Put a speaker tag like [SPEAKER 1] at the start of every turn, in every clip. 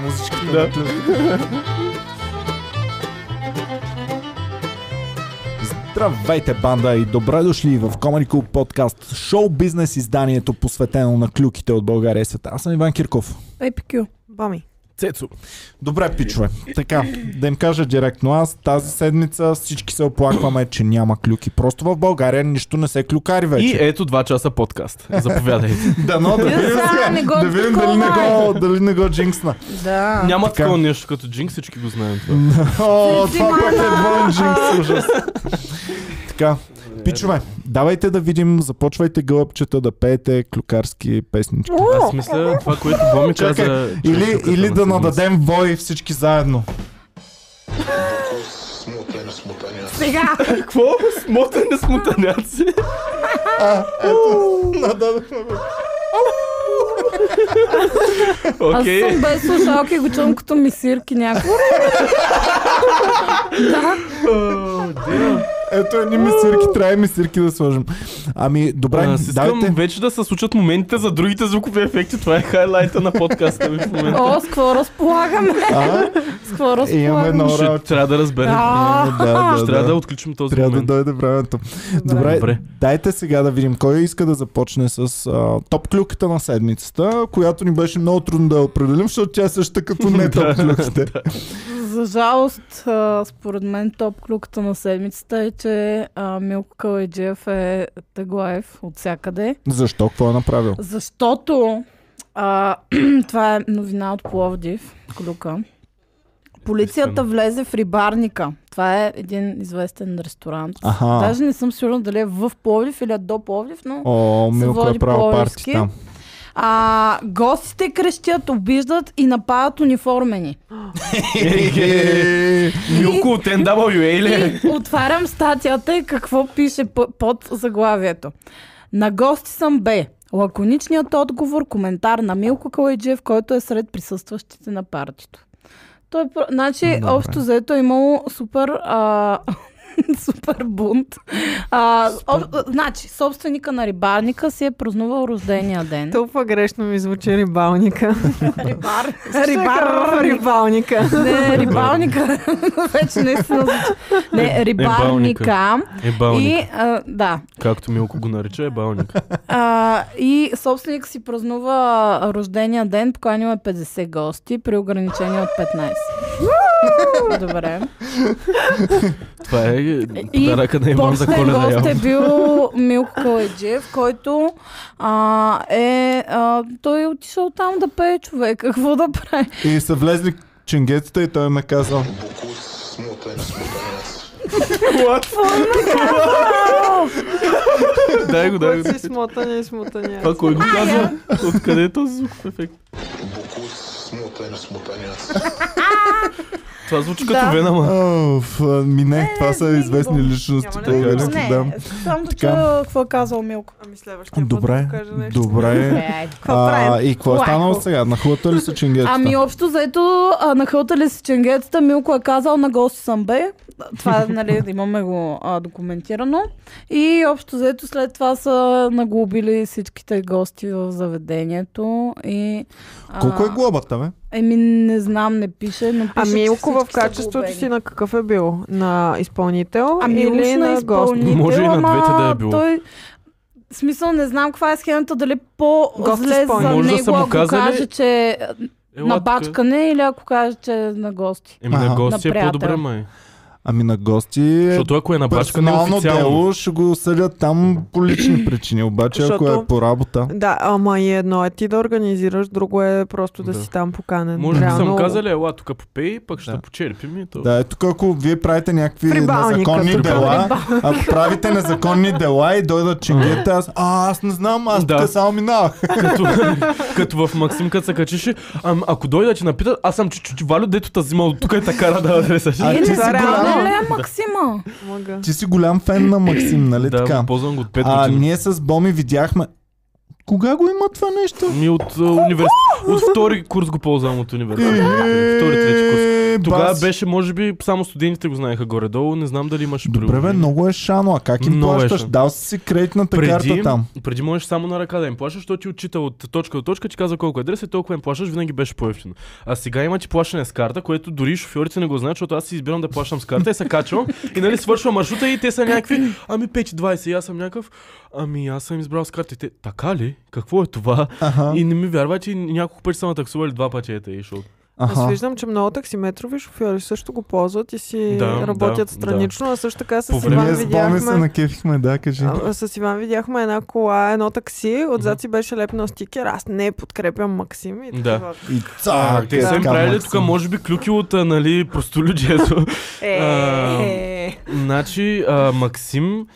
[SPEAKER 1] музичката
[SPEAKER 2] Да.
[SPEAKER 1] на клюв.
[SPEAKER 2] Здравейте, банда и добре дошли в Comedy Club подкаст шоу бизнес изданието посветено на клюките от България и света. Аз съм Иван Кирков.
[SPEAKER 3] IPQ. Боми.
[SPEAKER 1] Цецо.
[SPEAKER 2] Добре, пичове. Така, да им кажа директно аз, тази седмица всички се оплакваме, че няма клюки. Просто в България нищо не се клюкари вече.
[SPEAKER 4] И ето два часа подкаст. Заповядайте.
[SPEAKER 2] Дано да видим,
[SPEAKER 3] Да, не го
[SPEAKER 2] да видим дали, не го, дали не го джинксна.
[SPEAKER 3] Да.
[SPEAKER 4] Няма
[SPEAKER 2] Така.
[SPEAKER 4] такова нещо като джинк, всички го знаем това.
[SPEAKER 2] О,
[SPEAKER 3] Ти
[SPEAKER 2] това
[SPEAKER 3] мана!
[SPEAKER 2] пък е двоен джинкс, ужас. Така, пичове, давайте да видим, започвайте гълъбчета да пеете клюкарски песнички.
[SPEAKER 4] Аз мисля това, което Боми
[SPEAKER 2] Чакай,
[SPEAKER 4] каза. че
[SPEAKER 2] Или,
[SPEAKER 4] тук
[SPEAKER 2] или
[SPEAKER 4] на
[SPEAKER 2] да
[SPEAKER 4] седмица.
[SPEAKER 2] нададем бой всички заедно.
[SPEAKER 5] Смутен, смутен.
[SPEAKER 3] Сега.
[SPEAKER 4] Какво? Смотане смутаняци.
[SPEAKER 2] Нададахме
[SPEAKER 3] Аз
[SPEAKER 4] Окей.
[SPEAKER 3] съм без слушалки и го чувам като мисирки някакво.
[SPEAKER 2] Ето едни мисирки, трябва и мисирки да сложим. Ами, добре,
[SPEAKER 4] Аз искам
[SPEAKER 2] давайте.
[SPEAKER 4] вече да се случат моментите за другите звукови ефекти. Това е хайлайта на подкаста ми в момента.
[SPEAKER 3] О, с какво разполагаме?
[SPEAKER 2] А,
[SPEAKER 3] С какво
[SPEAKER 2] имаме
[SPEAKER 3] разполагаме?
[SPEAKER 2] много
[SPEAKER 4] Ще
[SPEAKER 2] работа.
[SPEAKER 4] трябва да разберем.
[SPEAKER 3] А,
[SPEAKER 2] Да, да,
[SPEAKER 4] Ще трябва да отключим този
[SPEAKER 2] Трябва да
[SPEAKER 4] момент.
[SPEAKER 2] дойде времето. Добре,
[SPEAKER 4] Добре.
[SPEAKER 2] дайте сега да видим кой иска да започне с а, топ клюката на седмицата, която ни беше много трудно да я определим, защото тя е същата като не топ клюките.
[SPEAKER 3] За жалост, а, според мен топ клюката на седмицата е, че а, Милко Калайджиев е теглаев от всякъде.
[SPEAKER 2] Защо? Какво е направил?
[SPEAKER 3] Защото а, това е новина от Пловдив, Клюка. Полицията
[SPEAKER 4] Естествено.
[SPEAKER 3] влезе в рибарника. Това е един известен ресторант.
[SPEAKER 2] Аха.
[SPEAKER 3] Даже не съм сигурна дали е в Пловдив или е до Пловдив, но...
[SPEAKER 2] О,
[SPEAKER 3] се
[SPEAKER 2] Милко е
[SPEAKER 3] води
[SPEAKER 2] правил парти
[SPEAKER 3] Пловдивски.
[SPEAKER 2] там.
[SPEAKER 3] А, гостите крещят, обиждат и нападат униформени.
[SPEAKER 4] Милко от NWA ли? е?
[SPEAKER 3] И отварям статията и какво пише п- под заглавието. На гости съм Б. Лаконичният отговор, коментар на Милко Калайджиев, който е сред присъстващите на партито. Той, про- значи,
[SPEAKER 2] Добре.
[SPEAKER 3] общо заето е имало супер, а, супер бунт. А, об, значи, собственика на рибарника си е празнувал рождения ден.
[SPEAKER 6] Толкова грешно ми звучи рибалника.
[SPEAKER 3] Рибар.
[SPEAKER 6] Рибар, рибалника.
[SPEAKER 3] Не, рибалника. Вече наистина звучи. Не, рибарника.
[SPEAKER 4] Е балник.
[SPEAKER 3] И, а, да.
[SPEAKER 4] Както Милко го нарича, е балник.
[SPEAKER 3] А, и собственик си празнува рождения ден, поканил е 50 гости при ограничение от 15. Добре.
[SPEAKER 4] Това е подаръка на Иван за
[SPEAKER 3] почетен
[SPEAKER 4] коледа.
[SPEAKER 3] гост е
[SPEAKER 4] явно.
[SPEAKER 3] бил Милко Калайджиев, който а, е... А, той е отишъл там да пее човек. Какво да прави?
[SPEAKER 2] И са влезли ченгетата и той ме казал.
[SPEAKER 5] Букус, смутен, смутен.
[SPEAKER 4] Дай го, дай го.
[SPEAKER 6] Си смотане, смотане.
[SPEAKER 4] Това кой го казва? Откъде е този звуков ефект?
[SPEAKER 5] Букус, смутен, смутен.
[SPEAKER 4] Това звучи
[SPEAKER 3] Да.
[SPEAKER 4] като Венама.
[SPEAKER 2] Оф, ми не, това са известни личности. нали,
[SPEAKER 6] Няма ли да
[SPEAKER 2] български, Е, да.
[SPEAKER 3] Е, Не, само да
[SPEAKER 2] Така.
[SPEAKER 3] чуя какво е казал Милко.
[SPEAKER 6] Ами следващия път
[SPEAKER 2] Добре,
[SPEAKER 6] да кажа нещо.
[SPEAKER 2] добре.
[SPEAKER 3] Е,
[SPEAKER 2] А, и какво е
[SPEAKER 3] Лайко.
[SPEAKER 2] станало сега? Нахлата ли са ченгетата?
[SPEAKER 3] Ами общо заето а, нахълтали се ченгетата, Милко е казал на гости съм бе. Това нали, имаме го а, документирано. И общо заето след това са наглобили всичките гости в заведението. И, а,
[SPEAKER 2] Колко е глобата, бе?
[SPEAKER 3] Еми не знам, не пише, но пише,
[SPEAKER 6] А Милко
[SPEAKER 3] че
[SPEAKER 6] Ами, в
[SPEAKER 3] всички са
[SPEAKER 6] качеството
[SPEAKER 3] глобени.
[SPEAKER 6] си на какъв е бил? На изпълнител
[SPEAKER 3] Ами
[SPEAKER 6] или на гост?
[SPEAKER 3] изпълнител,
[SPEAKER 4] Може и на
[SPEAKER 3] ама
[SPEAKER 4] двете да е било.
[SPEAKER 3] Той... в смисъл не знам каква е схемата, дали
[SPEAKER 6] Гост
[SPEAKER 3] по-зле за
[SPEAKER 6] изпълнител.
[SPEAKER 4] Може да
[SPEAKER 3] него,
[SPEAKER 4] са му
[SPEAKER 3] ако
[SPEAKER 4] казали-
[SPEAKER 3] каже, че е
[SPEAKER 4] Ела
[SPEAKER 3] на
[SPEAKER 4] тук.
[SPEAKER 3] бачкане или ако каже, че е на гости.
[SPEAKER 4] Еми на
[SPEAKER 2] Аха.
[SPEAKER 4] гости
[SPEAKER 3] На
[SPEAKER 4] е
[SPEAKER 3] приятел.
[SPEAKER 4] по-добре, май.
[SPEAKER 2] Ами на гости е
[SPEAKER 4] Защото ако е на бачка, не е
[SPEAKER 2] персонално
[SPEAKER 4] официално.
[SPEAKER 2] дело, ще го съдят там по лични причини. Обаче, ако
[SPEAKER 6] Защото-
[SPEAKER 2] е по работа...
[SPEAKER 6] Да, ама и едно е ти да организираш, друго е просто да,
[SPEAKER 4] Да.
[SPEAKER 6] си там поканен.
[SPEAKER 4] Може би
[SPEAKER 6] Реално-
[SPEAKER 4] съм казали, ела тук попей, пък ще
[SPEAKER 2] Да.
[SPEAKER 4] почерпим и то.
[SPEAKER 2] Да, ето тук, ако вие правите някакви
[SPEAKER 6] Прибалника,
[SPEAKER 2] незаконни
[SPEAKER 6] тук.
[SPEAKER 2] дела, ако правите незаконни дела и дойдат ченгета, аз, а, аз не знам, аз
[SPEAKER 4] Да.
[SPEAKER 2] тук само минах.
[SPEAKER 4] като, като в Максим, като се качеше, ам, ако дойда, че напитат, аз съм чичо Валю, дето тази взима от тук и така да адреса.
[SPEAKER 2] А
[SPEAKER 3] Е,
[SPEAKER 2] ти
[SPEAKER 3] не
[SPEAKER 2] си
[SPEAKER 3] знам,
[SPEAKER 6] голям.
[SPEAKER 3] Ле, Максима.
[SPEAKER 6] Мага.
[SPEAKER 2] Ти си голям фен на Максим, нали така?
[SPEAKER 4] да, ползвам го от 5
[SPEAKER 2] А
[SPEAKER 4] години.
[SPEAKER 2] ние с Боми видяхме... Кога го има това нещо?
[SPEAKER 4] е, Ми от а, университет. От Е, втори курс го ползвам от университет. Втори, трети курс.
[SPEAKER 2] Ей,
[SPEAKER 4] Тогава
[SPEAKER 2] Е, бас.
[SPEAKER 4] беше, може би, само студентите го знаеха горе-долу. Не знам дали имаше
[SPEAKER 2] Добре, бе,
[SPEAKER 4] приложение.
[SPEAKER 2] много е шано. А как им
[SPEAKER 4] Много е
[SPEAKER 2] плащаш?
[SPEAKER 4] шано.
[SPEAKER 2] Дал си си кредитната карта там.
[SPEAKER 4] преди можеш само на ръка да им плащаш, защото ти отчита от точка до точка, ти каза колко е адрес и толкова им плащаш, винаги беше по-ефтино. А сега има ти плащане с карта, което дори шофьорите не го знаят, защото аз си избирам да плащам с карта и се качвам и нали свършва маршрута и те са някакви, ами 5.20 и аз съм някакъв, ами аз съм избрал с карта и те, така ли? Какво е това?
[SPEAKER 2] Аха,
[SPEAKER 4] И не ми вярвате, и няколко пъти са ме таксували два пъти ета и шо.
[SPEAKER 6] Аз
[SPEAKER 2] аха.
[SPEAKER 6] виждам, че много таксиметрови шофьори също го ползват и си
[SPEAKER 4] Да,
[SPEAKER 6] работят
[SPEAKER 4] да,
[SPEAKER 6] странично, а също така с
[SPEAKER 4] По време- е
[SPEAKER 6] Иван
[SPEAKER 2] Ние с Боми се
[SPEAKER 6] видяхме...
[SPEAKER 2] накефихме, да, кажи.
[SPEAKER 6] А, С Иван видяхме една кола, едно такси, отзад си беше лепнал стикер, аз не подкрепям Максим и
[SPEAKER 4] Да.
[SPEAKER 6] такива.
[SPEAKER 2] И
[SPEAKER 4] А,
[SPEAKER 2] цак,
[SPEAKER 4] те са им правили тук, може би, клюки от, а, нали, простолюдието. А,
[SPEAKER 6] Е,
[SPEAKER 4] Значи, а, Максим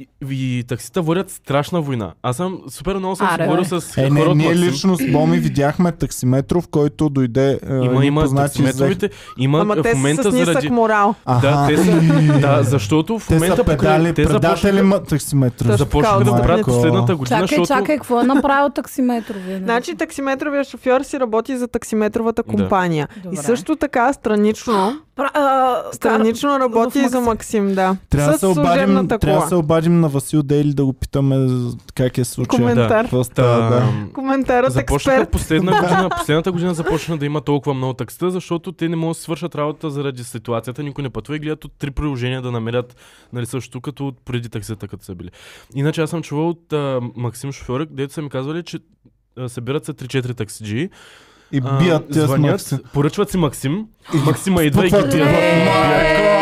[SPEAKER 4] и, и таксита водят страшна война. Аз съм супер много съм
[SPEAKER 3] Аре,
[SPEAKER 4] се
[SPEAKER 3] бе.
[SPEAKER 4] говорил с
[SPEAKER 2] Е,
[SPEAKER 4] хора
[SPEAKER 2] не,
[SPEAKER 4] от
[SPEAKER 2] ние
[SPEAKER 4] Максим.
[SPEAKER 2] лично с Боми видяхме таксиметров, който дойде. е,
[SPEAKER 4] Има,
[SPEAKER 2] ни
[SPEAKER 4] има
[SPEAKER 2] познати
[SPEAKER 4] таксиметровите. Има
[SPEAKER 6] Ама
[SPEAKER 4] в
[SPEAKER 6] те са
[SPEAKER 4] момента
[SPEAKER 6] с нисък
[SPEAKER 4] заради...
[SPEAKER 6] морал.
[SPEAKER 4] Да,
[SPEAKER 2] Аха.
[SPEAKER 4] те са, да, защото в
[SPEAKER 2] Те
[SPEAKER 4] момента
[SPEAKER 2] са
[SPEAKER 4] покрай-
[SPEAKER 2] педали,
[SPEAKER 4] те
[SPEAKER 2] предатели
[SPEAKER 4] започнаха,
[SPEAKER 2] ма таксиметров.
[SPEAKER 6] Точно
[SPEAKER 4] започнаха да го
[SPEAKER 6] така,
[SPEAKER 4] правят
[SPEAKER 2] майко.
[SPEAKER 4] последната година,
[SPEAKER 3] Чакай,
[SPEAKER 4] защото...
[SPEAKER 3] чакай, какво е направил нали? таксиметрови?
[SPEAKER 6] Значи таксиметровия шофьор си работи за таксиметровата
[SPEAKER 4] Да.
[SPEAKER 6] компания. И
[SPEAKER 3] Добре.
[SPEAKER 6] също така странично, странично работи и за Максим, да.
[SPEAKER 2] Трябва да
[SPEAKER 6] С
[SPEAKER 2] се обадим,
[SPEAKER 6] служебната
[SPEAKER 2] трябва да
[SPEAKER 6] кола.
[SPEAKER 2] се обадим на Васил Дейли да го питаме за- как е случая.
[SPEAKER 4] Коментар.
[SPEAKER 6] Коментар.
[SPEAKER 2] Какво става,
[SPEAKER 4] Та,
[SPEAKER 2] да.
[SPEAKER 6] Коментарът
[SPEAKER 4] Започнаха
[SPEAKER 6] експерт.
[SPEAKER 4] последна година, последната година започна да има толкова много таксита, защото те не могат да свършат работа заради ситуацията, никой не пътува и гледат от три приложения да намерят нали, също като от преди таксита, като са били. Иначе аз съм чувал от а, Максим Шофьорък, дето са ми казвали, че а, събират се 3-4 таксиджи,
[SPEAKER 2] И бият те с
[SPEAKER 4] звънят,
[SPEAKER 2] Максим.
[SPEAKER 4] поръчват си Максим, Максима идва и ги
[SPEAKER 2] Пукват ти. е?
[SPEAKER 4] бият.
[SPEAKER 2] Майко!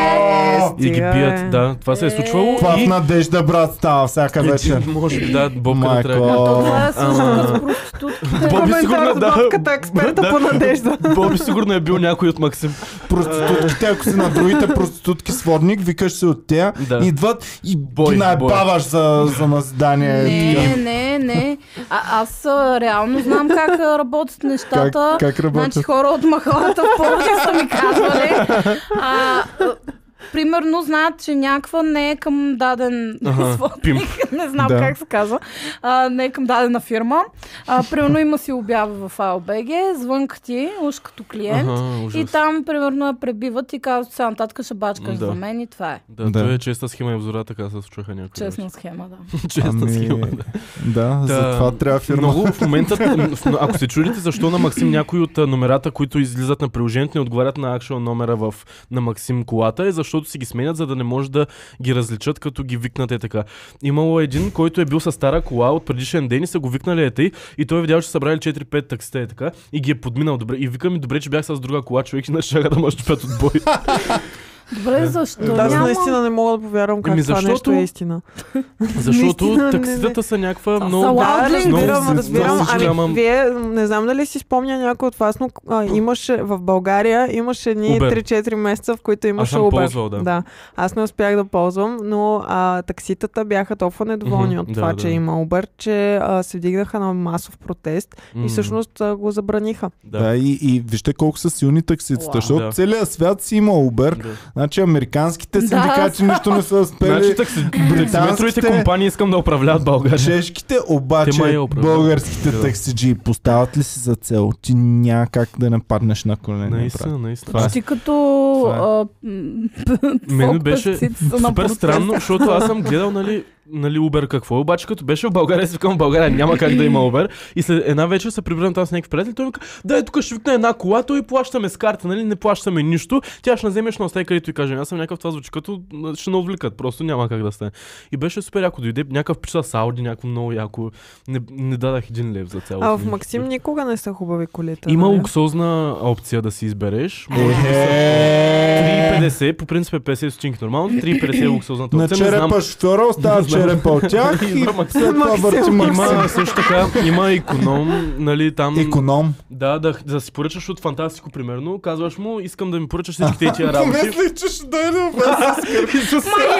[SPEAKER 4] И ги бият, да. Това се е случвало.
[SPEAKER 2] Това в
[SPEAKER 4] и...
[SPEAKER 2] надежда, брат, става всяка вечер.
[SPEAKER 4] Може би да, Бобка не
[SPEAKER 2] Майко.
[SPEAKER 4] трябва.
[SPEAKER 3] Това е
[SPEAKER 4] Ама-
[SPEAKER 3] също с проститутките.
[SPEAKER 4] Боби
[SPEAKER 6] Коментар
[SPEAKER 4] сигурно
[SPEAKER 6] с
[SPEAKER 4] да.
[SPEAKER 6] бабката, експерта
[SPEAKER 4] Да.
[SPEAKER 6] по надежда.
[SPEAKER 4] Боби сигурно е бил някой от Максим.
[SPEAKER 2] Проститутките, ако си на другите проститутки сворник, викаш се от тея,
[SPEAKER 4] Да.
[SPEAKER 2] идват и
[SPEAKER 4] Бой,
[SPEAKER 2] ги наебаваш за, за назидание. И
[SPEAKER 3] Не,
[SPEAKER 2] така.
[SPEAKER 3] не, не. А, аз а, реално знам как а, работят
[SPEAKER 2] Как,
[SPEAKER 3] нещата.
[SPEAKER 2] как
[SPEAKER 3] Значи
[SPEAKER 2] работят?
[SPEAKER 3] хора от махалата в Пловдив са ми казвали. А, а, примерно знаят, че някаква не е към даден
[SPEAKER 4] Аха,
[SPEAKER 3] свод,
[SPEAKER 4] пим.
[SPEAKER 3] не знам
[SPEAKER 2] Да.
[SPEAKER 3] как се казва, а, не е към дадена фирма. А, примерно има си обява в АОБГ, звънка ти, уж като клиент.
[SPEAKER 4] Аха,
[SPEAKER 3] И
[SPEAKER 4] ужас.
[SPEAKER 3] там, примерно, я пребиват и казват, сега нататък ще бачкаш
[SPEAKER 4] Да.
[SPEAKER 3] за мен и това е.
[SPEAKER 4] Да,
[SPEAKER 2] Да.
[SPEAKER 4] да. той е честа схема и обзора, така се случваха някои.
[SPEAKER 3] Честна схема, да.
[SPEAKER 4] неща. честа схема, Ами, да.
[SPEAKER 2] да,
[SPEAKER 4] Та,
[SPEAKER 2] затова трябва Ами, фирма.
[SPEAKER 4] Много в момента, в- ако се чудите защо на Максим някои от а, номерата, които излизат на приложението, не отговарят на actual номера в, на Максим колата, е защото си ги сменят, за да не може да ги различат, като ги викнат е така. Имало един, който е бил с стара кола от предишен ден и са го викнали е тъй, и той е видял, че са събрали 4-5 таксита е така, и ги е подминал добре. И вика ми, добре, че бях с друга кола, човек, иначе щяха да ме щупят от бой.
[SPEAKER 3] Добре, защо
[SPEAKER 6] Да, аз
[SPEAKER 3] няма...
[SPEAKER 6] наистина не мога да повярвам как
[SPEAKER 4] Еми,
[SPEAKER 6] това нещо
[SPEAKER 4] Ами защото-
[SPEAKER 6] е истина.
[SPEAKER 4] Защото
[SPEAKER 6] Наистина, не,
[SPEAKER 4] такситата са някаква
[SPEAKER 3] са
[SPEAKER 4] много...
[SPEAKER 3] лаудинг.
[SPEAKER 6] Да, разбирам,
[SPEAKER 2] Много-
[SPEAKER 6] разбирам.
[SPEAKER 4] много
[SPEAKER 6] Ами,
[SPEAKER 4] съжалявам.
[SPEAKER 6] вие, м, не знам дали си спомня някой от вас, но а, имаше в България, имаше едни
[SPEAKER 4] Uber.
[SPEAKER 6] 3-4 месеца, в които имаше
[SPEAKER 4] съм
[SPEAKER 6] Uber.
[SPEAKER 4] ползвал, да.
[SPEAKER 6] Аз не успях да ползвам, но а, такситата бяха толкова недоволни
[SPEAKER 4] Мгм,
[SPEAKER 6] от
[SPEAKER 4] да,
[SPEAKER 6] това,
[SPEAKER 4] да.
[SPEAKER 6] че има Uber, че а, се вдигнаха на масов протест
[SPEAKER 4] М,
[SPEAKER 6] и всъщност а, го забраниха.
[SPEAKER 4] да.
[SPEAKER 2] Да, и, и вижте колко са силни таксиците,
[SPEAKER 3] Уау.
[SPEAKER 2] защото
[SPEAKER 4] Да.
[SPEAKER 2] целият свят си има Uber.
[SPEAKER 4] Да.
[SPEAKER 2] Значи американските
[SPEAKER 3] Да,
[SPEAKER 2] синдикати нищо не са успели.
[SPEAKER 4] Значи такси,
[SPEAKER 6] е,
[SPEAKER 2] британските-
[SPEAKER 4] таксиметровите компании искам да управляват България.
[SPEAKER 2] Чешките, обаче
[SPEAKER 4] Те май я управляват.
[SPEAKER 2] българските
[SPEAKER 4] Да.
[SPEAKER 2] таксиджи поставят ли си за цел? Ти няма как да не паднеш на колене. брат.
[SPEAKER 4] Наистина, наистина.
[SPEAKER 3] Почти като
[SPEAKER 2] Това е.
[SPEAKER 3] а, м,
[SPEAKER 4] Мен
[SPEAKER 3] фок
[SPEAKER 4] беше
[SPEAKER 3] певцицата на
[SPEAKER 4] Супер
[SPEAKER 3] протест.
[SPEAKER 4] странно, защото аз съм гледал, нали, нали Uber какво е, обаче като беше в България, си викам в България няма как да има Uber. И след една вечер се прибирам там с някакви приятели, той ми казва, да, е, тук ще викна една кола, той плащаме с карта, нали, не плащаме нищо, тя ще наземеш на остай, където и каже, аз съм някакъв това звучи, като м, ще не отвлекат, просто няма как да стане. И беше супер, ако дойде някакъв пича с Ауди, някакво много яко, не, не дадах един лев за цялото.
[SPEAKER 6] А в
[SPEAKER 4] нещо.
[SPEAKER 6] Максим никога не са хубави колите.
[SPEAKER 4] Има
[SPEAKER 6] нали?
[SPEAKER 4] луксозна опция да си избереш.
[SPEAKER 2] Ехе.
[SPEAKER 4] 3,50, по принцип е 50 стотинки нормално, 3,50 е луксозната
[SPEAKER 2] На
[SPEAKER 4] опция. Не знам,
[SPEAKER 2] черепа шофьора остава
[SPEAKER 4] Не знам.
[SPEAKER 2] черепа от тях и
[SPEAKER 4] Избра Максим.
[SPEAKER 2] след това
[SPEAKER 6] Максим,
[SPEAKER 2] върти
[SPEAKER 4] Има
[SPEAKER 2] Максим.
[SPEAKER 4] също така, има иконом, нали там.
[SPEAKER 2] Економ.
[SPEAKER 4] Да, да, да си поръчаш от Фантастико, примерно. Казваш му, искам да ми поръчаш всички тези тия работи.
[SPEAKER 2] Помислих, че ще дойде в
[SPEAKER 3] Ай,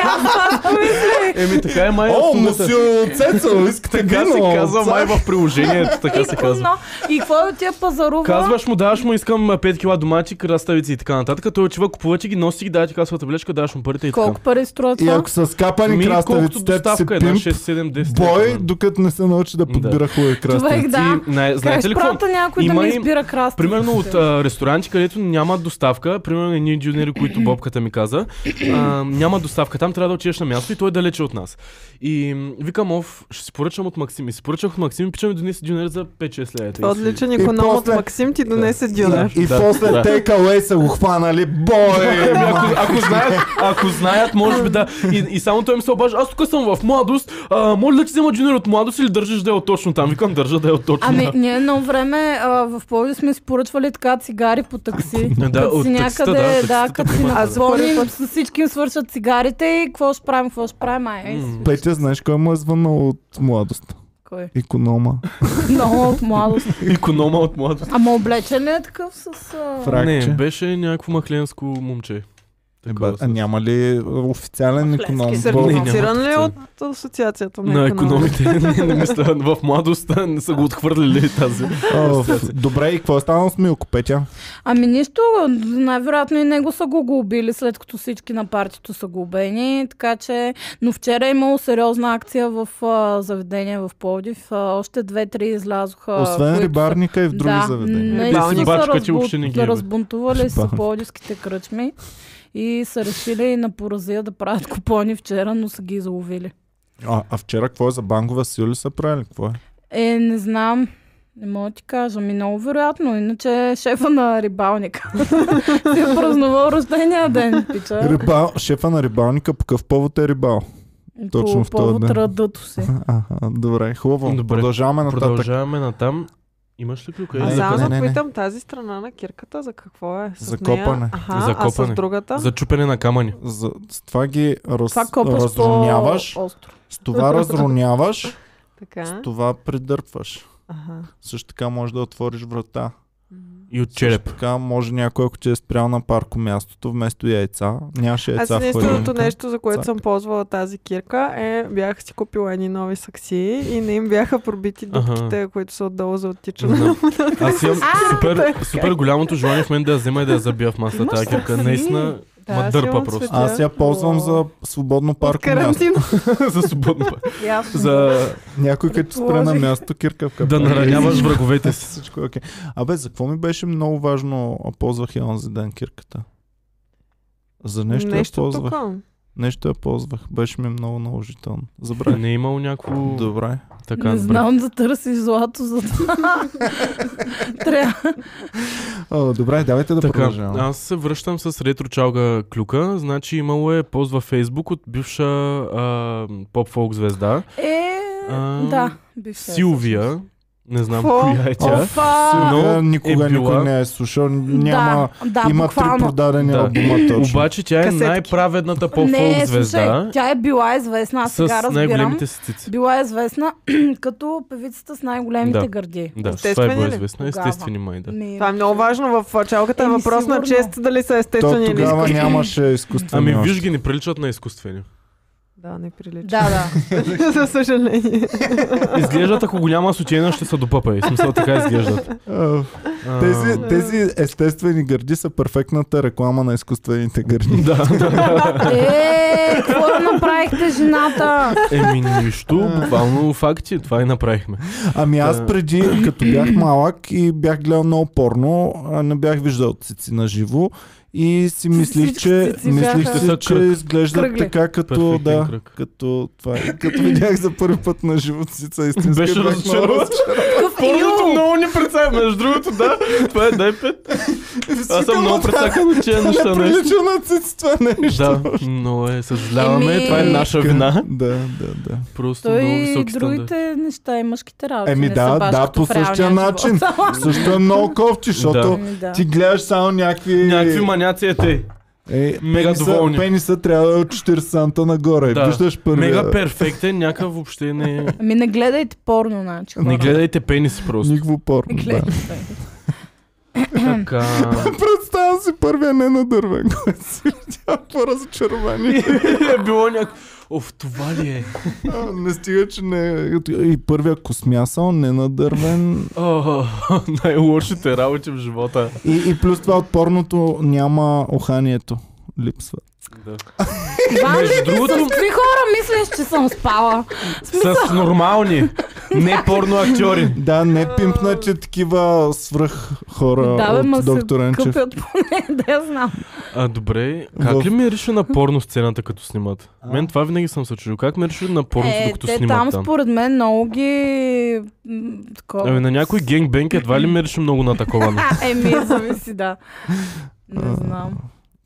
[SPEAKER 3] аз това мисля.
[SPEAKER 4] Еми така е май.
[SPEAKER 2] О,
[SPEAKER 4] сумата.
[SPEAKER 2] мусил Цецо, искате
[SPEAKER 4] Така се
[SPEAKER 2] вино?
[SPEAKER 4] казва май е в приложението, така се казва.
[SPEAKER 3] Икона. И какво е от тя пазарува?
[SPEAKER 4] Казваш му, даваш му, искам а, 5 кила домати, краставици и така нататък. Той отива, купува ти ги, носи ги, дава ти касовата бележка, даваш му парите и така.
[SPEAKER 3] Колко пари струва
[SPEAKER 2] И
[SPEAKER 3] това?
[SPEAKER 2] ако са скапани
[SPEAKER 4] Ми, колкото е,
[SPEAKER 2] краставиците,
[SPEAKER 4] ставка,
[SPEAKER 2] се
[SPEAKER 4] една
[SPEAKER 2] пимп,
[SPEAKER 4] 6, 7, 10.
[SPEAKER 2] Бой,
[SPEAKER 4] лева.
[SPEAKER 2] докато не се научи да подбира хубави
[SPEAKER 3] Човек,
[SPEAKER 2] кръстенци.
[SPEAKER 3] да.
[SPEAKER 4] Ти, най- знаете
[SPEAKER 3] Знаете
[SPEAKER 4] ли какво?
[SPEAKER 3] някой да
[SPEAKER 4] Има
[SPEAKER 3] ми
[SPEAKER 4] им-
[SPEAKER 3] избира краста.
[SPEAKER 4] Примерно от а, ресторанти, където няма доставка, примерно едни дюнери, които бобката ми каза, а, няма доставка, там трябва да отидеш на място и той е далече от нас. И м, викам, ов, ще си поръчам от Максим. И си поръчах от Максим и пича ми донесе дюнер за 5-6 лева.
[SPEAKER 6] Това
[SPEAKER 4] И си-
[SPEAKER 6] Отличен
[SPEAKER 2] И
[SPEAKER 6] економ от
[SPEAKER 2] после-
[SPEAKER 6] Максим ти донесе дюнер.
[SPEAKER 2] И
[SPEAKER 4] Да,
[SPEAKER 2] после
[SPEAKER 4] да.
[SPEAKER 2] take away са го хванали. Бой!
[SPEAKER 4] Еми,
[SPEAKER 2] ма.
[SPEAKER 4] ако, ако, знаят, ако знаят, може би да. И, и само той ми се обажда, аз тук съм в младост, а, може ли да ти взема джуниор от младост или държиш да е от точно там? Викам, държа да е от точно
[SPEAKER 3] Ами, ние едно време а, в Пловдив сме си поръчвали така цигари по такси.
[SPEAKER 4] Да,
[SPEAKER 3] Като
[SPEAKER 4] от
[SPEAKER 3] си
[SPEAKER 4] таксита, да,
[SPEAKER 3] някъде,
[SPEAKER 4] такситата
[SPEAKER 3] да, като си
[SPEAKER 4] приемат,
[SPEAKER 6] да.
[SPEAKER 3] на звоним,
[SPEAKER 6] Аз
[SPEAKER 3] с всички им свършат цигарите и какво ще правим, какво ще правим, ай, ей,
[SPEAKER 4] М.
[SPEAKER 2] Петя, знаеш кой му е звънал от младост?
[SPEAKER 3] кой?
[SPEAKER 2] Економа.
[SPEAKER 3] Много от младост.
[SPEAKER 4] економа от младост.
[SPEAKER 3] Ама облечен ли е такъв с... а,
[SPEAKER 2] Фракче.
[SPEAKER 4] Не, беше някакво махленско момче. Такова
[SPEAKER 2] Еба,
[SPEAKER 4] с-
[SPEAKER 2] а няма ли официален
[SPEAKER 3] Махленски
[SPEAKER 2] економ?
[SPEAKER 4] Не, няма
[SPEAKER 6] Сертифициран ли е
[SPEAKER 4] такива.
[SPEAKER 6] от асоциацията
[SPEAKER 4] на
[SPEAKER 6] на економи?
[SPEAKER 4] економите. не, не мисля, в младостта не са го отхвърлили тази.
[SPEAKER 2] Оф, Добре, и какво е станало с Милко Петя?
[SPEAKER 3] Ами нищо, най-вероятно и него са го губили, след като всички на партито са губени, така че... Но вчера е имало сериозна акция в а, заведение в Пловдив, а, още две-три излязоха.
[SPEAKER 2] Освен
[SPEAKER 3] които са-
[SPEAKER 2] рибарника и в други
[SPEAKER 3] да,
[SPEAKER 2] заведения.
[SPEAKER 3] Не,
[SPEAKER 6] Рибални.
[SPEAKER 3] са
[SPEAKER 4] Бачка ти въобще не ги е, бе.
[SPEAKER 3] разбунтували са
[SPEAKER 2] Бах.
[SPEAKER 3] плодивските кръчми и са решили на поразия да правят купони вчера, но са ги изловили.
[SPEAKER 2] А, а вчера какво е за банкова сила ли са правили? Какво е?
[SPEAKER 3] Е, не знам. Не мога да ти кажа. Ми много вероятно. Иначе е шефа на рибалника си е празнувал рождения ден, пича.
[SPEAKER 2] Рибал, шефа на рибалника, по какъв повод е рибал? точно
[SPEAKER 3] По
[SPEAKER 2] в този
[SPEAKER 3] повод
[SPEAKER 2] ден.
[SPEAKER 3] радото си.
[SPEAKER 2] Аха, добре, хубаво.
[SPEAKER 4] Добре.
[SPEAKER 2] Продължаваме нататък.
[SPEAKER 4] Продължаваме натам. Имаш ли клюка? Е,
[SPEAKER 6] А
[SPEAKER 2] Е, Не,
[SPEAKER 6] само
[SPEAKER 2] не, не,
[SPEAKER 6] да
[SPEAKER 2] не.
[SPEAKER 6] питам тази страна на кирката за какво е? С
[SPEAKER 2] За
[SPEAKER 6] нея?
[SPEAKER 2] копане.
[SPEAKER 6] Аха,
[SPEAKER 4] За
[SPEAKER 6] А
[SPEAKER 4] копане.
[SPEAKER 6] с другата?
[SPEAKER 4] За чупене на камъни.
[SPEAKER 2] За, с това ги раз,
[SPEAKER 3] Това копаш
[SPEAKER 2] разроняваш,
[SPEAKER 3] по-остро.
[SPEAKER 2] с това разроняваш,
[SPEAKER 6] Така.
[SPEAKER 2] с това придърпваш.
[SPEAKER 6] Аха.
[SPEAKER 2] Също така може да отвориш врата.
[SPEAKER 4] И от череп.
[SPEAKER 2] Също така може някой, ако ти е спрял на парко мястото, вместо яйца, нямаше
[SPEAKER 6] Аз
[SPEAKER 2] яйца в
[SPEAKER 6] единственото
[SPEAKER 2] хладилника.
[SPEAKER 6] нещо, за което
[SPEAKER 2] Цак.
[SPEAKER 6] съм ползвала тази кирка е бях си купила едни нови саксии и не им бяха пробити
[SPEAKER 4] Аха.
[SPEAKER 6] дупките, които са отдолу за оттичане.
[SPEAKER 4] Знам. Аз имам супер, супер голямото желание в мен да я взема и да я забия в масата
[SPEAKER 3] Имаш
[SPEAKER 4] тази кирка.
[SPEAKER 3] сакси.
[SPEAKER 4] Наистина,
[SPEAKER 6] Да,
[SPEAKER 4] ма
[SPEAKER 6] аз
[SPEAKER 4] дърпа
[SPEAKER 6] имам
[SPEAKER 4] просто.
[SPEAKER 6] цвета.
[SPEAKER 2] Аз я ползвам за свободно
[SPEAKER 6] От
[SPEAKER 2] парко място.
[SPEAKER 6] карантина.
[SPEAKER 4] за свободно пъ-
[SPEAKER 3] Ясно.
[SPEAKER 4] За
[SPEAKER 2] Някой като ти спре на
[SPEAKER 3] Предположих.
[SPEAKER 2] място, кирка в капа.
[SPEAKER 4] да нараняваш враговете си.
[SPEAKER 2] Всичко е окей. Абе, за какво ми беше много важно, а ползвах я онзи ден кирката? За нещо, я
[SPEAKER 6] Нещо
[SPEAKER 2] ползвах.
[SPEAKER 6] тук.
[SPEAKER 2] Нещо я ползвах. Беше ми много наложително. Забравих.
[SPEAKER 4] Не е имало някакво
[SPEAKER 2] Добре.
[SPEAKER 4] така.
[SPEAKER 3] не
[SPEAKER 4] добре.
[SPEAKER 3] знам да търсиш злато, за това. Трябва.
[SPEAKER 2] О, добре, давайте да
[SPEAKER 4] Така,
[SPEAKER 2] продължаваме.
[SPEAKER 4] аз се връщам с ретро чалга клюка. Значи имало е пост във Фейсбук от бивша а, поп-фолк звезда.
[SPEAKER 3] Е,
[SPEAKER 4] А,
[SPEAKER 3] да. бивша е
[SPEAKER 4] Силвия. Не знам
[SPEAKER 6] Какво?
[SPEAKER 4] коя е тя.
[SPEAKER 3] Офа!
[SPEAKER 4] но
[SPEAKER 2] Силвия никога
[SPEAKER 4] е била-
[SPEAKER 2] никой не е слушал. Няма...
[SPEAKER 3] да, да,
[SPEAKER 2] има три
[SPEAKER 3] буквално.
[SPEAKER 2] продадени
[SPEAKER 4] Да.
[SPEAKER 2] албума точно.
[SPEAKER 4] Обаче тя е
[SPEAKER 6] Касетки.
[SPEAKER 4] най-праведната
[SPEAKER 3] Не,
[SPEAKER 4] поп-фолк звезда.
[SPEAKER 3] слушай, тя е била известна, аз сега
[SPEAKER 4] С
[SPEAKER 3] разбирам.
[SPEAKER 4] най-големите си цици.
[SPEAKER 3] Била е известна като певицата с най-големите
[SPEAKER 4] Да.
[SPEAKER 3] гърди.
[SPEAKER 4] Да, това е
[SPEAKER 6] Естествени
[SPEAKER 4] било
[SPEAKER 6] ли?
[SPEAKER 4] известна.
[SPEAKER 3] Тогава.
[SPEAKER 4] Естествени май, да.
[SPEAKER 3] Ми,
[SPEAKER 6] Това е много важно в а, чалката. Е
[SPEAKER 3] Еми,
[SPEAKER 6] въпрос на
[SPEAKER 3] сигурно.
[SPEAKER 6] чест дали са
[SPEAKER 2] То
[SPEAKER 6] естествени или
[SPEAKER 2] тогава
[SPEAKER 6] изкуствени.
[SPEAKER 2] нямаше изкуствени
[SPEAKER 4] Ами виж
[SPEAKER 2] още.
[SPEAKER 4] ги, не приличат на изкуствени.
[SPEAKER 6] Да, не прилича.
[SPEAKER 3] Да, да.
[SPEAKER 6] За съжаление.
[SPEAKER 4] Изглеждат, ако го няма сутена, ще са допъпа. В смисъл така изглеждат.
[SPEAKER 2] А,
[SPEAKER 4] А,
[SPEAKER 2] Е, Тези, тези естествени гърди са перфектната реклама на изкуствените гърди.
[SPEAKER 4] Да,
[SPEAKER 3] Е, какво я направихте жената?
[SPEAKER 4] Еми нищо, буквално факти, това и направихме.
[SPEAKER 2] Ами аз
[SPEAKER 4] Та.
[SPEAKER 2] преди, като бях малък и бях гледал много порно, а не бях виждал цици на живо и си мислих,
[SPEAKER 3] Всички
[SPEAKER 2] че,
[SPEAKER 3] цици
[SPEAKER 2] мислих
[SPEAKER 3] бяха-
[SPEAKER 2] си,
[SPEAKER 4] Са
[SPEAKER 2] че
[SPEAKER 4] кръг.
[SPEAKER 2] изглеждат
[SPEAKER 3] Кръгли.
[SPEAKER 2] така като,
[SPEAKER 4] Перфектен
[SPEAKER 2] да,
[SPEAKER 4] кръг.
[SPEAKER 2] като това. И като видях за първи път на живо цица истинска,
[SPEAKER 4] Беше
[SPEAKER 2] бях много
[SPEAKER 4] разочарован.
[SPEAKER 2] разочарован.
[SPEAKER 3] Какъв
[SPEAKER 4] Първото
[SPEAKER 3] ил!
[SPEAKER 4] е много не представя, между другото, да, това е дай пет. Аз съм
[SPEAKER 2] Викам,
[SPEAKER 4] много
[SPEAKER 2] «Ама
[SPEAKER 4] прецакан, че е
[SPEAKER 2] това
[SPEAKER 4] неща
[SPEAKER 2] Не
[SPEAKER 4] нещо.
[SPEAKER 2] прилича на цици това нещо.
[SPEAKER 4] Да, но е, съжаляваме,
[SPEAKER 3] Еми-
[SPEAKER 4] това е наша вина.
[SPEAKER 2] Да, да, да.
[SPEAKER 4] Просто
[SPEAKER 3] Той
[SPEAKER 4] много
[SPEAKER 3] и
[SPEAKER 4] високи стандарти.
[SPEAKER 3] другите неща и мъжките работи.
[SPEAKER 2] Еми
[SPEAKER 3] не
[SPEAKER 2] да,
[SPEAKER 3] са баш
[SPEAKER 2] да,
[SPEAKER 3] като
[SPEAKER 2] по
[SPEAKER 3] в реалния
[SPEAKER 2] същия
[SPEAKER 3] живот.
[SPEAKER 2] начин. Също е много кофти, защото
[SPEAKER 3] Еми да.
[SPEAKER 2] ти гледаш само някакви...
[SPEAKER 4] Някакви маняци е те.
[SPEAKER 2] Е,
[SPEAKER 4] Мега
[SPEAKER 2] пениса,
[SPEAKER 4] доволни.
[SPEAKER 2] пениса трябва да е от 40 санта нагоре.
[SPEAKER 4] Да.
[SPEAKER 2] Виждаш първия.
[SPEAKER 4] Мега перфектен, някакъв въобще не...
[SPEAKER 3] Ами не гледайте порно, значи.
[SPEAKER 4] Не
[SPEAKER 3] хора.
[SPEAKER 4] гледайте пениси просто.
[SPEAKER 2] Никакво порно.
[SPEAKER 3] Не
[SPEAKER 2] Да.
[SPEAKER 3] гледайте.
[SPEAKER 4] Така...
[SPEAKER 2] Представям си първия не на дърве, който си видял по-разочарование.
[SPEAKER 4] е било някакво... Оф, това ли е?
[SPEAKER 2] А, не стига, че не... е. И първия космясал, не на дървен.
[SPEAKER 4] О, най-лошите работи в живота.
[SPEAKER 2] И, и плюс това от порното няма уханието. Липсва.
[SPEAKER 4] Да.
[SPEAKER 3] Иван,
[SPEAKER 4] Между
[SPEAKER 3] ти
[SPEAKER 4] другото-
[SPEAKER 3] с какви хора мислиш, че съм спала?
[SPEAKER 4] С нормални, не порно актьори.
[SPEAKER 2] Да, не пимпнати такива свръх хора
[SPEAKER 3] да, бе, ма
[SPEAKER 2] от
[SPEAKER 3] се
[SPEAKER 2] доктор Енчев.
[SPEAKER 3] къпят поне, да я знам.
[SPEAKER 4] А, добре, как
[SPEAKER 2] В-
[SPEAKER 4] ли мирише на порно сцената, като снимат?
[SPEAKER 2] А?
[SPEAKER 4] Мен това винаги съм се чудил. Как мирише на порно,
[SPEAKER 3] е,
[SPEAKER 4] докато
[SPEAKER 3] те
[SPEAKER 4] снимат
[SPEAKER 3] там,
[SPEAKER 4] там?
[SPEAKER 3] според мен много ги... м, Такова.
[SPEAKER 4] Ами, на някой генгбенк едва ли мирише много на такова. не?
[SPEAKER 3] А, Еми, зависи, да. Не знам.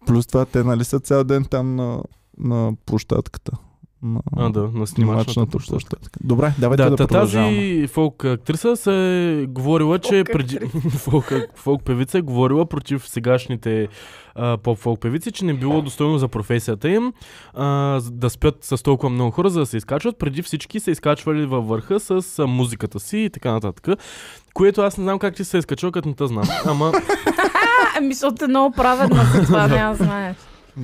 [SPEAKER 2] Плюс това те нали са цял ден там на, на площадката. На
[SPEAKER 4] А, да, на снимачната
[SPEAKER 2] снимачната
[SPEAKER 4] площадка.
[SPEAKER 2] площадка. Добре, давайте да,
[SPEAKER 4] Да, та
[SPEAKER 2] продължаваме.
[SPEAKER 4] тази фолк актриса се е говорила, че
[SPEAKER 6] Фолк
[SPEAKER 4] преди... фолк, фолк певица е говорила против сегашните а, поп-фолк певици, че не било достойно за професията им а, за да спят с толкова много хора, за да се изкачват. Преди всички се изкачвали във върха с а, музиката си и така нататък. Което аз не знам как ти се е изкачал, като не те знам. Ама
[SPEAKER 3] А, Еми, защото е много праведна си, това няма знаеш.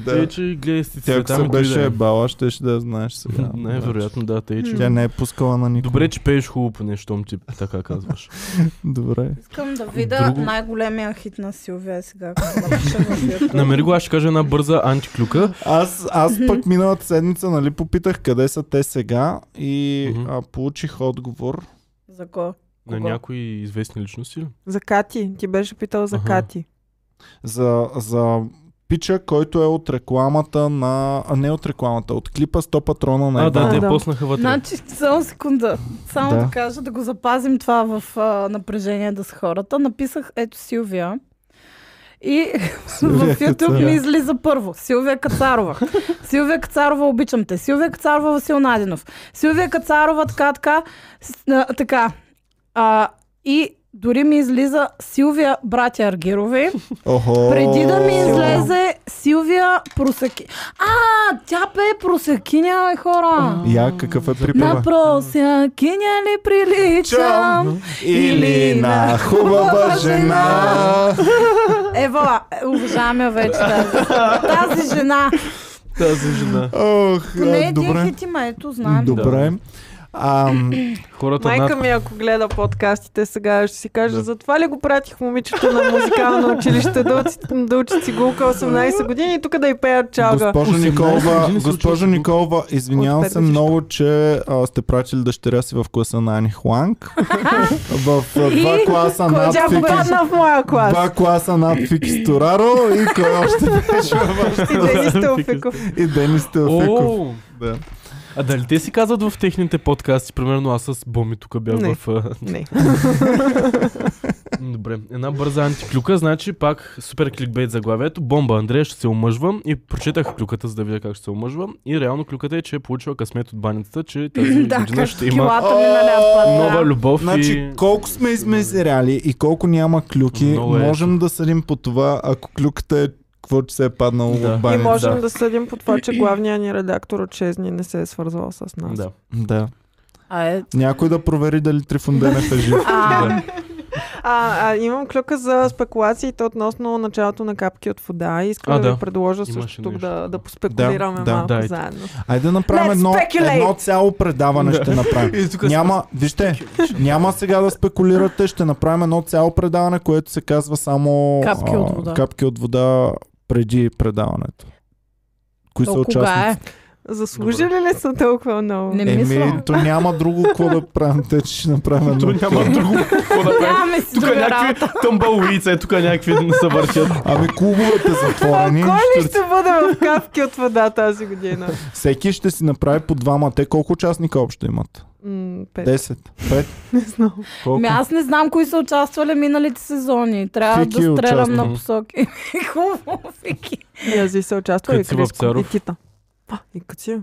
[SPEAKER 4] тъй,
[SPEAKER 2] Да.
[SPEAKER 4] че гледай си
[SPEAKER 2] Тя ако
[SPEAKER 4] цветами,
[SPEAKER 2] се
[SPEAKER 4] дойде.
[SPEAKER 2] беше бала, ще, ще да я знаеш сега. Значи,
[SPEAKER 4] Не, вероятно, да, тъй, че...
[SPEAKER 2] Тя не е пускала на никого.
[SPEAKER 4] Добре, че пееш хубаво по нещо, ти така казваш.
[SPEAKER 2] Добре.
[SPEAKER 3] Искам да видя
[SPEAKER 4] Друго-
[SPEAKER 3] най-големия хит на Силвия сега. като напиша в YouTube.
[SPEAKER 4] Намери го, аз ще кажа една бърза антиклюка.
[SPEAKER 2] Аз, аз пък миналата седмица нали, попитах къде са те сега и
[SPEAKER 4] Мгм.
[SPEAKER 2] а, получих отговор.
[SPEAKER 3] За кого?
[SPEAKER 4] На
[SPEAKER 3] Кого?
[SPEAKER 4] някои известни личности ли?
[SPEAKER 6] За Кати. Ти беше питал за
[SPEAKER 4] Аха.
[SPEAKER 6] Кати.
[SPEAKER 2] за, за пича, който е от рекламата на... А не от рекламата, от клипа 100 патрона на
[SPEAKER 4] А,
[SPEAKER 2] Иван.
[SPEAKER 4] да, те
[SPEAKER 6] да.
[SPEAKER 4] поснаха вътре.
[SPEAKER 3] Значи, само секунда. Само
[SPEAKER 2] Да.
[SPEAKER 3] да. да кажа, да го запазим това в а, напрежение да с хората. Написах, ето Силвия. И в YouTube ми излиза първо. Силвия Кацарова. Силвия Кацарова, обичам те. Силвия Кацарова, Васил Найденов. Силвия Кацарова, така, така. с- а, така. А, и дори ми излиза Силвия Братя Аргирови.
[SPEAKER 2] Охо,
[SPEAKER 3] Преди да ми излезе Силвия Просеки. А, тя пее Просекиня, бе, хора.
[SPEAKER 2] Я, какъв е припева?
[SPEAKER 3] На просякиня ли приличам?
[SPEAKER 2] Или на хубава жена.
[SPEAKER 3] Ева, е, уважаваме вече тази, тази жена.
[SPEAKER 4] Тази жена.
[SPEAKER 2] Ох,
[SPEAKER 3] Поне
[SPEAKER 2] а,
[SPEAKER 3] един
[SPEAKER 2] добре.
[SPEAKER 3] хит има, ето знаем.
[SPEAKER 2] Добре. А,
[SPEAKER 4] Хората
[SPEAKER 6] Майка
[SPEAKER 4] над...
[SPEAKER 6] ми, ако гледа подкастите сега, ще си каже,
[SPEAKER 4] Да.
[SPEAKER 6] затова ли го пратих момичето на музикално училище да, учи, да учи цигулка 18 години и тук да й пеят чалга.
[SPEAKER 2] госпожо
[SPEAKER 4] 18
[SPEAKER 2] Николова,
[SPEAKER 4] години се
[SPEAKER 2] госпожо
[SPEAKER 4] учиш.
[SPEAKER 2] Николова, извинявам
[SPEAKER 6] От
[SPEAKER 2] се
[SPEAKER 6] Перник.
[SPEAKER 2] много, че а, сте пратили дъщеря си в класа на Ани Хуанг. В а, два
[SPEAKER 3] И
[SPEAKER 2] класа
[SPEAKER 3] кой
[SPEAKER 2] над
[SPEAKER 6] е Тя
[SPEAKER 3] Фикс.
[SPEAKER 2] Фики
[SPEAKER 6] попадна в
[SPEAKER 2] Два
[SPEAKER 6] моя клас.
[SPEAKER 2] класа над Фики Стораро и кой още беше във вашата-
[SPEAKER 6] И Денис Теофиков.
[SPEAKER 2] И Денис Теофиков.
[SPEAKER 4] О,
[SPEAKER 2] Да.
[SPEAKER 4] а дали те си казват в техните подкасти, примерно аз с Боми тук бях
[SPEAKER 6] Не.
[SPEAKER 4] в... а,
[SPEAKER 6] Не.
[SPEAKER 4] Добре, една бърза антиклюка, значи пак супер кликбейт заглавието. Бомба, Андрея ще се омъжва и прочетах клюката, за да видя как ще се омъжва. И реално клюката е, че е получила късмет от баницата, че тази
[SPEAKER 3] Да,
[SPEAKER 4] година
[SPEAKER 3] както
[SPEAKER 4] ще има
[SPEAKER 3] килата ми е налят път. да.
[SPEAKER 4] нова любов
[SPEAKER 2] Значи,
[SPEAKER 4] и...
[SPEAKER 2] колко сме измезеряли и колко няма клюки,
[SPEAKER 4] Много е.
[SPEAKER 2] можем да съдим по това, ако клюката е какво, че се е паднало
[SPEAKER 4] Да.
[SPEAKER 2] в
[SPEAKER 6] И
[SPEAKER 2] баня.
[SPEAKER 6] можем
[SPEAKER 4] да.
[SPEAKER 6] да съдим по това, че главният ни редактор от 6 дни не се е свързвал с нас.
[SPEAKER 4] Да.
[SPEAKER 2] Да.
[SPEAKER 3] А, е,
[SPEAKER 2] Някой да провери дали Трифунденев е жив.
[SPEAKER 3] а,
[SPEAKER 4] Да.
[SPEAKER 6] А, а, имам клюка за спекулациите относно началото на капки от вода и искам
[SPEAKER 4] А,
[SPEAKER 6] да, да
[SPEAKER 4] да.
[SPEAKER 6] ви предложа
[SPEAKER 4] Имаше
[SPEAKER 6] също тук
[SPEAKER 4] нещо.
[SPEAKER 6] да, да поспекулираме
[SPEAKER 2] Да,
[SPEAKER 6] малко
[SPEAKER 4] да.
[SPEAKER 6] заедно.
[SPEAKER 2] Айде да направим
[SPEAKER 6] Let's
[SPEAKER 2] едно,
[SPEAKER 6] speculate.
[SPEAKER 2] едно цяло предаване
[SPEAKER 4] Да.
[SPEAKER 2] ще направим.
[SPEAKER 4] И тук
[SPEAKER 2] Няма, вижте, няма сега да спекулирате, ще направим едно цяло предаване, което се казва само
[SPEAKER 3] Капки от вода.
[SPEAKER 2] капки от вода преди предаването. Кои са
[SPEAKER 3] то кога е?
[SPEAKER 2] участници?
[SPEAKER 6] Заслужили ли са толкова много?
[SPEAKER 3] Не мисля.
[SPEAKER 2] Еми, то няма друго какво да правим, те че ще направим едно.
[SPEAKER 4] То няма
[SPEAKER 2] такова.
[SPEAKER 4] друго какво да правим.
[SPEAKER 3] Нямаме ами си
[SPEAKER 2] е
[SPEAKER 4] Тук
[SPEAKER 3] друга
[SPEAKER 4] някакви
[SPEAKER 3] работа.
[SPEAKER 4] тъмбалуица, е тук някакви се въртят.
[SPEAKER 2] Ами клубовете
[SPEAKER 6] А
[SPEAKER 2] затворени,
[SPEAKER 6] кой ли
[SPEAKER 2] ще-
[SPEAKER 6] ще бъде в капки от вода тази година?
[SPEAKER 2] всеки ще си направи по двама. Те колко участника общо имат?
[SPEAKER 6] М, пет.
[SPEAKER 2] 10? 5?
[SPEAKER 6] Не знам.
[SPEAKER 2] Колко?
[SPEAKER 3] Ми Ами аз не знам кои са участвали миналите сезони. Трябва
[SPEAKER 2] Фики
[SPEAKER 3] да стрелям
[SPEAKER 2] участва.
[SPEAKER 3] на посоки. Хубаво, Фики.
[SPEAKER 6] И Ази се участва и
[SPEAKER 4] Къци
[SPEAKER 6] Криско, и
[SPEAKER 4] Вапцаров.
[SPEAKER 6] Тита. А, и Къци.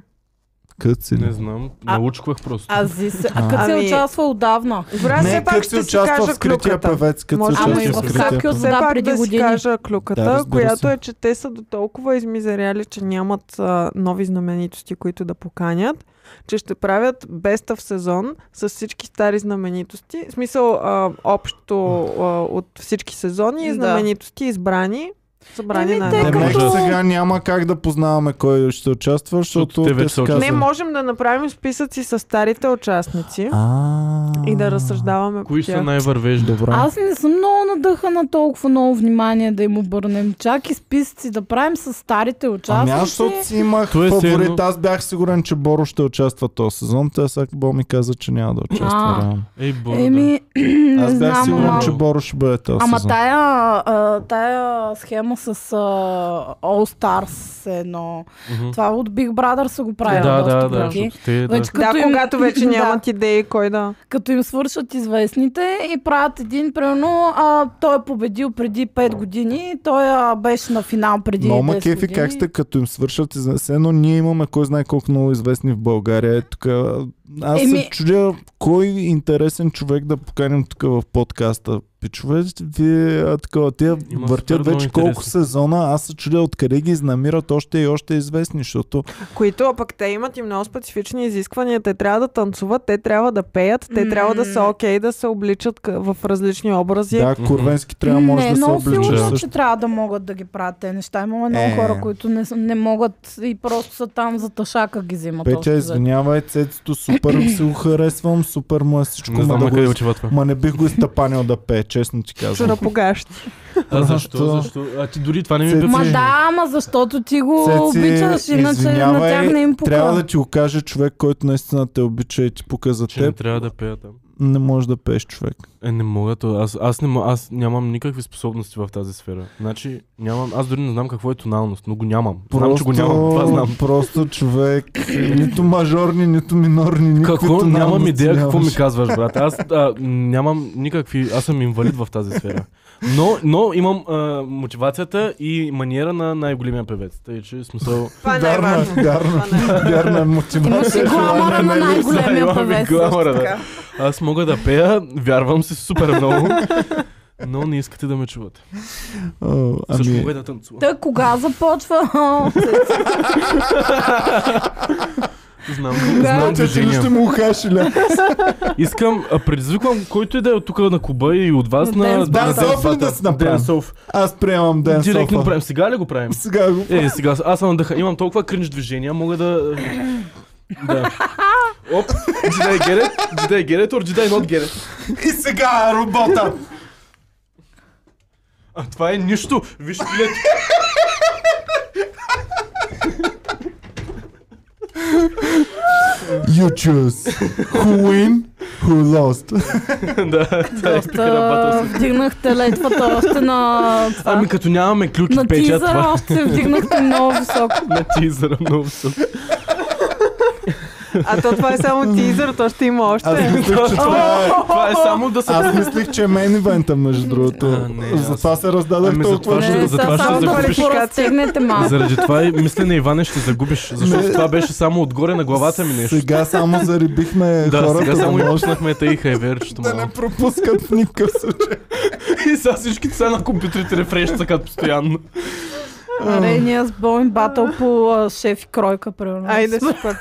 [SPEAKER 2] Къци.
[SPEAKER 4] Не
[SPEAKER 2] ли?
[SPEAKER 4] знам,
[SPEAKER 3] А-
[SPEAKER 4] научквах просто.
[SPEAKER 3] Ази се...
[SPEAKER 2] А.
[SPEAKER 3] А като се
[SPEAKER 6] Ами-
[SPEAKER 3] участва отдавна?
[SPEAKER 6] Добре, аз все
[SPEAKER 2] Не,
[SPEAKER 6] пак
[SPEAKER 2] Къци
[SPEAKER 6] ще си
[SPEAKER 2] участва
[SPEAKER 6] кажа
[SPEAKER 2] в скрития
[SPEAKER 6] клюката.
[SPEAKER 2] певец, Къци
[SPEAKER 6] Може-
[SPEAKER 3] Ама
[SPEAKER 2] участва
[SPEAKER 3] и
[SPEAKER 2] в
[SPEAKER 3] в
[SPEAKER 2] скрития
[SPEAKER 3] капки от
[SPEAKER 2] певец.
[SPEAKER 6] Все
[SPEAKER 3] Да,
[SPEAKER 6] пак
[SPEAKER 3] преди
[SPEAKER 6] да си
[SPEAKER 3] години.
[SPEAKER 6] кажа клюката,
[SPEAKER 2] Да, разбира
[SPEAKER 6] която
[SPEAKER 2] се.
[SPEAKER 6] е, че те са до толкова измизеряли, че нямат а, нови знаменитости, които да поканят, че ще правят беста в сезон с всички стари знаменитости. В смисъл а, общо а, от всички сезони,
[SPEAKER 3] Да.
[SPEAKER 6] знаменитости избрани Събрани
[SPEAKER 3] Еми,
[SPEAKER 6] на
[SPEAKER 3] те
[SPEAKER 6] едно
[SPEAKER 2] Те
[SPEAKER 3] като-
[SPEAKER 6] място.
[SPEAKER 2] като... сега няма как да познаваме кой ще участва, защото
[SPEAKER 4] Защото те
[SPEAKER 2] те,
[SPEAKER 4] вече
[SPEAKER 2] са
[SPEAKER 4] са
[SPEAKER 2] казали-
[SPEAKER 6] Не можем да направим списъци с старите участници
[SPEAKER 2] А,
[SPEAKER 6] и да разсъждаваме по
[SPEAKER 4] Кои ще са
[SPEAKER 6] тях.
[SPEAKER 4] най-вървежни?
[SPEAKER 2] Добре.
[SPEAKER 3] Аз не съм много надъха на толкова много внимание да им обърнем. Чак и списъци да правим с старите
[SPEAKER 2] Ами
[SPEAKER 3] участници.
[SPEAKER 2] аз, защото си имах
[SPEAKER 4] То е
[SPEAKER 2] фаворит,
[SPEAKER 4] сигурно-
[SPEAKER 2] аз бях сигурен, че Боро ще участва този сезон, тя сега Бо ми каза, че няма да участва.
[SPEAKER 3] А.
[SPEAKER 2] реално.
[SPEAKER 4] Ей, Боро, да.
[SPEAKER 3] Еми, не
[SPEAKER 2] Аз бях
[SPEAKER 3] знам,
[SPEAKER 2] сигурен,
[SPEAKER 3] ама...
[SPEAKER 2] че Боро ще бъде този
[SPEAKER 3] Ама
[SPEAKER 2] сезон.
[SPEAKER 3] тая, а, тая схема с а, All Stars е едно.
[SPEAKER 4] Мгм.
[SPEAKER 3] Това от Big Brother са го правили
[SPEAKER 4] Да,
[SPEAKER 3] доста
[SPEAKER 4] да, да.
[SPEAKER 3] пъти.
[SPEAKER 4] защото Те, да.
[SPEAKER 3] Вече
[SPEAKER 6] Да,
[SPEAKER 3] им-
[SPEAKER 6] когато вече
[SPEAKER 3] да,
[SPEAKER 6] нямат идеи кой да...
[SPEAKER 3] като им свършат известните и правят един, примерно, а, той е победил преди 5 години, той а, беше на финал преди
[SPEAKER 2] Но
[SPEAKER 3] 10
[SPEAKER 2] ма кефи
[SPEAKER 3] години.
[SPEAKER 2] как сте, като им свършат известни, но ние имаме кой знае колко много известни в България. Е, Тук, аз
[SPEAKER 3] Еми-
[SPEAKER 2] се чудя кой интересен човек да поканим тук в подкаста. Пичове, вие а, такова, те
[SPEAKER 4] Има супер
[SPEAKER 2] въртят
[SPEAKER 4] много
[SPEAKER 2] вече колко
[SPEAKER 4] интересни.
[SPEAKER 2] сезона, аз се чудя откъде ги намират още и още известни, защото
[SPEAKER 6] Които а пък те имат и много специфични изисквания. Те трябва да танцуват, те трябва да пеят, те трябва да са
[SPEAKER 3] М.
[SPEAKER 6] окей да се обличат къ- в различни образи.
[SPEAKER 2] да,
[SPEAKER 4] Мгм.
[SPEAKER 2] Курвенски трябва може
[SPEAKER 3] не,
[SPEAKER 2] да се
[SPEAKER 3] много
[SPEAKER 2] облича.
[SPEAKER 3] сигурно,
[SPEAKER 2] също.
[SPEAKER 3] че трябва да могат да ги правят те неща. Имаме много
[SPEAKER 2] Е.
[SPEAKER 3] хора, които не, са- не могат и просто са там за ташака ги взимат. общо
[SPEAKER 2] Петя,
[SPEAKER 3] взето.
[SPEAKER 2] извинявай, цецето супер си го харесвам, супер му е всичко.
[SPEAKER 4] Не
[SPEAKER 2] ма,
[SPEAKER 4] знам
[SPEAKER 2] да
[SPEAKER 4] на
[SPEAKER 2] го
[SPEAKER 4] къде
[SPEAKER 2] из-
[SPEAKER 4] отива това.
[SPEAKER 2] ма не бих го изтъпанил да пее, честно ти казвам.
[SPEAKER 6] Шарапогащи.
[SPEAKER 4] А защо?
[SPEAKER 2] Просто-
[SPEAKER 4] Защо? А ти дори това не ми
[SPEAKER 2] Цеци.
[SPEAKER 4] бе
[SPEAKER 3] Ма
[SPEAKER 2] Цеци.
[SPEAKER 3] да, ама защото ти го
[SPEAKER 2] Цеци,
[SPEAKER 3] обичаш, иначе на
[SPEAKER 2] извинявай,
[SPEAKER 3] тях не им пука.
[SPEAKER 2] Трябва да ти го каже човек, който наистина те обича и ти пука за
[SPEAKER 4] че не
[SPEAKER 2] теб.
[SPEAKER 4] трябва да пея там.
[SPEAKER 2] Не може да пееш човек.
[SPEAKER 4] Е, не мога то. Аз, аз, не, м- аз нямам никакви способности в тази сфера. Значи, нямам, аз дори не знам какво е тоналност, но го нямам. Знам, че го нямам. Това знам.
[SPEAKER 2] Просто човек, нито мажорни, нито минорни, никакви
[SPEAKER 4] Какво? Нямам
[SPEAKER 2] тоналности
[SPEAKER 4] идея какво ми
[SPEAKER 2] нямаш.
[SPEAKER 4] казваш, брат. Аз а, нямам никакви... Аз съм инвалид в тази сфера. Но, но имам а, мотивацията и маниера на най-големия певец. Тъй, че смисъл...
[SPEAKER 6] Това е
[SPEAKER 2] Вярно,
[SPEAKER 6] най-важно.
[SPEAKER 2] е, вярно,
[SPEAKER 6] Това не
[SPEAKER 2] вярно е
[SPEAKER 3] Имаш и
[SPEAKER 2] мотивация.
[SPEAKER 3] гламора на най-големия
[SPEAKER 4] Имам и
[SPEAKER 3] певец.
[SPEAKER 4] гламора,
[SPEAKER 3] също
[SPEAKER 4] да.
[SPEAKER 3] така.
[SPEAKER 4] Аз мога да пея, вярвам се супер много, но не искате да ме Ами- чувате.
[SPEAKER 2] О,
[SPEAKER 4] Също
[SPEAKER 2] Ами,
[SPEAKER 4] мога и е да танцувам.
[SPEAKER 3] Та кога започва?
[SPEAKER 4] Знам,
[SPEAKER 3] е Да.
[SPEAKER 4] знам
[SPEAKER 2] Значи, че ли
[SPEAKER 4] движение.
[SPEAKER 2] ще му ухаш или?
[SPEAKER 4] Искам, а, предизвиквам който и да е от тук на Куба и от вас
[SPEAKER 3] На
[SPEAKER 4] на...
[SPEAKER 3] Dance
[SPEAKER 2] Battle.
[SPEAKER 4] Dance
[SPEAKER 2] Dance Off ли да
[SPEAKER 4] Battle.
[SPEAKER 2] си направим?
[SPEAKER 4] Dance Off.
[SPEAKER 2] Аз приемам ден
[SPEAKER 4] Директно
[SPEAKER 2] Софа.
[SPEAKER 4] правим. Сега ли го правим?
[SPEAKER 2] Сега го
[SPEAKER 4] Е, сега, аз съм надъха. Имам толкова кринж движения, мога да... Да. Оп, did I get it? Did I get it or did I not get it?
[SPEAKER 2] И сега робота!
[SPEAKER 4] А, това е нищо. Виж билет.
[SPEAKER 2] You choose who win, who lost.
[SPEAKER 4] да, това е спика на
[SPEAKER 3] Та,
[SPEAKER 4] батълсън.
[SPEAKER 3] Вдигнахте летвата още на... това.
[SPEAKER 4] Ами като нямаме ключ
[SPEAKER 3] на
[SPEAKER 4] от печа,
[SPEAKER 3] тизъра
[SPEAKER 4] това...
[SPEAKER 3] още вдигнахте много високо.
[SPEAKER 4] на тизъра много съм.
[SPEAKER 6] А то това е само тизър, то ще има
[SPEAKER 2] Аз
[SPEAKER 6] още.
[SPEAKER 2] мислих, че това е...
[SPEAKER 4] Това е само да се...
[SPEAKER 2] Аз мислих, че е мейн ивента, между
[SPEAKER 4] А,
[SPEAKER 2] другото.
[SPEAKER 4] не, аз-
[SPEAKER 2] Затова се раздадах
[SPEAKER 4] Ами,
[SPEAKER 2] толкова.
[SPEAKER 4] затова ще-
[SPEAKER 3] Не,
[SPEAKER 4] за това
[SPEAKER 3] Е, сега
[SPEAKER 4] ще
[SPEAKER 3] само да
[SPEAKER 6] загубиш.
[SPEAKER 3] поразтегнете малко.
[SPEAKER 4] Заради това и мислене, Иване, ще загубиш. Защото това беше само отгоре на главата ми нещо.
[SPEAKER 2] Сега само зарибихме
[SPEAKER 4] Да, сега
[SPEAKER 2] хората да
[SPEAKER 4] само и
[SPEAKER 2] може
[SPEAKER 4] пуснахме тъй хайверчето
[SPEAKER 2] да
[SPEAKER 4] малко.
[SPEAKER 2] не пропускат в никакъв случай.
[SPEAKER 4] И сега всички са на компютрите рефреш цъкат постоянно.
[SPEAKER 3] Аре, ние с Боин Батъл по а, шеф и кройка, примерно.
[SPEAKER 6] Айде, супер.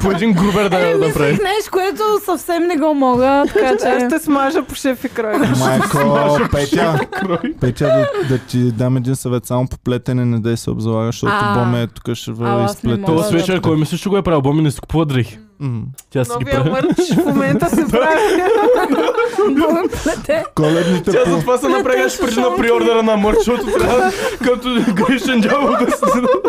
[SPEAKER 4] По един грубер
[SPEAKER 3] Е,
[SPEAKER 4] да направи.
[SPEAKER 3] мислих нещо, което съвсем не го мога, така
[SPEAKER 6] Аз
[SPEAKER 3] че...
[SPEAKER 6] ще смажа по шеф и крой.
[SPEAKER 2] Майко, е, Петя, Петя да, да ти дам един съвет, само по плетене не дай се обзалага, защото
[SPEAKER 3] А.
[SPEAKER 2] Боме е тук ще
[SPEAKER 3] А,
[SPEAKER 2] бъде
[SPEAKER 3] аз не
[SPEAKER 2] изплетен.
[SPEAKER 3] мога.
[SPEAKER 4] Това вечер, кой мислиш, че го е правил? Боми не си купува дрехи.
[SPEAKER 2] М.
[SPEAKER 4] Тя си ги
[SPEAKER 6] Новия
[SPEAKER 4] прави.
[SPEAKER 6] мърч в момента се прави.
[SPEAKER 3] Боин плете.
[SPEAKER 2] Коледните
[SPEAKER 4] Тя
[SPEAKER 2] по-
[SPEAKER 4] затова се напрягаш преди на приордера на мърч, защото трябва като грешен дявол да си...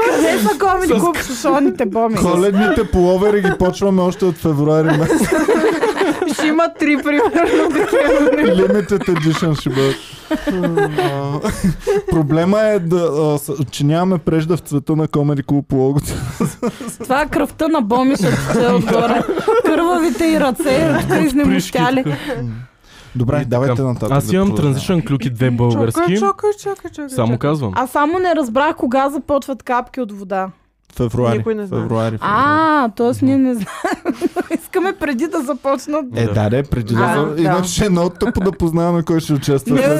[SPEAKER 3] Къде са комеди
[SPEAKER 4] С-
[SPEAKER 3] куп шушоните боми?
[SPEAKER 2] Коледните половери ги почваме още от февруари месец.
[SPEAKER 6] Ще има три примерно такива.
[SPEAKER 2] Limited Edition ще бъдат. А, Проблема е, да, а, с- че нямаме прежда в цвета на Comedy Club по логото.
[SPEAKER 3] Това е кръвта на боми, ще тече отгоре. Кървавите и ръце, тук изнемощяли.
[SPEAKER 2] Добре,
[SPEAKER 4] И
[SPEAKER 2] давайте
[SPEAKER 4] така.
[SPEAKER 2] нататък.
[SPEAKER 4] Аз
[SPEAKER 2] да
[SPEAKER 4] имам
[SPEAKER 2] продължаваме.
[SPEAKER 4] транзишън клюки две български.
[SPEAKER 6] Чакай, чакай, чакай, чакай.
[SPEAKER 4] Само казвам.
[SPEAKER 3] А само не разбрах кога започват капки от вода.
[SPEAKER 2] Февруари.
[SPEAKER 6] Никой не знае.
[SPEAKER 2] февруари, февруари.
[SPEAKER 3] А, т.е. ние не знаем. Искаме преди да започнат.
[SPEAKER 2] Е, да, да, преди да.
[SPEAKER 6] А,
[SPEAKER 2] за-
[SPEAKER 6] да.
[SPEAKER 2] Иначе ще е много тъпо да познаваме кой ще участва.
[SPEAKER 4] е
[SPEAKER 3] Не,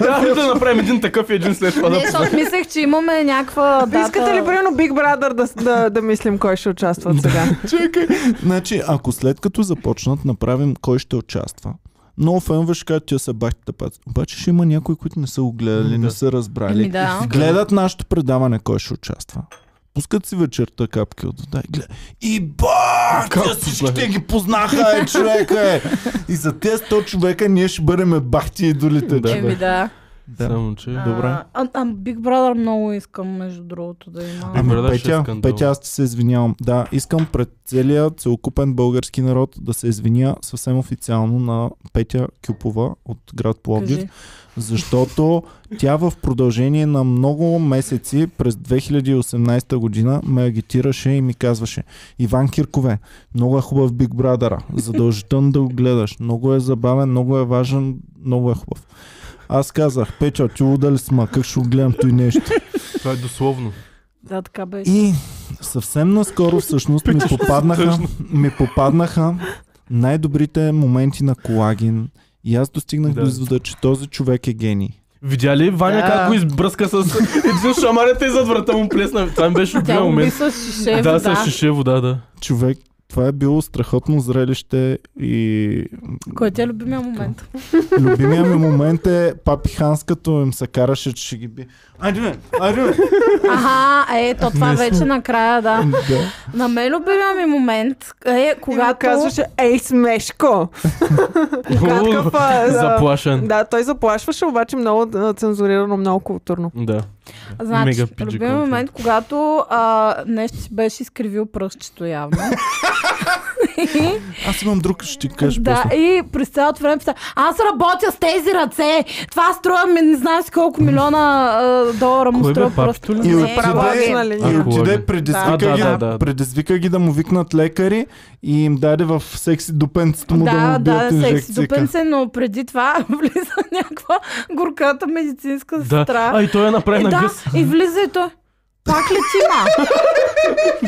[SPEAKER 4] Да, да направим един такъв и един след това
[SPEAKER 3] не, защото мислех, че имаме някаква
[SPEAKER 6] Вие
[SPEAKER 3] дата.
[SPEAKER 6] Искате ли, примерно, Big Brother да, да, да мислим кой ще участва от сега?
[SPEAKER 2] Чакай. Значи, ако след като започнат, направим кой ще участва. Много фенове ще кажат, че са бахтите паци. Обаче ще има някои, които не са го гледали,
[SPEAKER 4] М,
[SPEAKER 2] не
[SPEAKER 4] да.
[SPEAKER 2] са
[SPEAKER 3] Ами
[SPEAKER 2] разбрали.
[SPEAKER 3] да.
[SPEAKER 2] Гледат нашето предаване, кой ще участва. Пускат си вечерта капки от вода и гледат. И бах! Всичките ги познаха, е, човека е! И за тези 100 човека ние ще бъдем бахти идолите.
[SPEAKER 4] Да,
[SPEAKER 2] човек.
[SPEAKER 3] Еми да.
[SPEAKER 2] да.
[SPEAKER 4] Само, че...
[SPEAKER 2] А, Добре.
[SPEAKER 3] А, а, а Big Brother много искам, между другото, да има.
[SPEAKER 4] Ами,
[SPEAKER 2] Ами,
[SPEAKER 4] брат, ще е
[SPEAKER 2] Петя,
[SPEAKER 4] скандал.
[SPEAKER 2] Петя, аз ти се извинявам. Да, искам пред целия целокупен български народ да се извиня съвсем официално на Петя Кюпова от град Пловдив.
[SPEAKER 3] Кажи.
[SPEAKER 2] защото тя в продължение на много месеци през 2018 година ме агитираше и ми казваше Иван Киркове, много е хубав Биг Брадъра, задължително да го гледаш, много е забавен, много е важен, много е хубав. Аз казах, Печо, ти луда ли сма, как ще го гледам той нещо?
[SPEAKER 4] Това е дословно.
[SPEAKER 3] Да, така беше.
[SPEAKER 2] И Е, съвсем наскоро всъщност ми попаднаха, ми попаднаха най-добрите моменти на колагин и аз достигнах
[SPEAKER 4] Да.
[SPEAKER 2] до извода, че този човек е гений.
[SPEAKER 4] Видя ли Ваня
[SPEAKER 3] Да.
[SPEAKER 4] как го избръска с един шамарята и зад врата му плесна? Това ми беше
[SPEAKER 3] Тя
[SPEAKER 4] любимия
[SPEAKER 3] го би
[SPEAKER 4] момент.
[SPEAKER 3] с шише
[SPEAKER 4] Да,
[SPEAKER 3] вода.
[SPEAKER 4] с шише вода, да.
[SPEAKER 2] човек, това е било страхотно зрелище и
[SPEAKER 3] Кой ти е любимия момент?
[SPEAKER 2] любимия ми момент е папи Ханс, като им се караше, че ще ги би. Айде бе, айде бе!
[SPEAKER 3] Аха, е, то това
[SPEAKER 4] Не
[SPEAKER 3] вече накрая, да.
[SPEAKER 2] да.
[SPEAKER 3] На мен любимия ми момент е
[SPEAKER 6] Когато
[SPEAKER 3] когато...
[SPEAKER 6] казваше, ей, смешко! Какъв, а,
[SPEAKER 4] Заплашен.
[SPEAKER 6] Да, той заплашваше, обаче много а, цензурирано, много културно.
[SPEAKER 4] Да.
[SPEAKER 3] Значи,
[SPEAKER 4] Мега PG
[SPEAKER 3] любимия
[SPEAKER 4] content.
[SPEAKER 3] момент, когато а, нещо си беше изкривил пръстчето явно. И-
[SPEAKER 2] Аз имам друг, ще ти кажа
[SPEAKER 3] да,
[SPEAKER 2] после.
[SPEAKER 3] и през цялото време писа, аз работя с тези ръце, това струва ми не знам си колко милиона а, долара му
[SPEAKER 4] Кой бе,
[SPEAKER 3] струва
[SPEAKER 4] папчето
[SPEAKER 3] просто.
[SPEAKER 4] ли?
[SPEAKER 2] И
[SPEAKER 3] Не,
[SPEAKER 2] отиде-
[SPEAKER 6] Правоъгълна
[SPEAKER 3] нали?
[SPEAKER 2] И
[SPEAKER 6] линия.
[SPEAKER 2] отиде,
[SPEAKER 4] Екология.
[SPEAKER 2] предизвика,
[SPEAKER 4] Да. А, да,
[SPEAKER 2] ги,
[SPEAKER 4] да, да.
[SPEAKER 2] предизвика ги да му викнат лекари и им даде в секси дупенцето му да, му
[SPEAKER 3] Да, да,
[SPEAKER 2] бият
[SPEAKER 3] секс
[SPEAKER 2] инжекции.
[SPEAKER 3] дупен се, но преди това влиза някаква горката медицинска
[SPEAKER 4] Да.
[SPEAKER 3] сестра.
[SPEAKER 4] А, и той я
[SPEAKER 2] е,
[SPEAKER 4] направи
[SPEAKER 3] И
[SPEAKER 4] на
[SPEAKER 3] Е, да,
[SPEAKER 4] гъс.
[SPEAKER 3] и влиза и той. Пак ли ти ма?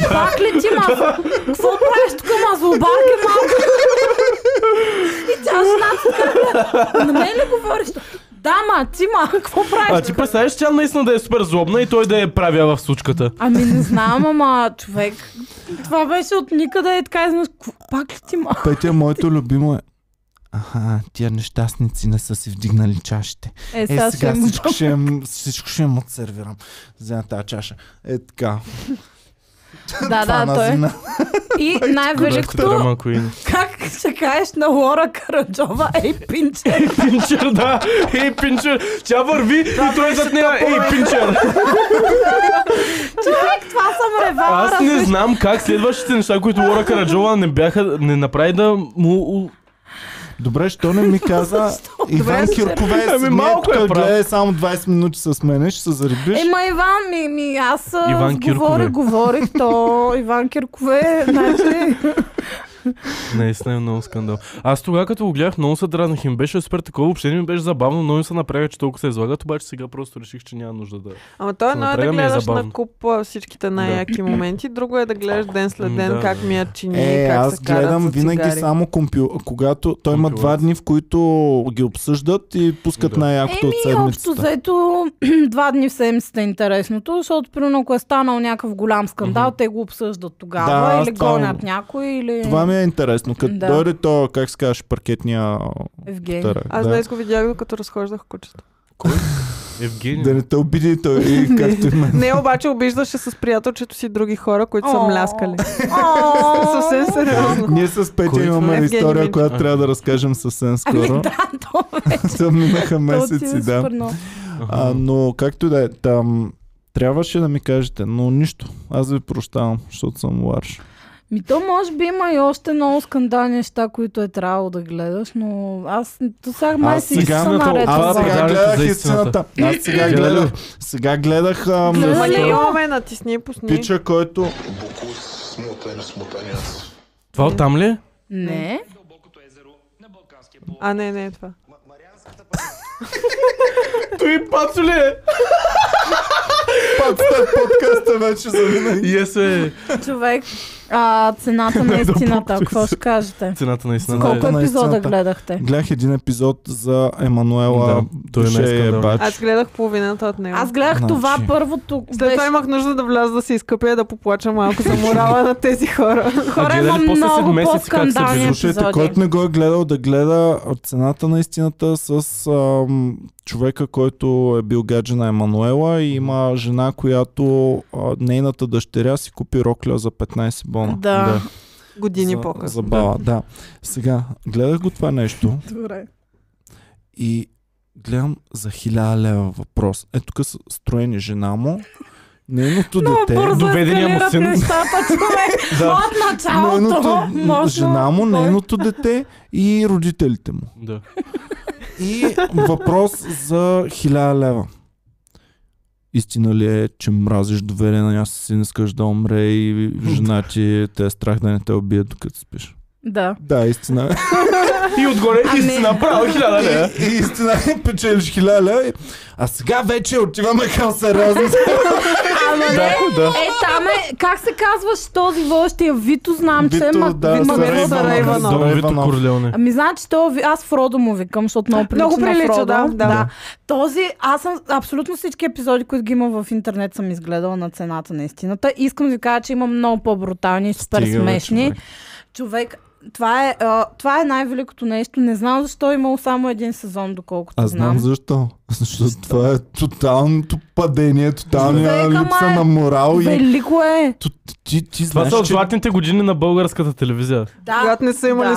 [SPEAKER 3] Пак ли ти ма? Какво правиш тук, ма? Злобарки малко. И тя жената така гледа. На мен ли говориш? Да, ма, ти ма, какво
[SPEAKER 4] А
[SPEAKER 3] правиш?
[SPEAKER 4] ти представяш, тя наистина да е супер злобна и той да я правя в случката.
[SPEAKER 3] Ами не знам, ама човек. Това беше от никъде и така изнеш. Пак ли ти ма?
[SPEAKER 2] Петя, моето любимо е Аха, тия нещастници не са си вдигнали чашите.
[SPEAKER 3] Е,
[SPEAKER 2] Е,
[SPEAKER 3] сега,
[SPEAKER 2] сега
[SPEAKER 3] ще му
[SPEAKER 2] всичко ще, им- всичко ще им отсервирам. Взема тази чаша. Е така.
[SPEAKER 3] Да,
[SPEAKER 2] Това
[SPEAKER 3] да,
[SPEAKER 2] на
[SPEAKER 3] той. е.
[SPEAKER 2] зина.
[SPEAKER 3] И най-великото,
[SPEAKER 4] Драма Куин.
[SPEAKER 3] как ще кажеш на Лора Караджова, ей, пинче.
[SPEAKER 4] Пинчер, да. Ей, пинчер. Тя върви и той зад нея. Ей, пинчер.
[SPEAKER 3] Човек, това съм ревала.
[SPEAKER 4] Аз не знам как следващите неща, които Лора Караджова не бяха, не направи да му... у-
[SPEAKER 2] Добре, що не ми каза Иван
[SPEAKER 3] Добре,
[SPEAKER 2] Киркове,
[SPEAKER 4] Ами
[SPEAKER 2] ами
[SPEAKER 4] малко
[SPEAKER 2] малко
[SPEAKER 4] е
[SPEAKER 2] е
[SPEAKER 4] прав.
[SPEAKER 2] гледай само 20 минути с мене, ще се зарибиш.
[SPEAKER 3] Ема Иван, ми, ми аз а,
[SPEAKER 4] Иван Киркове.
[SPEAKER 3] говорих,
[SPEAKER 2] е.
[SPEAKER 3] говорих, то Иван Киркове, значи...
[SPEAKER 4] Наистина е много скандал. Аз тогава като го гледах, много се дразнах. Им беше супер такова, въобще не ми беше забавно, но им се напряга, че толкова се излагат, обаче сега просто реших, че няма нужда да...
[SPEAKER 6] Ама то едно е да
[SPEAKER 4] Напряга ми е
[SPEAKER 6] гледаш
[SPEAKER 4] забавно.
[SPEAKER 6] на куп а, всичките най-яки моменти, друго е да гледаш ден след
[SPEAKER 4] М,
[SPEAKER 6] ден
[SPEAKER 4] да,
[SPEAKER 6] как
[SPEAKER 4] да.
[SPEAKER 6] ми чини,
[SPEAKER 2] Е,
[SPEAKER 6] как
[SPEAKER 2] аз
[SPEAKER 6] се карат
[SPEAKER 2] гледам
[SPEAKER 6] за
[SPEAKER 2] винаги
[SPEAKER 6] цигари.
[SPEAKER 2] само компю... когато той има два
[SPEAKER 4] Компилация.
[SPEAKER 2] дни, в които ги обсъждат и пускат
[SPEAKER 4] Да.
[SPEAKER 2] най-якото от
[SPEAKER 3] Еми, общо
[SPEAKER 2] седмицата.
[SPEAKER 3] заето два дни в седмицата е интересното, защото примерно ако е станал някакъв голям скандал,
[SPEAKER 4] Мгм.
[SPEAKER 3] те го обсъждат
[SPEAKER 2] Да,
[SPEAKER 3] тогава
[SPEAKER 2] аз
[SPEAKER 3] или
[SPEAKER 2] това-
[SPEAKER 3] гонят някой или...
[SPEAKER 2] Това ми е интересно. Като
[SPEAKER 3] Да.
[SPEAKER 2] дойде то, как се казваш, паркетния
[SPEAKER 3] Евгений.
[SPEAKER 2] търък.
[SPEAKER 6] Е, Аз
[SPEAKER 2] Да.
[SPEAKER 6] днес го видях, докато разхождах кучето.
[SPEAKER 4] Евгений.
[SPEAKER 2] да не те обиди той, и както и мен.
[SPEAKER 6] Не, обаче обиждаше с приятелчето си други хора, които са
[SPEAKER 3] О.
[SPEAKER 6] мляскали.
[SPEAKER 3] О,
[SPEAKER 4] Е,
[SPEAKER 6] Съвсем сериозно.
[SPEAKER 2] Ние с Петя
[SPEAKER 4] Кой
[SPEAKER 2] имаме
[SPEAKER 6] това е?
[SPEAKER 2] история,
[SPEAKER 6] Евгений
[SPEAKER 2] която
[SPEAKER 4] Минчев.
[SPEAKER 2] трябва да разкажем съвсем
[SPEAKER 3] Ами
[SPEAKER 2] скоро.
[SPEAKER 3] да, то вече.
[SPEAKER 2] Та Минаха месеци, да.
[SPEAKER 3] да.
[SPEAKER 2] А, но както и да е, там трябваше да ми кажете, но нищо. Аз ви прощавам, защото съм ларш.
[SPEAKER 3] Ми то може би има и още много скандални неща, които е трябвало да гледаш, но аз до сега май
[SPEAKER 2] Аз
[SPEAKER 3] си
[SPEAKER 2] сега-
[SPEAKER 3] съм наред.
[SPEAKER 4] Това
[SPEAKER 2] Аз
[SPEAKER 3] с вас.
[SPEAKER 2] Е, сега
[SPEAKER 4] предаването
[SPEAKER 2] гледах
[SPEAKER 4] за
[SPEAKER 2] истината.
[SPEAKER 4] истината.
[SPEAKER 2] Аз сега
[SPEAKER 4] Гледа ли?
[SPEAKER 2] гледах. Сега гледах ам,
[SPEAKER 3] Гледа
[SPEAKER 6] Ама
[SPEAKER 3] ли?
[SPEAKER 6] ние имаме, натисни и пусни.
[SPEAKER 2] пича, който...
[SPEAKER 5] Буkus смутен смутаняц.
[SPEAKER 4] Това оттам ли е?
[SPEAKER 3] Не.
[SPEAKER 6] А, не, не е това.
[SPEAKER 4] Той пацо ли е?
[SPEAKER 2] Пацата в подкаста вече за винаги.
[SPEAKER 4] Yes, е.
[SPEAKER 3] човек. А, цената на истината, какво ще кажете?
[SPEAKER 4] Цената наистина
[SPEAKER 3] Колко
[SPEAKER 4] е...
[SPEAKER 2] на
[SPEAKER 3] епизода
[SPEAKER 2] истината.
[SPEAKER 3] гледахте?
[SPEAKER 2] Гледах един епизод за Емануела
[SPEAKER 4] Да, той е
[SPEAKER 2] Душе
[SPEAKER 4] най-скандален.
[SPEAKER 2] Ебач.
[SPEAKER 6] Аз гледах половината от него.
[SPEAKER 3] Аз гледах
[SPEAKER 2] Значи.
[SPEAKER 3] това първото.
[SPEAKER 6] След това имах нужда да вляза да се изкъпя и да поплача малко за морала на тези хора.
[SPEAKER 3] Хора,
[SPEAKER 4] гледа ли
[SPEAKER 3] има
[SPEAKER 4] после след
[SPEAKER 3] много
[SPEAKER 4] месец как се
[SPEAKER 3] по-скандални
[SPEAKER 4] вижда?
[SPEAKER 2] Слушайте,
[SPEAKER 3] епизоди.
[SPEAKER 2] който не го е гледал, да гледа цената на истината с ам, човека, който е бил гадже на Емануела и има жена, която а, нейната дъщеря си купи рокля за 15 бона.
[SPEAKER 3] Да.
[SPEAKER 6] Години
[SPEAKER 2] за,
[SPEAKER 6] по-късно.
[SPEAKER 2] Забава, да. да. Сега, гледах го това нещо
[SPEAKER 3] Добре.
[SPEAKER 2] и гледам за 1000 лева въпрос. Е, тук са строени жена му, нейното
[SPEAKER 3] Много
[SPEAKER 2] дете...
[SPEAKER 3] бързо
[SPEAKER 4] доведения му
[SPEAKER 3] ескалират
[SPEAKER 4] син.
[SPEAKER 3] нещата, човек.
[SPEAKER 4] Да.
[SPEAKER 3] От началото.
[SPEAKER 2] нейното,
[SPEAKER 3] мощно.
[SPEAKER 2] жена му, нейното дете и родителите му.
[SPEAKER 4] е-
[SPEAKER 3] е?
[SPEAKER 4] Да.
[SPEAKER 2] И въпрос за 1000 лева. Истина ли е, че мразиш доверие на някакъв си, не искаш да умре и жена ти те е страх да не те убие докато спиш?
[SPEAKER 3] Да.
[SPEAKER 2] Да, истина е.
[SPEAKER 4] И отгоре
[SPEAKER 3] Ами-
[SPEAKER 4] и си направил хиляда лева.
[SPEAKER 2] И, и истина е, печелиш 1000 лева. и- А сега вече отиваме към сериозност.
[SPEAKER 3] Ама
[SPEAKER 4] Да,
[SPEAKER 3] не,
[SPEAKER 4] да.
[SPEAKER 3] е там е, как се казваш този вълщия Вито, знам, че е
[SPEAKER 2] Вито,
[SPEAKER 3] ма,
[SPEAKER 2] да,
[SPEAKER 3] ма-
[SPEAKER 6] Сарай
[SPEAKER 3] ма-
[SPEAKER 6] Иванов.
[SPEAKER 3] Сарай Иванов.
[SPEAKER 2] Иванов.
[SPEAKER 4] Дон Вито
[SPEAKER 2] Иванов.
[SPEAKER 4] Корлеоне.
[SPEAKER 3] Ами значи то, ви- аз Фродо му викам, защото много прилича
[SPEAKER 6] Много прилича,
[SPEAKER 3] на Фродо.
[SPEAKER 6] да, да.
[SPEAKER 3] Този, аз съм, абсолютно всички епизоди, които ги има в интернет, съм изгледала на цената на истината. Искам да ви кажа, че има много по-брутални, супер
[SPEAKER 2] Стига, бе,
[SPEAKER 3] смешни.
[SPEAKER 2] човек.
[SPEAKER 3] човек, това е, а, това е най-великото нещо. Не знам защо е имало само един сезон, доколкото
[SPEAKER 2] Аз знам защо. Защото това е тоталното падение, тоталния
[SPEAKER 3] Човек, ама
[SPEAKER 2] липса
[SPEAKER 3] е
[SPEAKER 2] на морал и...
[SPEAKER 3] Велико е.
[SPEAKER 2] Ту- Ти, ти
[SPEAKER 4] Това
[SPEAKER 2] знаеш,
[SPEAKER 4] са от
[SPEAKER 2] че
[SPEAKER 4] златните години на българската телевизия.
[SPEAKER 3] Да,
[SPEAKER 6] Когато не са имали
[SPEAKER 3] да.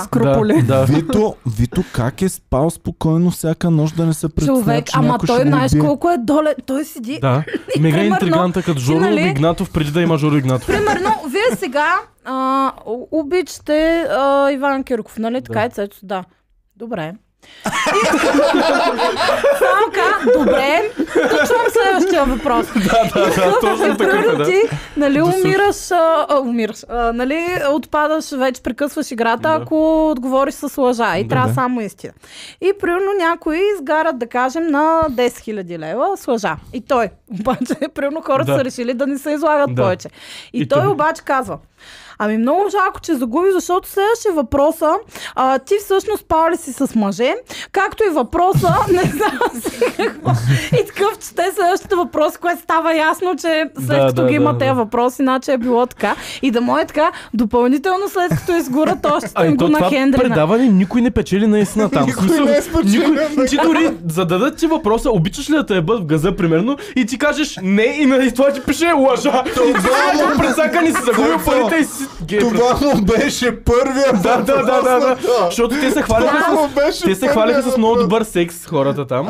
[SPEAKER 4] Да,
[SPEAKER 6] скруполи.
[SPEAKER 4] да.
[SPEAKER 2] Вито, Вито как е спал спокойно всяка нощ да не се представя,
[SPEAKER 3] човек,
[SPEAKER 2] че
[SPEAKER 3] ама
[SPEAKER 2] някой
[SPEAKER 3] той
[SPEAKER 2] ще му
[SPEAKER 3] знаеш
[SPEAKER 2] убие?
[SPEAKER 3] колко е долен. Той седи
[SPEAKER 4] Да. Мега
[SPEAKER 3] примерно,
[SPEAKER 4] интриганта като
[SPEAKER 3] ти,
[SPEAKER 4] Жоро
[SPEAKER 3] нали-
[SPEAKER 4] Игнатов преди да има Жоро Игнатов.
[SPEAKER 3] Примерно, вие сега а, у- обичате а, Иван Кирков, нали? Така е Цецо, да. Добре. И- Само така, добре. Точвам следващия въпрос.
[SPEAKER 4] Да, да, да, точно така,
[SPEAKER 3] Примерно
[SPEAKER 4] да.
[SPEAKER 3] ти, нали,
[SPEAKER 4] Да слушаш.
[SPEAKER 3] умираш, а, а, умираш, а, нали, отпадаш, вече прекъсваш играта,
[SPEAKER 4] Да.
[SPEAKER 3] ако отговориш с лъжа и
[SPEAKER 4] Да,
[SPEAKER 3] трябва
[SPEAKER 4] да.
[SPEAKER 3] само истина. И примерно някои изгарят, да кажем, на 10 000 лева с лъжа. И той, обаче, примерно хората
[SPEAKER 4] Да.
[SPEAKER 3] са решили да не се излагат
[SPEAKER 4] Да.
[SPEAKER 3] повече. И,
[SPEAKER 4] И
[SPEAKER 3] той
[SPEAKER 4] той-
[SPEAKER 3] обаче казва, Ами много жалко, че загуби, защото следваше въпроса, а, ти всъщност спал ли си с мъже, както и въпроса, не знам си какво. И такъв чете следващия въпрос, което става ясно, че след
[SPEAKER 4] Да,
[SPEAKER 3] като
[SPEAKER 4] да, да,
[SPEAKER 3] ги има
[SPEAKER 4] да.
[SPEAKER 3] тези въпроси, иначе е било така. И да му е така, допълнително след като изгорят още
[SPEAKER 4] А и
[SPEAKER 3] го
[SPEAKER 4] то
[SPEAKER 3] на
[SPEAKER 4] това
[SPEAKER 3] Хендрина.
[SPEAKER 4] предаване никой не печели наистина там. В
[SPEAKER 2] Никой
[SPEAKER 4] смисъл,
[SPEAKER 2] не е спечелил, да.
[SPEAKER 4] Ти дори зададат ти въпроса, обичаш ли да те ебат в газа, примерно, и ти кажеш не и на и това ти пише е лъжа. И ти
[SPEAKER 2] Това
[SPEAKER 4] си прецака ни си загубил
[SPEAKER 2] Цецо,
[SPEAKER 4] парите и си гей. брат.
[SPEAKER 2] Това е му беше първия
[SPEAKER 4] Да, да, да, да, да. Защото те се хвалиха с
[SPEAKER 2] Това му беше
[SPEAKER 4] те се хвалиха с много добър секс хората там.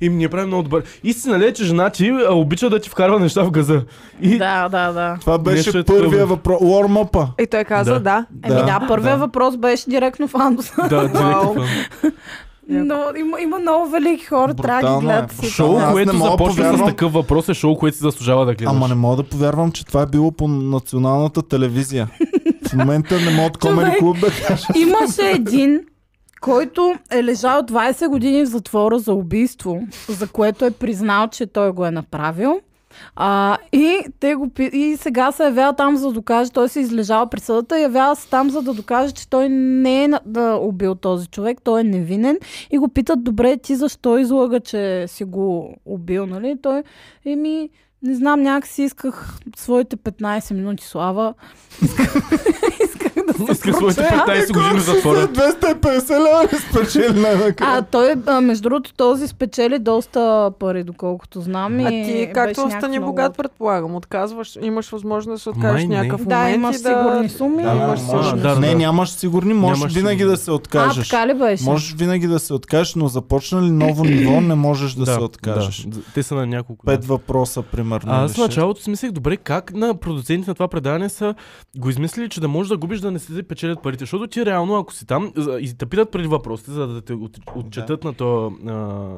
[SPEAKER 4] И ние правим много добър. Истина ли е, че жена ти а, обича да ти вкарва неща в газа? И
[SPEAKER 3] Да, да, да.
[SPEAKER 2] Това
[SPEAKER 4] Нещо е
[SPEAKER 2] беше първия
[SPEAKER 4] такова.
[SPEAKER 2] въпрос. Уормъпа.
[SPEAKER 6] И той каза
[SPEAKER 4] Да.
[SPEAKER 6] да.
[SPEAKER 3] Еми да,
[SPEAKER 2] Да,
[SPEAKER 3] първият
[SPEAKER 4] да.
[SPEAKER 3] въпрос беше директно в Андос.
[SPEAKER 4] да, директно.
[SPEAKER 6] Вау.
[SPEAKER 4] това.
[SPEAKER 3] Но има, има много велики хора, трябва да ги
[SPEAKER 2] Брутално е.
[SPEAKER 3] гледат. всички.
[SPEAKER 4] Шоу,
[SPEAKER 2] Аз не
[SPEAKER 4] което
[SPEAKER 2] мога
[SPEAKER 4] започва с
[SPEAKER 2] повярвам.
[SPEAKER 4] такъв въпрос е шоу, което си заслужава да гледаш.
[SPEAKER 2] Ама не мога да повярвам, че това е било по националната телевизия. В момента не мога от Комери
[SPEAKER 3] Човек.
[SPEAKER 2] клуб да кажа.
[SPEAKER 3] Имаше един, който е лежал 20 години в затвора за убийство, за което е признал, че той го е направил. А, и, те го, пи- и сега се явява там, за да докаже, той се излежава присъдата, явява се там, за да докаже, че той не е на- да убил този човек, той е невинен. И го питат, добре, ти защо излага, че си го убил, нали? Той, еми, не знам, някакси исках своите 15 минути слава. Исках, исках да се
[SPEAKER 4] Иска своите
[SPEAKER 2] Ами
[SPEAKER 3] прочея.
[SPEAKER 4] 15 години в затвора.
[SPEAKER 2] 250 лева не спечели най-накрая.
[SPEAKER 3] А той, а, между другото, този спечели доста пари, доколкото знам.
[SPEAKER 6] А
[SPEAKER 3] и
[SPEAKER 6] ти
[SPEAKER 3] беше
[SPEAKER 6] както
[SPEAKER 3] някакъв
[SPEAKER 6] остани
[SPEAKER 3] много
[SPEAKER 6] богат,
[SPEAKER 3] лот.
[SPEAKER 6] предполагам, отказваш, имаш възможност да се откажеш
[SPEAKER 4] Май не.
[SPEAKER 6] някакъв
[SPEAKER 3] Да,
[SPEAKER 6] момент
[SPEAKER 3] имаш
[SPEAKER 6] и
[SPEAKER 3] сигурни
[SPEAKER 6] да...
[SPEAKER 3] суми.
[SPEAKER 2] Да,
[SPEAKER 6] имаш
[SPEAKER 2] да,
[SPEAKER 6] сигурни.
[SPEAKER 2] можеш.
[SPEAKER 4] Да, да,
[SPEAKER 2] не,
[SPEAKER 4] да.
[SPEAKER 2] нямаш сигурни, можеш
[SPEAKER 4] Нямаш
[SPEAKER 2] винаги
[SPEAKER 4] сигурни.
[SPEAKER 2] да се
[SPEAKER 3] а,
[SPEAKER 2] откажеш.
[SPEAKER 3] така ли беше?
[SPEAKER 2] Можеш винаги да се откажеш, но започна ли ново ниво, не можеш да, се откажеш.
[SPEAKER 4] да. Те са на няколко.
[SPEAKER 2] Пет въпроса, примерно.
[SPEAKER 4] А аз в
[SPEAKER 2] или шест.
[SPEAKER 4] началото си мислех, добре, как на продуцентите на това предаване са го измислили, че да можеш да губиш да не, си да печелят парите. Защото ти реално, ако си там, за- и те питат преди въпросите, за да те от, отчетат на, то, а,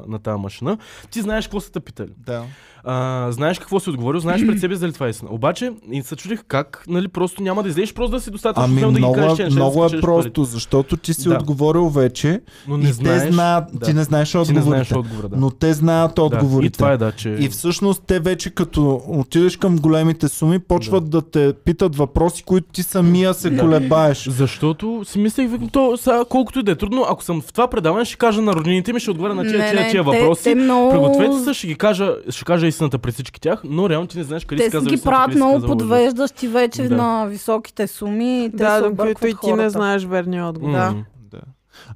[SPEAKER 4] на тази машина, ти знаеш какво са те питали.
[SPEAKER 2] Да.
[SPEAKER 4] А, знаеш какво си отговорил, знаеш пред себе за ли това е истина. Обаче и се чудих как, нали, просто няма да излезеш, просто да си достатъчно
[SPEAKER 2] Ами
[SPEAKER 4] смел да
[SPEAKER 2] много,
[SPEAKER 4] ги кажеш,
[SPEAKER 2] е,
[SPEAKER 4] че не ще да
[SPEAKER 2] много е
[SPEAKER 4] спечелиш парите.
[SPEAKER 2] просто, защото ти си
[SPEAKER 4] Да.
[SPEAKER 2] отговорил вече
[SPEAKER 4] Но
[SPEAKER 2] и те знаят,
[SPEAKER 4] да.
[SPEAKER 2] ти не знаеш
[SPEAKER 4] Ти не знаеш
[SPEAKER 2] отговорите.
[SPEAKER 4] отговора, да.
[SPEAKER 2] Но те знаят
[SPEAKER 4] Да,
[SPEAKER 2] отговорите.
[SPEAKER 4] И това е да, че...
[SPEAKER 2] И всъщност те вече като отидеш към големите суми, почват да, те питат въпроси, които ти самия се колебаеш.
[SPEAKER 4] Защото си мислех, викам, то, сега, колкото и да е трудно, ако съм в това предаване, ще кажа на роднините ми, ще отговоря на тия,
[SPEAKER 3] Не,
[SPEAKER 4] тия,
[SPEAKER 3] не,
[SPEAKER 4] тия
[SPEAKER 3] те-
[SPEAKER 4] въпроси.
[SPEAKER 3] Те, много...
[SPEAKER 4] Пригответе се, ще ги кажа, ще кажа истината при всички тях, но реално ти не знаеш къде
[SPEAKER 3] Те
[SPEAKER 4] си
[SPEAKER 3] си
[SPEAKER 4] казал
[SPEAKER 3] ги
[SPEAKER 4] истината,
[SPEAKER 3] правят
[SPEAKER 4] къде си
[SPEAKER 3] много
[SPEAKER 4] казал лъжа.
[SPEAKER 3] подвеждащи вече
[SPEAKER 4] Да.
[SPEAKER 3] на високите суми. и Те
[SPEAKER 6] Да,
[SPEAKER 3] се
[SPEAKER 6] до които
[SPEAKER 3] объркват
[SPEAKER 6] и ти
[SPEAKER 3] хората.
[SPEAKER 6] не знаеш верния отговор.
[SPEAKER 4] М.
[SPEAKER 6] Да.
[SPEAKER 2] Да.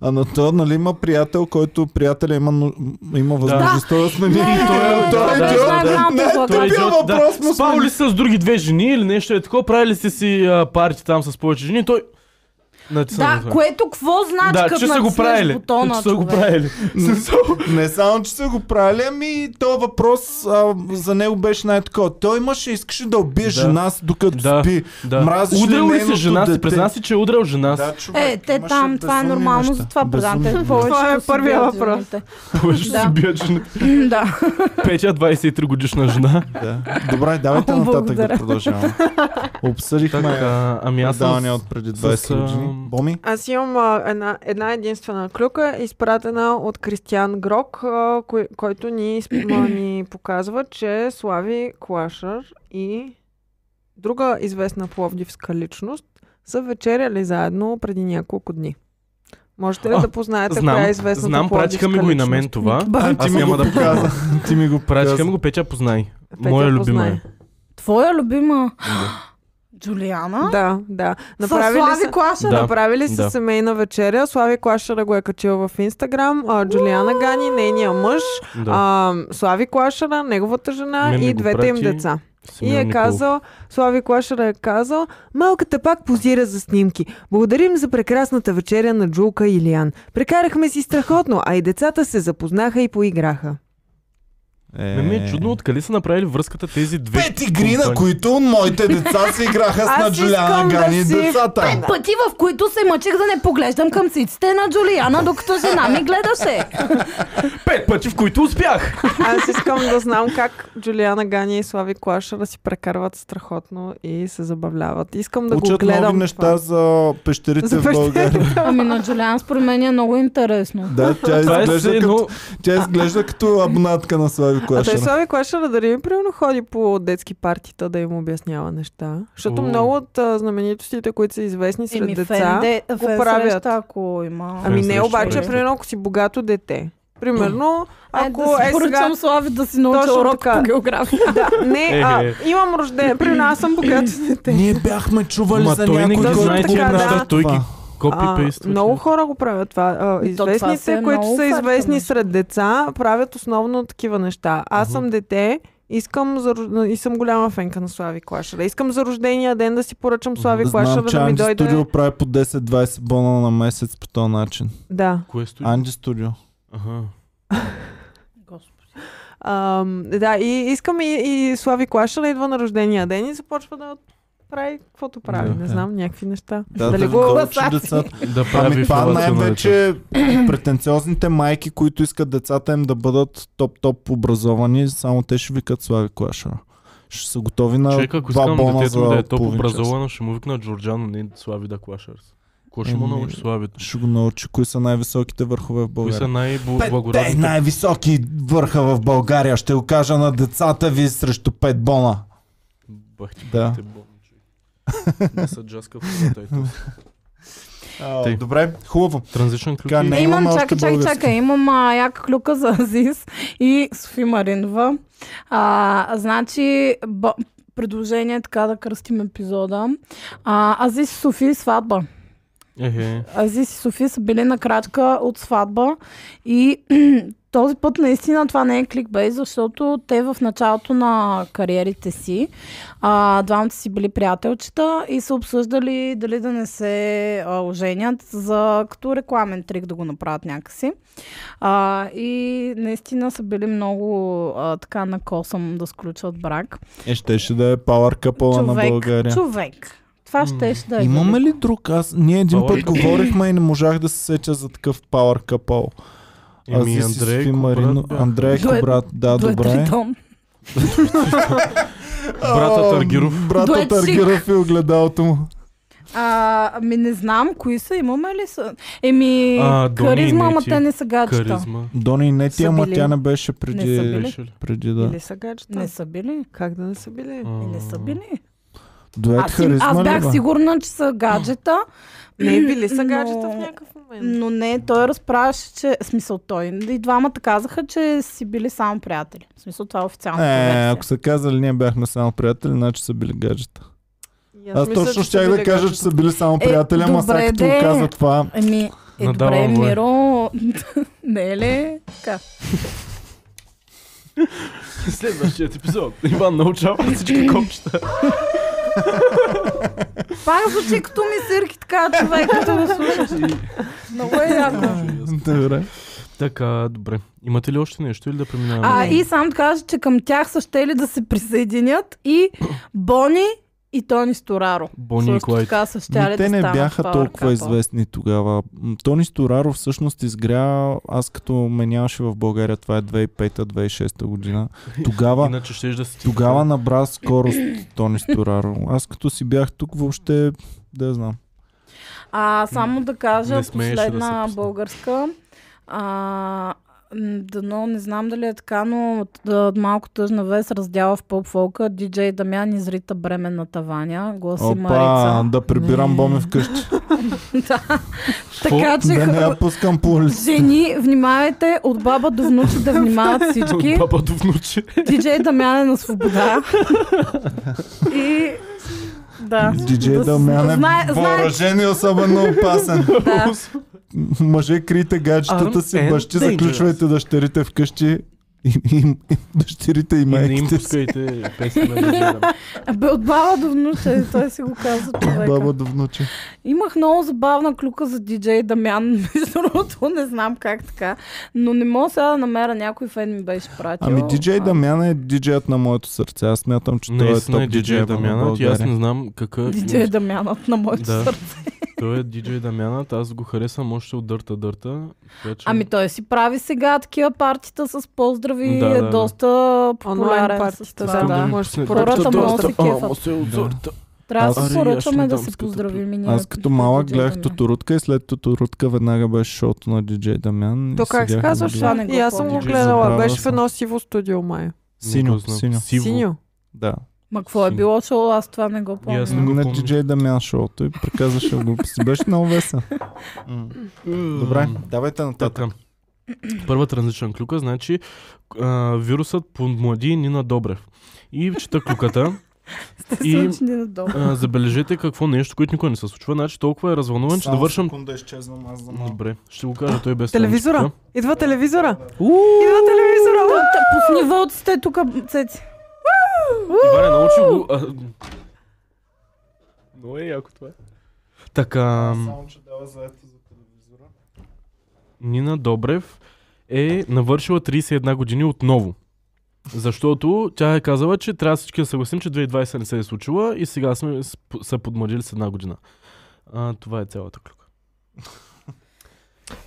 [SPEAKER 2] А на то, нали, има приятел, който приятеля има, ну- има е възможността да, смени.
[SPEAKER 3] Не,
[SPEAKER 2] И
[SPEAKER 4] той-
[SPEAKER 2] той
[SPEAKER 4] да,
[SPEAKER 2] е
[SPEAKER 4] да,
[SPEAKER 2] идиот.
[SPEAKER 4] да,
[SPEAKER 3] да.
[SPEAKER 2] Не,
[SPEAKER 3] Той е
[SPEAKER 2] тъпия
[SPEAKER 4] идиот, да.
[SPEAKER 2] въпрос му
[SPEAKER 4] Спал ли
[SPEAKER 2] смени.
[SPEAKER 4] са с други две жени или нещо е такова, правили сте си а, парти там с повече жени, той... Натисна на
[SPEAKER 3] Да,
[SPEAKER 4] това.
[SPEAKER 3] което какво значи,
[SPEAKER 4] да,
[SPEAKER 3] като
[SPEAKER 4] че са го
[SPEAKER 3] натиснеш
[SPEAKER 4] правили.
[SPEAKER 3] бутона,
[SPEAKER 4] че са го
[SPEAKER 3] човек?
[SPEAKER 4] правили.
[SPEAKER 2] Не само, че са го правили, ами то въпрос а, за него беше най-такова. Той имаше, искаше да убие
[SPEAKER 4] Да.
[SPEAKER 2] жена си, докато
[SPEAKER 4] Да,
[SPEAKER 2] спи.
[SPEAKER 4] Да.
[SPEAKER 2] Мразиш ли
[SPEAKER 4] удрал ли си
[SPEAKER 2] нейното
[SPEAKER 4] жена си?
[SPEAKER 2] дете?
[SPEAKER 4] Призна си, че е удрал жена си.
[SPEAKER 2] Да, човек,
[SPEAKER 3] Е, те
[SPEAKER 2] имаше
[SPEAKER 3] там, това е
[SPEAKER 2] безумни
[SPEAKER 3] нормално,
[SPEAKER 2] неща.
[SPEAKER 3] затова предавате
[SPEAKER 2] Безумни.
[SPEAKER 3] повече.
[SPEAKER 6] Това е
[SPEAKER 3] си
[SPEAKER 6] първия
[SPEAKER 3] бият
[SPEAKER 6] въпрос.
[SPEAKER 3] жените.
[SPEAKER 4] Повече си
[SPEAKER 3] Да.
[SPEAKER 4] бият жена.
[SPEAKER 3] М, Да.
[SPEAKER 4] Петя, 23 годишна жена.
[SPEAKER 2] Да. Добре, давайте
[SPEAKER 3] О,
[SPEAKER 2] нататък да
[SPEAKER 3] благодаря.
[SPEAKER 2] продължаваме. Обсъдихме
[SPEAKER 4] Така, ами аз съм...
[SPEAKER 2] предавания
[SPEAKER 4] с-
[SPEAKER 2] от преди
[SPEAKER 4] с,
[SPEAKER 2] 20
[SPEAKER 4] а,
[SPEAKER 2] години. Боми?
[SPEAKER 6] Аз имам а, една, една единствена клюка, изпратена от Кристиан Грок, а, кой, който ни, изп- а, ни показва, че Слави Клашър и друга известна пловдивска личност са вечеряли заедно преди няколко дни. Можете ли
[SPEAKER 4] А,
[SPEAKER 6] да познаете коя е
[SPEAKER 4] Знам,
[SPEAKER 6] известната
[SPEAKER 4] знам,
[SPEAKER 6] пловдивска
[SPEAKER 4] пратиха ми го и на
[SPEAKER 6] личност?
[SPEAKER 4] мен това.
[SPEAKER 2] А, ти
[SPEAKER 4] Аз
[SPEAKER 2] ми
[SPEAKER 4] няма
[SPEAKER 2] го
[SPEAKER 4] да
[SPEAKER 2] показа. Ти ми го
[SPEAKER 4] Пратиха
[SPEAKER 2] показа.
[SPEAKER 4] ми го, Петя, познай.
[SPEAKER 6] Петя
[SPEAKER 4] Моя любима
[SPEAKER 6] познай.
[SPEAKER 4] е.
[SPEAKER 3] Твоя любима Джулиана?
[SPEAKER 6] Да, да.
[SPEAKER 3] С
[SPEAKER 6] Направили са,
[SPEAKER 3] Слави Клаша?
[SPEAKER 4] Да.
[SPEAKER 6] направили са
[SPEAKER 4] да.
[SPEAKER 6] семейна вечеря. Слави Клашера го е качил в Инстаграм. а, Джулиана Гани, нейния мъж,
[SPEAKER 4] Да.
[SPEAKER 6] а, Слави Клашера, неговата жена
[SPEAKER 4] Мен ми
[SPEAKER 6] и
[SPEAKER 4] го
[SPEAKER 6] двете им
[SPEAKER 4] прати
[SPEAKER 6] деца. И
[SPEAKER 4] Симеон
[SPEAKER 6] е
[SPEAKER 4] Николов.
[SPEAKER 6] казал, Слави Клашера е казал, малката пак позира за снимки. Благодарим за прекрасната вечеря на Джулка и Илиан. Прекарахме си страхотно, а и децата се запознаха и поиграха.
[SPEAKER 4] Не ми е чудно откъде са направили връзката тези две.
[SPEAKER 2] Пет игри, на
[SPEAKER 4] компании.
[SPEAKER 2] които моите деца се играха с
[SPEAKER 6] Аз
[SPEAKER 2] на
[SPEAKER 6] искам
[SPEAKER 2] Джулиана
[SPEAKER 6] да
[SPEAKER 2] Гани и
[SPEAKER 6] си-
[SPEAKER 2] децата.
[SPEAKER 3] Е, Пъти, в които се мъчих да не поглеждам към циците на Джулиана, докато жена ми гледаше.
[SPEAKER 4] Пет пъти, в които успях.
[SPEAKER 6] Аз искам да знам как Джулиана Гани и Слави Клашера си прекарват страхотно и се забавляват. Искам да го
[SPEAKER 2] Учат
[SPEAKER 6] гледам.
[SPEAKER 2] много неща
[SPEAKER 6] това.
[SPEAKER 2] за пещерите
[SPEAKER 6] За
[SPEAKER 2] в България.
[SPEAKER 3] Ами на Джулиан според мен е много интересно.
[SPEAKER 2] Да, тя
[SPEAKER 4] Това е все
[SPEAKER 2] изглежда,
[SPEAKER 4] едно.
[SPEAKER 2] като, тя изглежда като абнатка на Слави
[SPEAKER 6] А той
[SPEAKER 2] Клашера.
[SPEAKER 6] Слави Клашера дали ми примерно ходи по детски партита да им обяснява неща? Защото
[SPEAKER 4] О.
[SPEAKER 6] много от а, знаменитостите, които са известни сред
[SPEAKER 3] Еми,
[SPEAKER 6] деца,
[SPEAKER 3] фен, де,
[SPEAKER 6] го
[SPEAKER 3] фен
[SPEAKER 6] правят.
[SPEAKER 3] среща, ако има.
[SPEAKER 6] Ами не,
[SPEAKER 4] срещу
[SPEAKER 6] обаче,
[SPEAKER 4] парите.
[SPEAKER 6] примерно, ако си богато дете. Примерно, ако
[SPEAKER 3] е, да си
[SPEAKER 6] е, сега...
[SPEAKER 3] поръчам Слави да си науча
[SPEAKER 6] Точно
[SPEAKER 3] урок
[SPEAKER 6] така.
[SPEAKER 3] по география.
[SPEAKER 6] Да, не, а,
[SPEAKER 4] Е.
[SPEAKER 6] имам рождение. Примерно, аз съм богато дете.
[SPEAKER 2] Ние бяхме чували
[SPEAKER 4] Ма
[SPEAKER 2] за
[SPEAKER 4] той не
[SPEAKER 2] някой,
[SPEAKER 4] ги
[SPEAKER 2] който
[SPEAKER 4] знае
[SPEAKER 2] го
[SPEAKER 6] тия
[SPEAKER 2] прави
[SPEAKER 6] неща,
[SPEAKER 2] това.
[SPEAKER 4] той ги-
[SPEAKER 6] А,
[SPEAKER 4] Копи-пейст.
[SPEAKER 6] много хора го правят това. А,
[SPEAKER 3] И то това си
[SPEAKER 6] известните,
[SPEAKER 3] е
[SPEAKER 6] които
[SPEAKER 3] много
[SPEAKER 6] са
[SPEAKER 3] факт,
[SPEAKER 6] известни
[SPEAKER 3] нещо.
[SPEAKER 6] сред деца, правят основно такива неща. Аз
[SPEAKER 4] Мгм.
[SPEAKER 6] съм дете, искам за, рож- и съм голяма фенка на Слави Клашера. Искам за рождения ден да си поръчам Слави
[SPEAKER 2] Знам,
[SPEAKER 6] Клашера
[SPEAKER 2] че
[SPEAKER 6] да ми
[SPEAKER 2] Анди
[SPEAKER 6] дойде.
[SPEAKER 2] Студио прави по 10-20 бона на месец по този начин.
[SPEAKER 6] Да.
[SPEAKER 4] Кое стои?
[SPEAKER 2] Анди Студио.
[SPEAKER 4] Аха.
[SPEAKER 6] Ам, да, и искам и, и Слави Клашера идва на рождения ден и започва да прави каквото прави.
[SPEAKER 4] Да,
[SPEAKER 6] не
[SPEAKER 2] да.
[SPEAKER 6] знам, някакви неща.
[SPEAKER 2] Да,
[SPEAKER 6] Дали
[SPEAKER 2] да
[SPEAKER 6] го
[SPEAKER 2] да учи децата.
[SPEAKER 4] Да прави
[SPEAKER 2] Ами това
[SPEAKER 4] информация на лице.
[SPEAKER 2] най-вече претенциозните майки, които искат децата им да бъдат топ-топ образовани, само те ще викат Слави Клашера. Ще са готови на
[SPEAKER 4] Човек, ако
[SPEAKER 2] два
[SPEAKER 4] искам
[SPEAKER 2] бона
[SPEAKER 4] детето
[SPEAKER 2] за
[SPEAKER 4] ми да е топ
[SPEAKER 2] половин час.
[SPEAKER 4] образовано, ще му викна Джорджано, не Слави да Клашърс. Кой ще му
[SPEAKER 2] Еми,
[SPEAKER 4] научи Славито?
[SPEAKER 2] Ще го научи кои са най-високите върхове в
[SPEAKER 4] Кои са
[SPEAKER 2] България. Петте
[SPEAKER 4] най-благородните?
[SPEAKER 2] най-високи върха в България. Ще го кажа на децата ви срещу пет бона.
[SPEAKER 4] Бах ти,
[SPEAKER 2] Да.
[SPEAKER 4] бахте, бомби, човек. Не са джаска в хората, ето.
[SPEAKER 2] А,
[SPEAKER 4] Тъй.
[SPEAKER 2] добре, хубаво.
[SPEAKER 4] Транзичен ключ.
[SPEAKER 2] Така, не
[SPEAKER 3] Е, имам,
[SPEAKER 2] имаме още
[SPEAKER 3] чакай, чакай,
[SPEAKER 2] български.
[SPEAKER 3] чакай. Имам а, яка клюка за Азис и Софи Маринова. А, значи, б... предложение е така да кръстим епизода. А, Азис и Софи сватба.
[SPEAKER 4] Ехе.
[SPEAKER 3] Азис и Софи са били на крачка от сватба и този път наистина това не е кликбейт, защото те в началото на кариерите си, а, двамата си били приятелчета и са обсъждали дали да не се а, оженят за като рекламен трик да го направят някакси. А, и наистина са били много а, така на косъм да сключват брак.
[SPEAKER 2] Е, ще, ще да е Power Couple на
[SPEAKER 3] човек,
[SPEAKER 2] България.
[SPEAKER 3] човек. Това
[SPEAKER 4] М.
[SPEAKER 3] щеш да е.
[SPEAKER 2] Имаме ли друг? Аз, ние един
[SPEAKER 4] Power
[SPEAKER 2] път говорихме и не можах да се сетя за такъв Power Couple. Аз
[SPEAKER 4] Еми, Ами Андрей,
[SPEAKER 2] Андрей, Марино, Андрей
[SPEAKER 3] Дует-
[SPEAKER 2] Кобрат, да, добре.
[SPEAKER 3] Добре.
[SPEAKER 4] брата Таргиров.
[SPEAKER 2] А, Брата
[SPEAKER 3] Дует Сик.
[SPEAKER 2] Таргиров и е огледалото му.
[SPEAKER 3] А, ами не знам кои са, имаме ли са. Еми,
[SPEAKER 4] А, Дони и
[SPEAKER 3] харизма, ама
[SPEAKER 4] Нети.
[SPEAKER 3] те не са гаджета.
[SPEAKER 4] Каризма.
[SPEAKER 2] Дони не ти,
[SPEAKER 3] Са
[SPEAKER 2] ама
[SPEAKER 3] били.
[SPEAKER 2] тя не беше
[SPEAKER 3] Не са
[SPEAKER 2] преди,
[SPEAKER 3] били.
[SPEAKER 4] Беше ли?
[SPEAKER 2] преди да.
[SPEAKER 6] Или са гаджета?
[SPEAKER 3] Не са били.
[SPEAKER 6] Как да не са били?
[SPEAKER 4] А,
[SPEAKER 3] Е, не са били.
[SPEAKER 2] Дует
[SPEAKER 3] Аз, си,
[SPEAKER 2] харизма
[SPEAKER 3] аз
[SPEAKER 2] ли,
[SPEAKER 3] бях
[SPEAKER 2] бе?
[SPEAKER 3] сигурна, че са гаджета,
[SPEAKER 6] Не е били са
[SPEAKER 3] Но-
[SPEAKER 6] гаджета в някакъв момент.
[SPEAKER 3] но не, той разправяше, че... в Смисъл той. И двамата казаха, че си били само приятели. В смисъл това е официалната
[SPEAKER 2] Е,
[SPEAKER 3] версия.
[SPEAKER 2] ако са казали, ние бяхме само приятели, значи са били гаджета.
[SPEAKER 6] И
[SPEAKER 2] Аз
[SPEAKER 6] мисля,
[SPEAKER 2] точно
[SPEAKER 6] че
[SPEAKER 2] щях
[SPEAKER 6] са били
[SPEAKER 2] да кажа,
[SPEAKER 6] гаджета.
[SPEAKER 2] че са били само
[SPEAKER 3] Е,
[SPEAKER 2] приятели, ама сега
[SPEAKER 3] добре
[SPEAKER 2] като
[SPEAKER 3] де.
[SPEAKER 2] го каза това,
[SPEAKER 3] Еми, е, добре,
[SPEAKER 4] Надавам го е.
[SPEAKER 3] Миро, не е ли? Така.
[SPEAKER 4] Следващият епизод. Иван научава всички копчета.
[SPEAKER 3] Пак звучи като ми сирки, така човек, като го слушаш. Много е яко.
[SPEAKER 2] добре.
[SPEAKER 4] Така, а, добре. Имате ли още нещо или да преминаваме?
[SPEAKER 3] А,
[SPEAKER 2] Ами.
[SPEAKER 3] и само да кажа, че към тях са щели да се присъединят и Бони и Тони Стораро.
[SPEAKER 4] Бони и
[SPEAKER 3] Също
[SPEAKER 4] Клайд.
[SPEAKER 3] така са щели
[SPEAKER 2] Но те
[SPEAKER 3] да
[SPEAKER 2] не
[SPEAKER 3] станат
[SPEAKER 2] бяха
[SPEAKER 3] Power
[SPEAKER 2] толкова
[SPEAKER 3] Couple.
[SPEAKER 2] известни тогава. М, Тони Стораро всъщност изгря, аз като ме нямаше в България, това е 2005-2006 година. Тогава,
[SPEAKER 4] Иначе ще да си.
[SPEAKER 2] тогава набра скорост Тони Стораро. Аз като си бях тук въобще, да я знам.
[SPEAKER 3] А, само да кажа,
[SPEAKER 4] Не смееше да се
[SPEAKER 3] последна
[SPEAKER 4] пусне.
[SPEAKER 3] българска. А, м, дано, не знам дали е така, но от, да, малко тъжна вест раздяла в поп-фолка. Диджей Дамян изрита бременна на таваня. Гласи
[SPEAKER 2] Опа,
[SPEAKER 3] Марица.
[SPEAKER 2] да прибирам
[SPEAKER 6] Не.
[SPEAKER 2] боми вкъщи.
[SPEAKER 3] да. така че...
[SPEAKER 2] Да не я пускам по улица.
[SPEAKER 3] Жени, внимавайте, от баба до внуче да внимават всички.
[SPEAKER 4] От баба до внуче.
[SPEAKER 3] Диджей Дамян е на свобода. И... Да.
[SPEAKER 2] Диджей
[SPEAKER 3] да,
[SPEAKER 2] Дамян
[SPEAKER 3] знае-
[SPEAKER 2] е
[SPEAKER 3] знае,
[SPEAKER 2] въоръжен и особено опасен.
[SPEAKER 3] да.
[SPEAKER 2] Мъже, крийте гаджетата
[SPEAKER 4] Armed
[SPEAKER 2] си,
[SPEAKER 4] and
[SPEAKER 2] бащи,
[SPEAKER 4] dangerous.
[SPEAKER 2] заключвайте дъщерите вкъщи. И, и, и, дъщерите и
[SPEAKER 4] И не им
[SPEAKER 2] майките си.
[SPEAKER 4] пускайте песни на Дизелера.
[SPEAKER 3] Бе, от баба до внуче, той си го каза
[SPEAKER 2] Баба
[SPEAKER 3] човека. Е,
[SPEAKER 2] до внуче.
[SPEAKER 3] Имах много забавна клюка за диджей Дамян, между другото, не знам как така. Но не мога сега да намеря някой фен ми беше пратил.
[SPEAKER 2] Ами диджей
[SPEAKER 3] А,
[SPEAKER 2] Дамяна е диджеят на моето сърце. Аз смятам, че той е
[SPEAKER 4] Наистина е
[SPEAKER 2] топ
[SPEAKER 4] диджей
[SPEAKER 2] диджей на
[SPEAKER 4] Дамянът и аз не
[SPEAKER 2] България.
[SPEAKER 4] знам какъв...
[SPEAKER 3] Диджей Дамянът на моето
[SPEAKER 4] Да.
[SPEAKER 3] сърце.
[SPEAKER 4] Той е диджей Дамянът, аз го харесвам още от Дърта Дърта. така че-
[SPEAKER 3] Ами той си прави сега такива партита с поздрави и
[SPEAKER 4] Да,
[SPEAKER 3] е
[SPEAKER 4] да, да.
[SPEAKER 3] доста
[SPEAKER 6] Онлайн
[SPEAKER 3] популярен с
[SPEAKER 6] партията.
[SPEAKER 3] това.
[SPEAKER 4] Искам да
[SPEAKER 3] Да.
[SPEAKER 4] ми
[SPEAKER 6] Може да си
[SPEAKER 4] пусне
[SPEAKER 6] поръча
[SPEAKER 4] Дърта
[SPEAKER 3] Поръчам
[SPEAKER 4] Дърта.
[SPEAKER 3] много се
[SPEAKER 4] Ама
[SPEAKER 3] кефа.
[SPEAKER 4] се отзърта.
[SPEAKER 3] Трябва да
[SPEAKER 2] Аз-
[SPEAKER 3] се поръчаме
[SPEAKER 4] Ари,
[SPEAKER 3] да
[SPEAKER 4] аз
[SPEAKER 3] се
[SPEAKER 4] не дам,
[SPEAKER 3] поздравим и ние.
[SPEAKER 2] Аз като малък
[SPEAKER 3] Диджей
[SPEAKER 2] гледах
[SPEAKER 3] Дамян.
[SPEAKER 2] Тутурутка и след Тутурутка веднага беше шоуто на диджей Дамян. и
[SPEAKER 6] То как се
[SPEAKER 2] седяхме
[SPEAKER 6] казваш?
[SPEAKER 2] да
[SPEAKER 3] това не го
[SPEAKER 6] И аз съм го
[SPEAKER 3] помня.
[SPEAKER 6] гледала.
[SPEAKER 2] Забравила
[SPEAKER 6] Беше в
[SPEAKER 2] съм.
[SPEAKER 6] едно сиво студио май.
[SPEAKER 2] Синьо,
[SPEAKER 4] Не го знам.
[SPEAKER 2] синьо.
[SPEAKER 6] Синьо.
[SPEAKER 2] Да.
[SPEAKER 3] Ма какво е
[SPEAKER 4] Син.
[SPEAKER 3] било шоу, аз това не го помня.
[SPEAKER 4] аз не го
[SPEAKER 2] На
[SPEAKER 4] помня.
[SPEAKER 2] диджей Дамян шоуто и приказваше глупости. Беше много весен. М. Добре, давайте нататък.
[SPEAKER 4] Така. Първа транзична клюка, значи а, вирусът подмлади Нина Добрев. И чета клюката.
[SPEAKER 3] Сте
[SPEAKER 4] И-
[SPEAKER 3] се учени надолу.
[SPEAKER 4] А, забележете какво нещо, което никога не се случва. Значи толкова е развълнуван, че
[SPEAKER 2] Само
[SPEAKER 4] довършам...
[SPEAKER 2] секунда, изчезвам аз за малко.
[SPEAKER 4] Добре, ще го кажа той е без
[SPEAKER 6] Телевизора.
[SPEAKER 4] страничка.
[SPEAKER 6] Идва телевизора. Идва телевизора.
[SPEAKER 3] Та, Пусни вълците тук, цеци.
[SPEAKER 4] Иване, научи го... а, Много е яко това. Така,
[SPEAKER 2] че дава заето за телевизора.
[SPEAKER 4] Нина Добрев е навършила 31 години отново. Защото тя е казала, че трябва всички да съгласим, че 2020 не се е случила и сега сме с- са подмладили с една година. А, това е цялата клюка.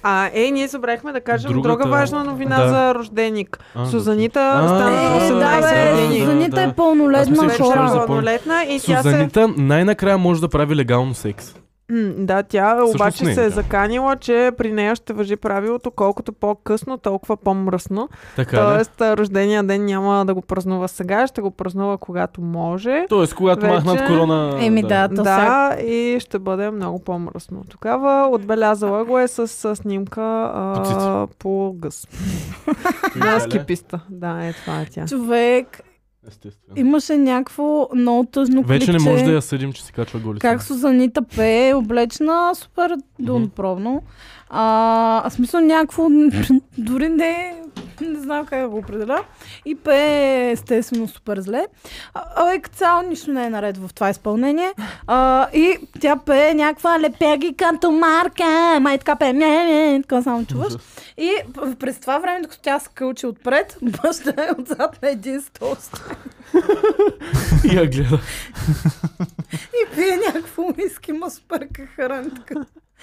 [SPEAKER 6] А, е, ние забравихме да кажем
[SPEAKER 4] Другата-
[SPEAKER 6] друга важна новина
[SPEAKER 4] Да.
[SPEAKER 6] за рожденик.
[SPEAKER 4] А,
[SPEAKER 6] Сузанита
[SPEAKER 4] да.
[SPEAKER 6] стана
[SPEAKER 4] А,
[SPEAKER 3] Е, да,
[SPEAKER 6] 18
[SPEAKER 3] бе,
[SPEAKER 4] да,
[SPEAKER 6] години.
[SPEAKER 3] Сузанита
[SPEAKER 4] да.
[SPEAKER 3] е
[SPEAKER 4] Аз мисля,
[SPEAKER 3] пълнолетна
[SPEAKER 4] че ще разя-
[SPEAKER 6] Вече
[SPEAKER 3] хора.
[SPEAKER 6] е
[SPEAKER 4] запомня.
[SPEAKER 6] пълнолетна и тя се...
[SPEAKER 4] Сузанита най-накрая може да прави легално секс.
[SPEAKER 6] М, Да, тя
[SPEAKER 4] Всъщност
[SPEAKER 6] обаче
[SPEAKER 4] не е
[SPEAKER 6] се е
[SPEAKER 4] така.
[SPEAKER 6] заканила, че при нея ще въжи правилото колкото по-късно, толкова по-мръсно.
[SPEAKER 4] Така Тоест...
[SPEAKER 6] Тоест, а, рождения ден няма да го празнува сега, ще го празнува когато може.
[SPEAKER 4] Тоест, когато
[SPEAKER 6] Вече-
[SPEAKER 4] махнат корона...
[SPEAKER 3] Еми да, то сега
[SPEAKER 6] Да, и ще бъде много по-мръсно. Тогава отбелязала го е с, с снимка
[SPEAKER 4] По цици.
[SPEAKER 6] а, по гъс. На скиписта. Да, е това е тя.
[SPEAKER 3] човек
[SPEAKER 4] Естествено.
[SPEAKER 3] имаше някакво много тъжно
[SPEAKER 4] Вече не
[SPEAKER 3] клипче.
[SPEAKER 4] може да я съдим, че си качва голи.
[SPEAKER 3] Как Сузанита пее, облечена супер донпробно. А, а смисъл някакво, дори не, е- не знам как да го определя. И пее естествено супер зле. А, А, и като цяло нищо не е наред в това изпълнение. А, и тя пее някаква лепеги като марка, май така пее, не, не, така само чуваш. И п- през това време, докато тя се кълчи отпред, баща е отзад на един стол.
[SPEAKER 4] И я гледа.
[SPEAKER 3] И пие някакво уиски, му спърка хранка.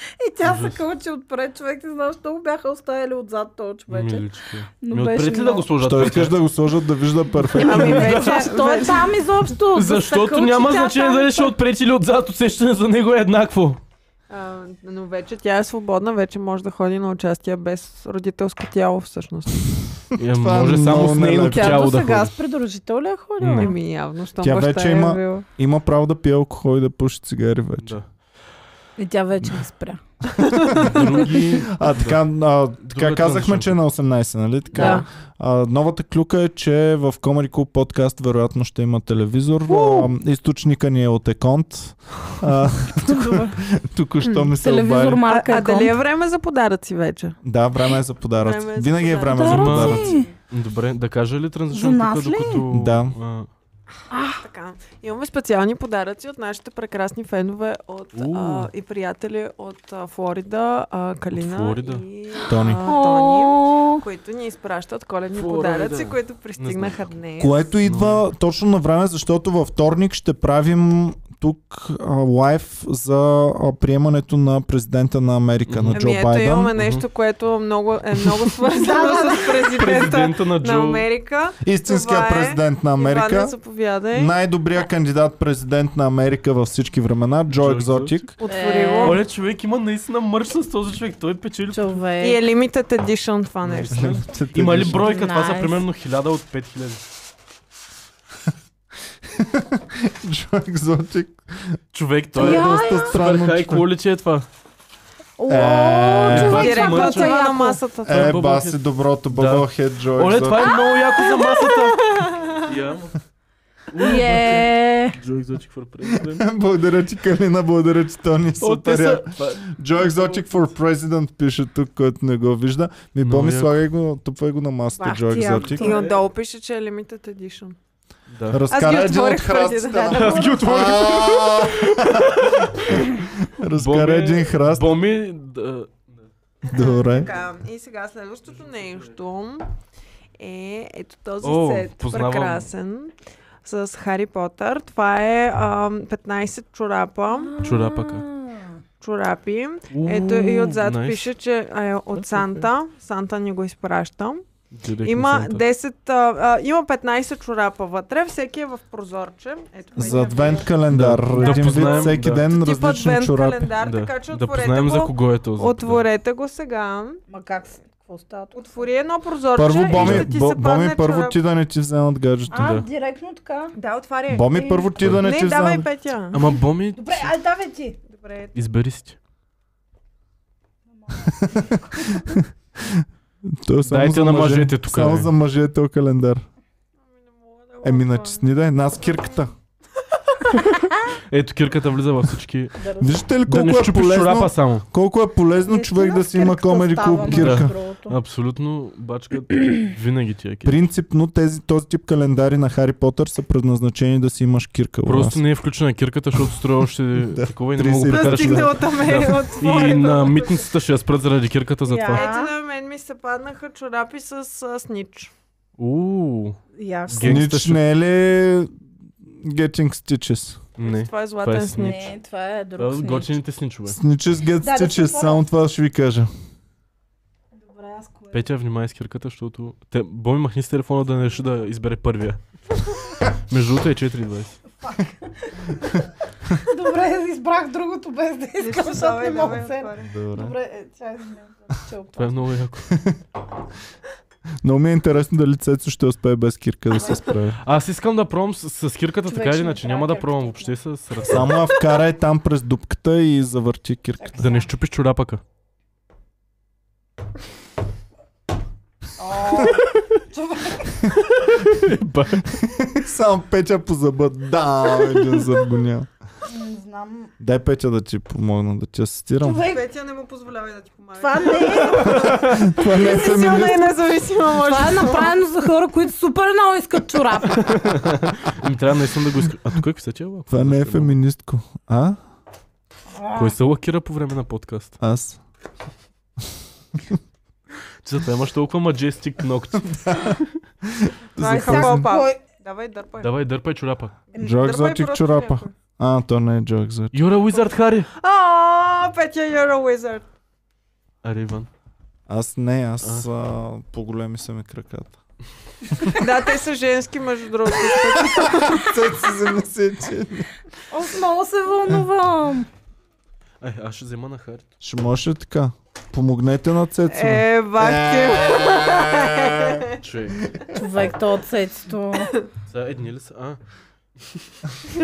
[SPEAKER 3] И тя се
[SPEAKER 4] Ужас.
[SPEAKER 3] кълчи отпред човек. Не знам, защо го бяха оставили отзад този човече.
[SPEAKER 4] Миличка.
[SPEAKER 3] Но
[SPEAKER 4] Ами, Ми
[SPEAKER 3] беше
[SPEAKER 4] отпред ли да
[SPEAKER 3] много-
[SPEAKER 4] го е сложат?
[SPEAKER 2] Що
[SPEAKER 4] вече?
[SPEAKER 2] искаш да го сложат да вижда перфектно?
[SPEAKER 6] Ами вече,
[SPEAKER 3] Защо е
[SPEAKER 6] вече,
[SPEAKER 3] там изобщо?
[SPEAKER 4] Защото няма значение е. дали ще отпречи или отзад, усещане за него е еднакво.
[SPEAKER 6] а, но вече тя е свободна, вече може да ходи на участие без родителско тяло всъщност.
[SPEAKER 4] Е,
[SPEAKER 2] Това е
[SPEAKER 4] може само
[SPEAKER 2] много
[SPEAKER 4] с нейното
[SPEAKER 2] нелепо.
[SPEAKER 3] Тя
[SPEAKER 4] тяло
[SPEAKER 3] до
[SPEAKER 4] да
[SPEAKER 3] сега
[SPEAKER 4] ходи.
[SPEAKER 3] с придружител ли е
[SPEAKER 4] Не.
[SPEAKER 3] ходила?
[SPEAKER 6] Еми Ами, явно, щом
[SPEAKER 2] Тя
[SPEAKER 6] баща
[SPEAKER 2] вече
[SPEAKER 6] е
[SPEAKER 2] има-
[SPEAKER 6] бил.
[SPEAKER 2] Има право да пие алкохол и да пуши цигари вече.
[SPEAKER 4] Да.
[SPEAKER 3] И тя вече ги спря.
[SPEAKER 4] Други...
[SPEAKER 2] А, така, а, така
[SPEAKER 4] Другата
[SPEAKER 2] казахме,
[SPEAKER 4] различна.
[SPEAKER 2] че е на 18, нали? Така.
[SPEAKER 6] Да.
[SPEAKER 2] А, новата клюка е, че в Comedy Club подкаст вероятно ще има телевизор. А, източника ни е от Еконт. А,
[SPEAKER 3] Добре.
[SPEAKER 2] тук що ми се
[SPEAKER 3] Телевизор
[SPEAKER 2] обади.
[SPEAKER 6] А,
[SPEAKER 3] марка
[SPEAKER 6] а дали е
[SPEAKER 3] е
[SPEAKER 6] време за подаръци вече?
[SPEAKER 2] Да, време е за подаръци.
[SPEAKER 6] Време е за
[SPEAKER 2] Винаги е време за
[SPEAKER 4] Подаръци.
[SPEAKER 2] подаръци.
[SPEAKER 3] Е.
[SPEAKER 4] Добре, да кажа ли
[SPEAKER 3] За
[SPEAKER 4] транзишън
[SPEAKER 3] нас
[SPEAKER 4] тук,
[SPEAKER 3] ли?
[SPEAKER 4] докато...
[SPEAKER 2] Да.
[SPEAKER 4] А,
[SPEAKER 6] Така. Имаме специални подаръци от нашите прекрасни фенове от,
[SPEAKER 4] У.
[SPEAKER 6] а, и приятели от а, Флорида, а, Калина
[SPEAKER 4] Флорида.
[SPEAKER 6] и
[SPEAKER 2] Тони.
[SPEAKER 6] А, Тони,
[SPEAKER 3] О,
[SPEAKER 6] които ни изпращат коледни
[SPEAKER 4] Флорида.
[SPEAKER 6] подаръци, които пристигнаха днес.
[SPEAKER 2] Което идва точно на време, защото във вторник ще правим тук а, лайв за а, приемането на президента на Америка, на
[SPEAKER 4] Ами
[SPEAKER 2] Джо
[SPEAKER 6] Ами ето
[SPEAKER 2] Байден.
[SPEAKER 6] имаме нещо, което много, е много свързано с президента
[SPEAKER 4] Президента на
[SPEAKER 6] на
[SPEAKER 4] Джо...
[SPEAKER 6] Америка.
[SPEAKER 2] Истинския
[SPEAKER 6] Това е
[SPEAKER 2] президент на
[SPEAKER 6] Ивана,
[SPEAKER 2] Америка.
[SPEAKER 6] заповядай.
[SPEAKER 2] Най-добрият кандидат президент на Америка във всички времена, Джо
[SPEAKER 4] Джо
[SPEAKER 2] Екзотик.
[SPEAKER 6] Отворило.
[SPEAKER 4] Оле, човек има наистина мърш с този човек. Той печели...
[SPEAKER 6] И е
[SPEAKER 3] човек.
[SPEAKER 6] Limited Edition това нещо.
[SPEAKER 4] Има ли бройка? Това са
[SPEAKER 3] Nice.
[SPEAKER 4] примерно 1000 от 5000.
[SPEAKER 2] Джо Екзотик.
[SPEAKER 4] Човек,
[SPEAKER 2] Той
[SPEAKER 4] той
[SPEAKER 2] е
[SPEAKER 4] е...
[SPEAKER 3] Я,
[SPEAKER 2] доста странно.
[SPEAKER 4] Супер хай
[SPEAKER 2] човек.
[SPEAKER 4] куличе е това.
[SPEAKER 3] О,
[SPEAKER 2] Е,
[SPEAKER 3] човек,
[SPEAKER 4] Директно
[SPEAKER 3] това
[SPEAKER 6] Директно
[SPEAKER 3] пък
[SPEAKER 4] това
[SPEAKER 3] е
[SPEAKER 6] това на
[SPEAKER 3] яко.
[SPEAKER 6] масата. това.
[SPEAKER 2] Е,
[SPEAKER 4] Bubble
[SPEAKER 2] баси
[SPEAKER 4] Head.
[SPEAKER 2] доброто,
[SPEAKER 4] Да.
[SPEAKER 2] бабълхед, Джо
[SPEAKER 4] Оле,
[SPEAKER 2] Екзотик.
[SPEAKER 4] това е много яко за масата. Я, ма.
[SPEAKER 3] Е,
[SPEAKER 4] Джо Екзотик for President.
[SPEAKER 2] Благодаря ти, Калина, благодаря ти, Тони.
[SPEAKER 4] О, те
[SPEAKER 2] Супер.
[SPEAKER 4] са...
[SPEAKER 2] е. Джо Екзотик for President пише тук, който не го вижда. Ми
[SPEAKER 4] Много
[SPEAKER 2] боми,
[SPEAKER 4] яко.
[SPEAKER 2] слагай го, тупай го на масата,
[SPEAKER 3] Бах
[SPEAKER 2] Джо
[SPEAKER 3] ти, яко.
[SPEAKER 2] Екзотик.
[SPEAKER 6] И отдолу пише, че е Limited Edition.
[SPEAKER 4] Да.
[SPEAKER 2] Разкара един от
[SPEAKER 6] отворих преди да
[SPEAKER 2] храстите.
[SPEAKER 6] дадам.
[SPEAKER 2] на-
[SPEAKER 4] Аз ги отворих.
[SPEAKER 2] А! Разкара
[SPEAKER 4] Боми-
[SPEAKER 2] един храст.
[SPEAKER 4] Боми... да,
[SPEAKER 2] Добре.
[SPEAKER 6] Така, и сега следващото нещо е ето този
[SPEAKER 4] О,
[SPEAKER 6] сет,
[SPEAKER 4] познавам.
[SPEAKER 6] прекрасен, с Хари Потър. Това е а, 15 чорапа,
[SPEAKER 4] Чорапака.
[SPEAKER 6] чорапи. Ето и отзад
[SPEAKER 4] Nice.
[SPEAKER 6] пише, че е от Санта. Санта ни го изпраща.
[SPEAKER 4] Директно
[SPEAKER 6] Има
[SPEAKER 4] център.
[SPEAKER 6] 10, а, а, има 15 чорапа вътре, всеки е в прозорче. Ето,
[SPEAKER 2] За
[SPEAKER 6] е
[SPEAKER 2] адвент
[SPEAKER 6] видно.
[SPEAKER 2] календар.
[SPEAKER 4] Да, да
[SPEAKER 2] един вид
[SPEAKER 4] познаем,
[SPEAKER 2] всеки
[SPEAKER 4] да.
[SPEAKER 2] ден
[SPEAKER 6] Тип
[SPEAKER 2] различни
[SPEAKER 6] адвент
[SPEAKER 2] чорапи.
[SPEAKER 6] календар,
[SPEAKER 4] да.
[SPEAKER 6] така че
[SPEAKER 4] да
[SPEAKER 6] отворете
[SPEAKER 4] познаем за
[SPEAKER 6] го.
[SPEAKER 4] кого е този.
[SPEAKER 6] Отворете го сега.
[SPEAKER 3] Ма как се? Какво става? тук?
[SPEAKER 6] Отвори едно прозорче
[SPEAKER 2] Първо,
[SPEAKER 6] и
[SPEAKER 2] Боми,
[SPEAKER 6] ще ти
[SPEAKER 2] Бо-
[SPEAKER 6] се
[SPEAKER 2] Боми
[SPEAKER 6] падне
[SPEAKER 2] първо
[SPEAKER 6] чорап.
[SPEAKER 2] ти да не ти вземат гаджето.
[SPEAKER 3] А,
[SPEAKER 4] Да.
[SPEAKER 3] директно така.
[SPEAKER 6] Да, отваряй.
[SPEAKER 2] Боми, първо ти да не ти
[SPEAKER 6] Не, давай
[SPEAKER 2] вземат.
[SPEAKER 6] Петя.
[SPEAKER 4] Ама Боми...
[SPEAKER 3] Добре, ай, давай ти.
[SPEAKER 6] Добре.
[SPEAKER 4] Избери си. ти.
[SPEAKER 2] Той е само
[SPEAKER 4] Дайте
[SPEAKER 2] за
[SPEAKER 4] на
[SPEAKER 2] мъже.
[SPEAKER 4] мъжете тук,
[SPEAKER 2] Само
[SPEAKER 4] бе.
[SPEAKER 2] за мъже е този календар. Еми, натисни да е нас кирката.
[SPEAKER 4] Ето кирката влиза във всички.
[SPEAKER 2] е Виждате ли
[SPEAKER 4] Да не
[SPEAKER 2] колко е
[SPEAKER 4] щупиш чорапа
[SPEAKER 2] полезно,
[SPEAKER 4] само.
[SPEAKER 2] колко е полезно човек да си има комеди клуб кирка?
[SPEAKER 4] Да. Абсолютно бачка винаги ти е кирка.
[SPEAKER 2] Принципно тези, този тип календари на Хари Потър са предназначени да си имаш кирка. у нас.
[SPEAKER 4] Просто не е включена кирката, защото струва още такова и не
[SPEAKER 2] 30.
[SPEAKER 4] мога да
[SPEAKER 6] Да
[SPEAKER 4] прекараш.
[SPEAKER 6] стигне
[SPEAKER 4] Да.
[SPEAKER 6] от Америка, от
[SPEAKER 4] И
[SPEAKER 6] твоето.
[SPEAKER 4] на митницата ще я спрат заради кирката за
[SPEAKER 3] Я.
[SPEAKER 4] това.
[SPEAKER 6] Ето на мен ми се паднаха чорапи с а, снич.
[SPEAKER 4] Уу,
[SPEAKER 3] Яко.
[SPEAKER 4] Ге- Генгста
[SPEAKER 2] Снич
[SPEAKER 4] ще-
[SPEAKER 2] не е ли Getting Stitches?
[SPEAKER 4] не.
[SPEAKER 6] Това е
[SPEAKER 4] Това е
[SPEAKER 6] златен
[SPEAKER 4] снич.
[SPEAKER 6] снич.
[SPEAKER 3] Не, това е
[SPEAKER 4] Това
[SPEAKER 3] друг
[SPEAKER 4] са
[SPEAKER 3] снич.
[SPEAKER 4] готините сничове.
[SPEAKER 2] Snitches get
[SPEAKER 3] Да, да си
[SPEAKER 2] stitches,
[SPEAKER 3] хора.
[SPEAKER 2] само това ще ви кажа.
[SPEAKER 3] Добре, аз кое?
[SPEAKER 4] Петя, внимай с кирката, защото... Те, Боми, махни с телефона да не реши да избере първия. Между другото е 4.20.
[SPEAKER 3] Добре, избрах другото без да искам,
[SPEAKER 6] Нищо,
[SPEAKER 3] защото
[SPEAKER 6] давай,
[SPEAKER 3] не
[SPEAKER 6] давай,
[SPEAKER 3] мога се.
[SPEAKER 6] отваряй.
[SPEAKER 2] Добре.
[SPEAKER 3] Добре, е, чай, извинявам се, че
[SPEAKER 4] Това е
[SPEAKER 3] опасна.
[SPEAKER 4] много яко.
[SPEAKER 2] Но ми е интересно дали Цецо ще успее без кирка да се справи.
[SPEAKER 4] Аз искам да пробвам с, с кирката,
[SPEAKER 3] Човек,
[SPEAKER 4] така или
[SPEAKER 3] ще ми
[SPEAKER 4] иначе.
[SPEAKER 3] трябва
[SPEAKER 4] Няма да
[SPEAKER 3] кирката.
[SPEAKER 4] пробвам въобще с ръце.
[SPEAKER 2] Само я вкарай там през дупката и завърти кирка.
[SPEAKER 4] Да не щупиш чорапака.
[SPEAKER 3] О,
[SPEAKER 2] Само Петя по зъба. Да, един зъб го няма.
[SPEAKER 3] Не знам.
[SPEAKER 2] Дай Петя да ти помогна, да ти асистирам.
[SPEAKER 3] Човек,
[SPEAKER 6] Петя не му позволявай да ти помага.
[SPEAKER 3] това не е.
[SPEAKER 2] Това не е феминизъм.
[SPEAKER 6] силна и независима може.
[SPEAKER 3] Това е направено за хора, които супер много искат чорап.
[SPEAKER 4] Ми Ами, трябва наистина да го иска. А тук какви са тия лакове?
[SPEAKER 2] Това не е
[SPEAKER 4] Защо?
[SPEAKER 2] феминистко. А?
[SPEAKER 4] Кой се лакира по време на подкаст?
[SPEAKER 2] Аз.
[SPEAKER 4] Ти затова имаш толкова majestic ногти.
[SPEAKER 6] Това е
[SPEAKER 2] Захвъзна.
[SPEAKER 6] хапопа.
[SPEAKER 3] Кой
[SPEAKER 6] Давай дърпай.
[SPEAKER 4] Давай, дърпай чорапа.
[SPEAKER 6] Еми,
[SPEAKER 2] Джок
[SPEAKER 6] дърпай
[SPEAKER 2] Зотик
[SPEAKER 6] просто
[SPEAKER 2] чорапа.
[SPEAKER 6] някой.
[SPEAKER 2] А, то не е джок за...
[SPEAKER 4] You're a wizard, Хари!
[SPEAKER 6] А, Петя, you're a wizard.
[SPEAKER 4] Аре, Иван.
[SPEAKER 2] Аз не, аз а, по-големи са ми краката.
[SPEAKER 6] Да, те са женски, между другото.
[SPEAKER 2] Цеци замисли, че...
[SPEAKER 3] Аз много се вълнувам.
[SPEAKER 4] Ай, аз ще взема на Харито.
[SPEAKER 2] Ще може ли така? Помогнете на Цеци. бе.
[SPEAKER 6] Е, бахте.
[SPEAKER 4] Човек.
[SPEAKER 3] Човек, то от сетито.
[SPEAKER 4] Сега едни ли са? А, Е.
[SPEAKER 6] Е,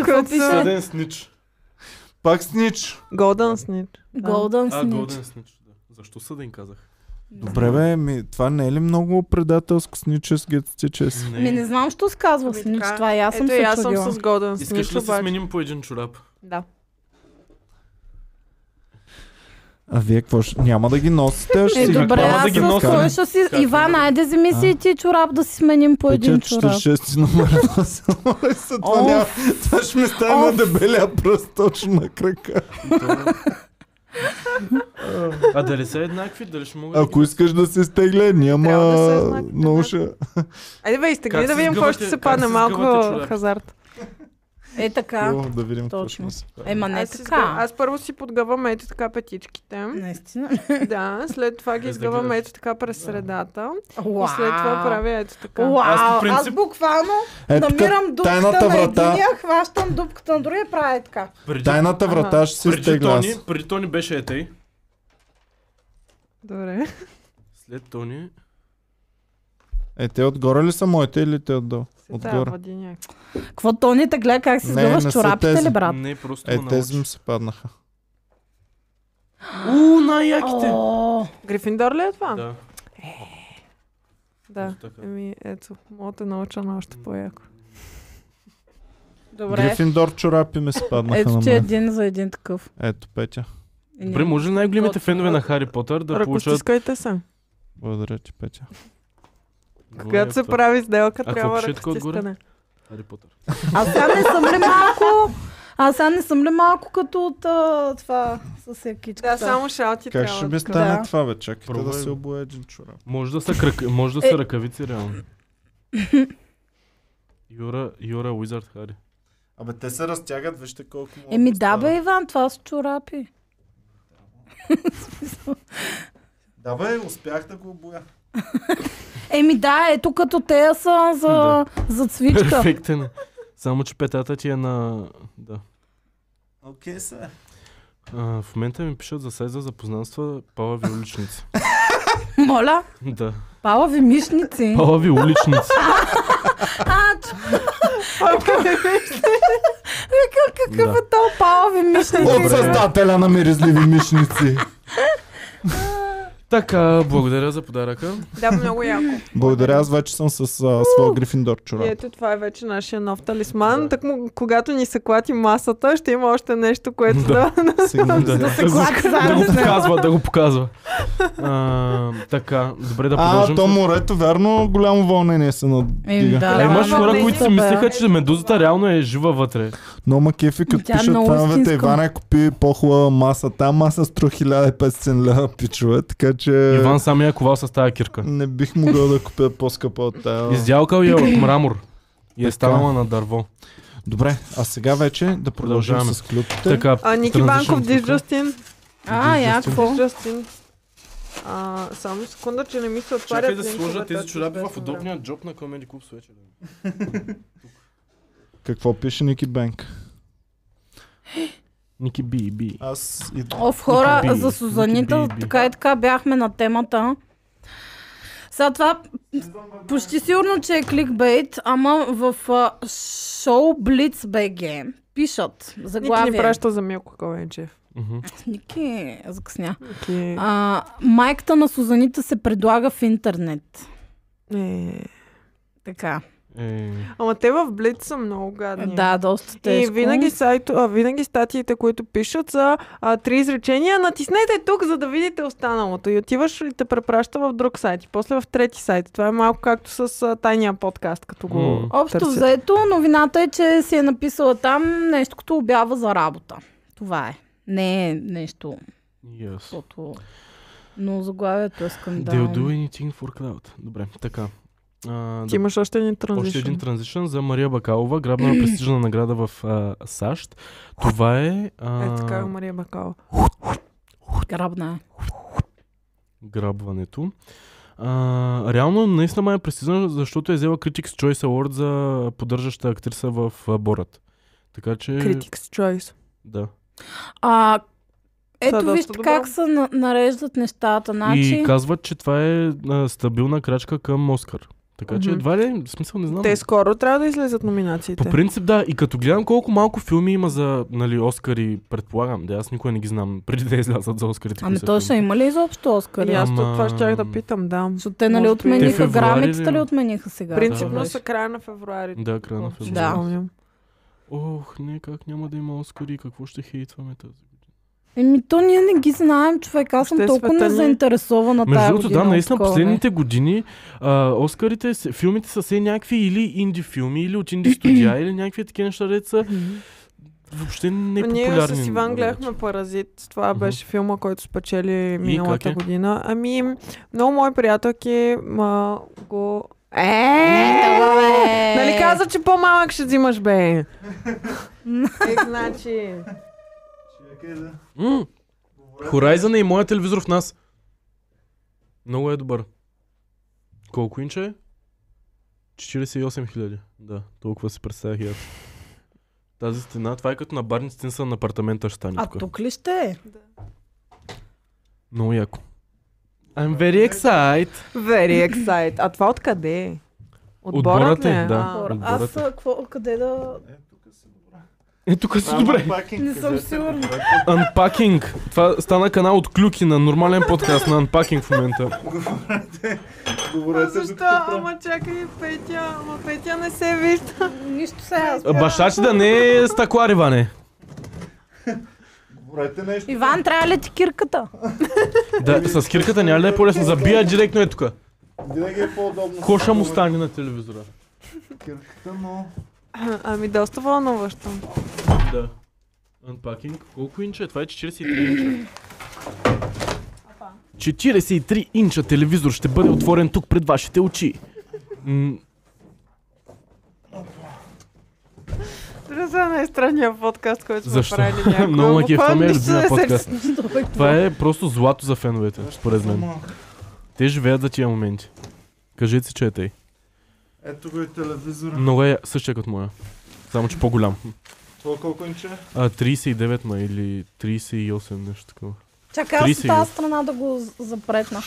[SPEAKER 3] Какво пише?
[SPEAKER 4] съден снич.
[SPEAKER 2] Пак снич.
[SPEAKER 6] Golden Snitch.
[SPEAKER 3] Golden
[SPEAKER 4] А,
[SPEAKER 3] Snitch.
[SPEAKER 4] голден снич. да. Защо съден казах?
[SPEAKER 2] Добре, бе, ми, това не е ли много предателско сничес гетстичес?
[SPEAKER 3] Ми не знам, що се казва
[SPEAKER 6] Ами
[SPEAKER 3] Snitch.
[SPEAKER 6] така.
[SPEAKER 3] Това и аз съм
[SPEAKER 6] Ето и
[SPEAKER 3] се
[SPEAKER 6] аз съм
[SPEAKER 3] чудила.
[SPEAKER 6] с Golden
[SPEAKER 4] Искаш
[SPEAKER 6] Snitch,
[SPEAKER 4] ли да се
[SPEAKER 6] обаче.
[SPEAKER 4] сменим по един чорап?
[SPEAKER 6] Да.
[SPEAKER 2] А вие какво ще... Няма да ги носите, а ще
[SPEAKER 3] Е,
[SPEAKER 2] си ги
[SPEAKER 3] добре,
[SPEAKER 4] Няма да
[SPEAKER 3] аз
[SPEAKER 4] ги
[SPEAKER 3] с
[SPEAKER 4] носа.
[SPEAKER 3] кой ще си...
[SPEAKER 4] Как
[SPEAKER 3] Иван,
[SPEAKER 4] да?
[SPEAKER 3] айде вземи си и ти чорап да си сменим по един чорап.
[SPEAKER 2] 46 номер носил. Моля се, това,
[SPEAKER 3] Оф.
[SPEAKER 2] няма, това ще ми стане на дебелия пръст точно на крака.
[SPEAKER 4] А дали са еднакви? Дали ще мога
[SPEAKER 2] Ако искаш да се стегля, няма
[SPEAKER 6] Трябва да се знак,
[SPEAKER 2] много
[SPEAKER 6] да.
[SPEAKER 2] ще...
[SPEAKER 6] Айде бе, изтегли
[SPEAKER 4] Как
[SPEAKER 6] да
[SPEAKER 4] се
[SPEAKER 6] видим какво
[SPEAKER 4] сгъвате-
[SPEAKER 6] ще се
[SPEAKER 4] как
[SPEAKER 6] падне
[SPEAKER 4] се
[SPEAKER 6] малко
[SPEAKER 4] сгъвате чорапите?
[SPEAKER 6] хазарт.
[SPEAKER 3] Е така.
[SPEAKER 2] О, да видим какво ще
[SPEAKER 3] Точно.
[SPEAKER 2] носи.
[SPEAKER 3] Ема не
[SPEAKER 6] аз, си сгъ-
[SPEAKER 3] така.
[SPEAKER 6] аз първо си подгъвам ето така петичките.
[SPEAKER 3] Наистина.
[SPEAKER 6] да, след това ги
[SPEAKER 4] Без да
[SPEAKER 6] изгъвам
[SPEAKER 4] гледаш.
[SPEAKER 6] ето така през средата.
[SPEAKER 3] Вау.
[SPEAKER 6] И след това правя ето така.
[SPEAKER 3] Вау,
[SPEAKER 4] Аз по
[SPEAKER 3] аз,
[SPEAKER 4] принцип-
[SPEAKER 3] буквално
[SPEAKER 2] Е, тук,
[SPEAKER 3] намирам дупката
[SPEAKER 2] тайната
[SPEAKER 3] на
[SPEAKER 2] врата-
[SPEAKER 3] единия, хващам дупката на другия и правя така.
[SPEAKER 4] Преди,
[SPEAKER 2] Тайната врата ще се
[SPEAKER 4] преди,
[SPEAKER 2] стегля аз.
[SPEAKER 4] Тони, преди Тони беше Етей.
[SPEAKER 6] Добре.
[SPEAKER 4] След Тони...
[SPEAKER 2] Е, те отгоре ли са моите или те отдолу?
[SPEAKER 6] Сега
[SPEAKER 2] Отгоре.
[SPEAKER 6] води някак.
[SPEAKER 3] Какво Тони те гледа как си
[SPEAKER 2] Не,
[SPEAKER 3] сгъваш
[SPEAKER 2] не са
[SPEAKER 3] чорапите
[SPEAKER 2] тези.
[SPEAKER 3] ли, брат?
[SPEAKER 4] Не, просто
[SPEAKER 2] Е,
[SPEAKER 4] му
[SPEAKER 2] тези
[SPEAKER 4] научи.
[SPEAKER 2] ми се паднаха.
[SPEAKER 4] У, най-яките!
[SPEAKER 3] О,
[SPEAKER 6] Грифиндор ли е това?
[SPEAKER 4] Да,
[SPEAKER 6] да. Е,
[SPEAKER 4] ето така.
[SPEAKER 6] Еми, Ами, ето, мога да те науча на още по-яко.
[SPEAKER 3] Добре.
[SPEAKER 2] Грифиндор чорапи ми се паднаха
[SPEAKER 3] Ето
[SPEAKER 2] на
[SPEAKER 3] ти
[SPEAKER 2] мен.
[SPEAKER 3] един за един такъв.
[SPEAKER 2] Ето, Петя.
[SPEAKER 3] И
[SPEAKER 4] Добре, може ли най-големите
[SPEAKER 3] Готино.
[SPEAKER 4] фенове на Хари Потър да получат...
[SPEAKER 6] Ръкостискайте се.
[SPEAKER 2] Благодаря ти, Петя.
[SPEAKER 4] двойния
[SPEAKER 6] Когато се
[SPEAKER 4] автор?
[SPEAKER 6] прави сделка,
[SPEAKER 4] какво
[SPEAKER 6] трябва
[SPEAKER 4] пише тук отгоре?
[SPEAKER 6] ръкостискане.
[SPEAKER 4] Хари Потър.
[SPEAKER 3] А сега не съм ли малко... А сега не съм ли малко като от а, това с якичката?
[SPEAKER 6] Да, само шалти
[SPEAKER 2] Как
[SPEAKER 6] трябва.
[SPEAKER 2] ще
[SPEAKER 6] да
[SPEAKER 2] би
[SPEAKER 6] кажа.
[SPEAKER 2] стане
[SPEAKER 3] Да.
[SPEAKER 2] това, бе? Чакайте да
[SPEAKER 4] Пробвай,
[SPEAKER 2] се
[SPEAKER 4] бе.
[SPEAKER 2] обуе един чорап.
[SPEAKER 4] Може да са, крък... Може да са
[SPEAKER 6] Е.
[SPEAKER 4] ръкавици, реално. Юра, Юра Уизард Хари.
[SPEAKER 2] Абе, те се разтягат, вижте колко му
[SPEAKER 3] Еми да бе, Иван, това са чорапи.
[SPEAKER 2] Да бе, успях да го обуя.
[SPEAKER 3] Еми да, ето като те са за,
[SPEAKER 4] Да.
[SPEAKER 3] за цвичка.
[SPEAKER 4] Перфектен. е. Само, че петата ти е на... Да.
[SPEAKER 2] Окей се.
[SPEAKER 4] А, в момента ми пишат за сайт за запознанства Пала ви уличници.
[SPEAKER 3] Моля,
[SPEAKER 4] да.
[SPEAKER 3] пала ви мишници.
[SPEAKER 4] Пала ви уличници.
[SPEAKER 3] А, че- Вика, какъв
[SPEAKER 4] Да.
[SPEAKER 3] е то пала ви
[SPEAKER 2] От
[SPEAKER 3] мишници?
[SPEAKER 2] създателя на миризливи мишници.
[SPEAKER 4] така, благодаря за подаръка.
[SPEAKER 6] Да, много яко.
[SPEAKER 2] Благодаря, аз вече съм с а, своя Грифиндор
[SPEAKER 6] И
[SPEAKER 2] чорап.
[SPEAKER 6] ето това е вече нашия нов талисман. Так му, когато ни се клати масата, ще има още нещо, което да...
[SPEAKER 2] Сигнализира.
[SPEAKER 4] Да.
[SPEAKER 3] Да се клати
[SPEAKER 4] Да
[SPEAKER 3] заедно
[SPEAKER 4] го
[SPEAKER 3] с него.
[SPEAKER 4] показва, да го показва. А, така, добре да
[SPEAKER 2] А,
[SPEAKER 4] продължим.
[SPEAKER 2] то
[SPEAKER 4] с-
[SPEAKER 2] морето, вярно, голямо вълнение се
[SPEAKER 3] Еми,
[SPEAKER 2] надига.
[SPEAKER 3] да.
[SPEAKER 4] Е, имаш
[SPEAKER 6] Ама
[SPEAKER 4] хора,
[SPEAKER 6] не
[SPEAKER 4] които
[SPEAKER 6] си
[SPEAKER 4] си
[SPEAKER 3] бе.
[SPEAKER 4] мислеха, че медузата реално е жива вътре.
[SPEAKER 2] Но ма кефи, като
[SPEAKER 3] Тя е
[SPEAKER 2] пишат
[SPEAKER 3] много
[SPEAKER 2] феновете,
[SPEAKER 3] истинска.
[SPEAKER 2] Ивана купи по-хубава маса. Та маса струва 1500 лева, пичове, така че...
[SPEAKER 4] Иван сам я е ковал с тази кирка.
[SPEAKER 2] Не бих могъл да купя по-скъпа от тая.
[SPEAKER 4] Издялкал я от мрамор. И е
[SPEAKER 2] Така.
[SPEAKER 4] станала на дърво.
[SPEAKER 2] Добре, а сега вече да продължим
[SPEAKER 4] Продължаваме.
[SPEAKER 2] с клюките.
[SPEAKER 4] Така,
[SPEAKER 6] А, Ники
[SPEAKER 4] Transition
[SPEAKER 6] Банков,
[SPEAKER 4] тук.
[SPEAKER 6] Диж Джастин.
[SPEAKER 3] А, я, какво?
[SPEAKER 6] Диж Джастин. А, само секунда, че не ми се отварят
[SPEAKER 4] чакай да си
[SPEAKER 6] линковете
[SPEAKER 4] сложа тези
[SPEAKER 6] от
[SPEAKER 4] чорапи е в
[SPEAKER 6] известно време.
[SPEAKER 4] удобния джоб на Comedy Club с вечер.
[SPEAKER 2] Какво пише Ники Бенк?
[SPEAKER 4] Ники би, би.
[SPEAKER 2] Аз и...
[SPEAKER 3] Оф, хора,
[SPEAKER 4] Ники Би,
[SPEAKER 3] за Сузанита,
[SPEAKER 4] Ники Би, Би.
[SPEAKER 3] така и така бяхме на темата. Сега това почти сигурно, че е кликбейт, ама в а, шоу Блиц БГ пишат
[SPEAKER 6] Ники ни
[SPEAKER 3] заглавие.
[SPEAKER 6] праща за Милко Ковенчев.
[SPEAKER 4] Мгм.
[SPEAKER 3] Ники, закъсня.
[SPEAKER 6] Ники...
[SPEAKER 3] А, майката на Сузанита се предлага в интернет.
[SPEAKER 6] Е.
[SPEAKER 3] Така.
[SPEAKER 4] Е,
[SPEAKER 6] Ама те в Блиц са много гадни.
[SPEAKER 3] Да, доста
[SPEAKER 6] И
[SPEAKER 3] тежко.
[SPEAKER 6] винаги, сайто, а, винаги статиите, които пишат са а, три изречения. Натиснете тук, за да видите останалото. И отиваш и те препраща в друг сайт. И после в трети сайт. Това е малко както с а, тайния подкаст, като го
[SPEAKER 4] М.
[SPEAKER 3] Общо
[SPEAKER 6] търсят.
[SPEAKER 3] взето, новината е, че си е написала там нещо като обява за работа. Това е. Не е нещо,
[SPEAKER 4] yes.
[SPEAKER 3] защото... Но заглавието е скандал.
[SPEAKER 4] They'll do anything for cloud. Добре, така. а,
[SPEAKER 6] Ти
[SPEAKER 4] да
[SPEAKER 6] имаш още един
[SPEAKER 4] Още един
[SPEAKER 6] транзишън.
[SPEAKER 4] транзишън за Мария Бакалова, грабна на престижна награда в а, САЩ. Това е... А,
[SPEAKER 6] Е, така е Мария Бакала.
[SPEAKER 3] Грабна. е.
[SPEAKER 4] грабването. А, реално, наистина май е престижна, защото е взела Critics Choice Award за поддържаща актриса в а, Борат. Така че...
[SPEAKER 6] Critics Choice.
[SPEAKER 4] Да.
[SPEAKER 3] А, ето
[SPEAKER 6] доста
[SPEAKER 3] вижте
[SPEAKER 6] добро.
[SPEAKER 3] как се на- нареждат нещата. Значи,
[SPEAKER 4] е И казват, че това е а, стабилна крачка към Оскар. Така че
[SPEAKER 6] Мгм.
[SPEAKER 4] едва ли, в смисъл не знам.
[SPEAKER 6] Те скоро трябва да излезат номинациите.
[SPEAKER 4] По принцип да, и като гледам колко малко филми има за нали, Оскари, предполагам, да аз никога не ги знам преди да излязат за Оскарите.
[SPEAKER 3] ами
[SPEAKER 4] кои са
[SPEAKER 3] то ще
[SPEAKER 4] филми.
[SPEAKER 3] има ли изобщо Оскари?
[SPEAKER 6] И аз тук това
[SPEAKER 4] Ама-
[SPEAKER 6] ще да питам, да.
[SPEAKER 3] Защото те нали
[SPEAKER 6] Може би.
[SPEAKER 4] Те
[SPEAKER 3] отмениха
[SPEAKER 4] февруари ли?
[SPEAKER 3] грамицата ли отмениха сега?
[SPEAKER 6] Принципно
[SPEAKER 4] да.
[SPEAKER 6] са края на февруари.
[SPEAKER 4] Да, края на
[SPEAKER 6] Колко си
[SPEAKER 4] февруари.
[SPEAKER 3] Да.
[SPEAKER 6] спомням.
[SPEAKER 4] Ох, не, как няма да има Оскари, какво ще хейтваме тази.
[SPEAKER 3] Еми, то ние не ги знаем, човек. Аз съм
[SPEAKER 4] е
[SPEAKER 6] Въобще
[SPEAKER 3] толкова
[SPEAKER 6] света ни-
[SPEAKER 3] незаинтересована
[SPEAKER 4] Между
[SPEAKER 3] тая
[SPEAKER 4] другото, да,
[SPEAKER 3] година.
[SPEAKER 4] наистина
[SPEAKER 3] от такова
[SPEAKER 4] последните години а, Оскарите, се- филмите са все някакви или инди филми, или от инди студия, или някакви такива неща, дето са въобще непопулярни.
[SPEAKER 6] Ние с Иван
[SPEAKER 4] нали.
[SPEAKER 6] гледахме Паразит. Това
[SPEAKER 4] Мгм.
[SPEAKER 6] беше филма, който спечели миналата
[SPEAKER 4] как е?
[SPEAKER 6] година. Ами, много мои приятелки ма, го... Е!
[SPEAKER 3] Не, това е.
[SPEAKER 6] Нали каза, че по-малък ще взимаш, бе? Е, значи...
[SPEAKER 4] М, Horizon е и моя телевизор в нас. Много е добър. Колко инча е? 48 хиляди. Да, толкова си представях и аз. Тази стена, това е като на Барни Стинсън на апартамента ще стане
[SPEAKER 3] А
[SPEAKER 4] тук.
[SPEAKER 3] тук ли ще е?
[SPEAKER 4] Много яко. I'm very excited.
[SPEAKER 6] Very excited. А това откъде е?
[SPEAKER 4] Отборът е, да.
[SPEAKER 6] А,
[SPEAKER 4] Отборът е.
[SPEAKER 3] Аз а, какво, къде да...
[SPEAKER 4] Е, тук си добре.
[SPEAKER 3] Не съм сигурна.
[SPEAKER 4] Unpacking. Това стана канал от клюки на нормален подкаст на Unpacking в момента.
[SPEAKER 6] А
[SPEAKER 2] е
[SPEAKER 6] защо? Ама чакай, Петя, ама Петя не се вижда.
[SPEAKER 3] Нищо сега.
[SPEAKER 4] А, Баща ти да не е стаклар, Иване.
[SPEAKER 2] Говорете нещо.
[SPEAKER 3] Иван, трябва ли ти кирката?
[SPEAKER 4] Да, с кирката няма ли да е по-лесно. Забия директно е тук.
[SPEAKER 2] Винаги е по-удобно.
[SPEAKER 4] Коша му стане на телевизора.
[SPEAKER 2] Кирката, но...
[SPEAKER 6] Ами доста вълнуващо.
[SPEAKER 4] Да. Unpacking. Колко инча е? Това е 43 инча. 43 инча телевизор ще бъде отворен тук пред вашите очи. М,
[SPEAKER 6] Това не е странния подкаст, който сме
[SPEAKER 4] Защо?
[SPEAKER 6] правили някога.
[SPEAKER 4] Много ме кеф, това ми е
[SPEAKER 6] Буквално нищо
[SPEAKER 4] любимия
[SPEAKER 6] не се
[SPEAKER 4] подкаст. Това е просто злато за феновете, според мен. Те живеят за тия моменти. Кажете си, че е тъй.
[SPEAKER 2] Ето го и телевизора.
[SPEAKER 4] Много е същия като моя. Само, че по-голям.
[SPEAKER 2] Това колко инче? е?
[SPEAKER 4] А, 39 ма или 38, нещо такова.
[SPEAKER 3] Чакай аз от
[SPEAKER 4] 30
[SPEAKER 3] тази страна да го з- запретна.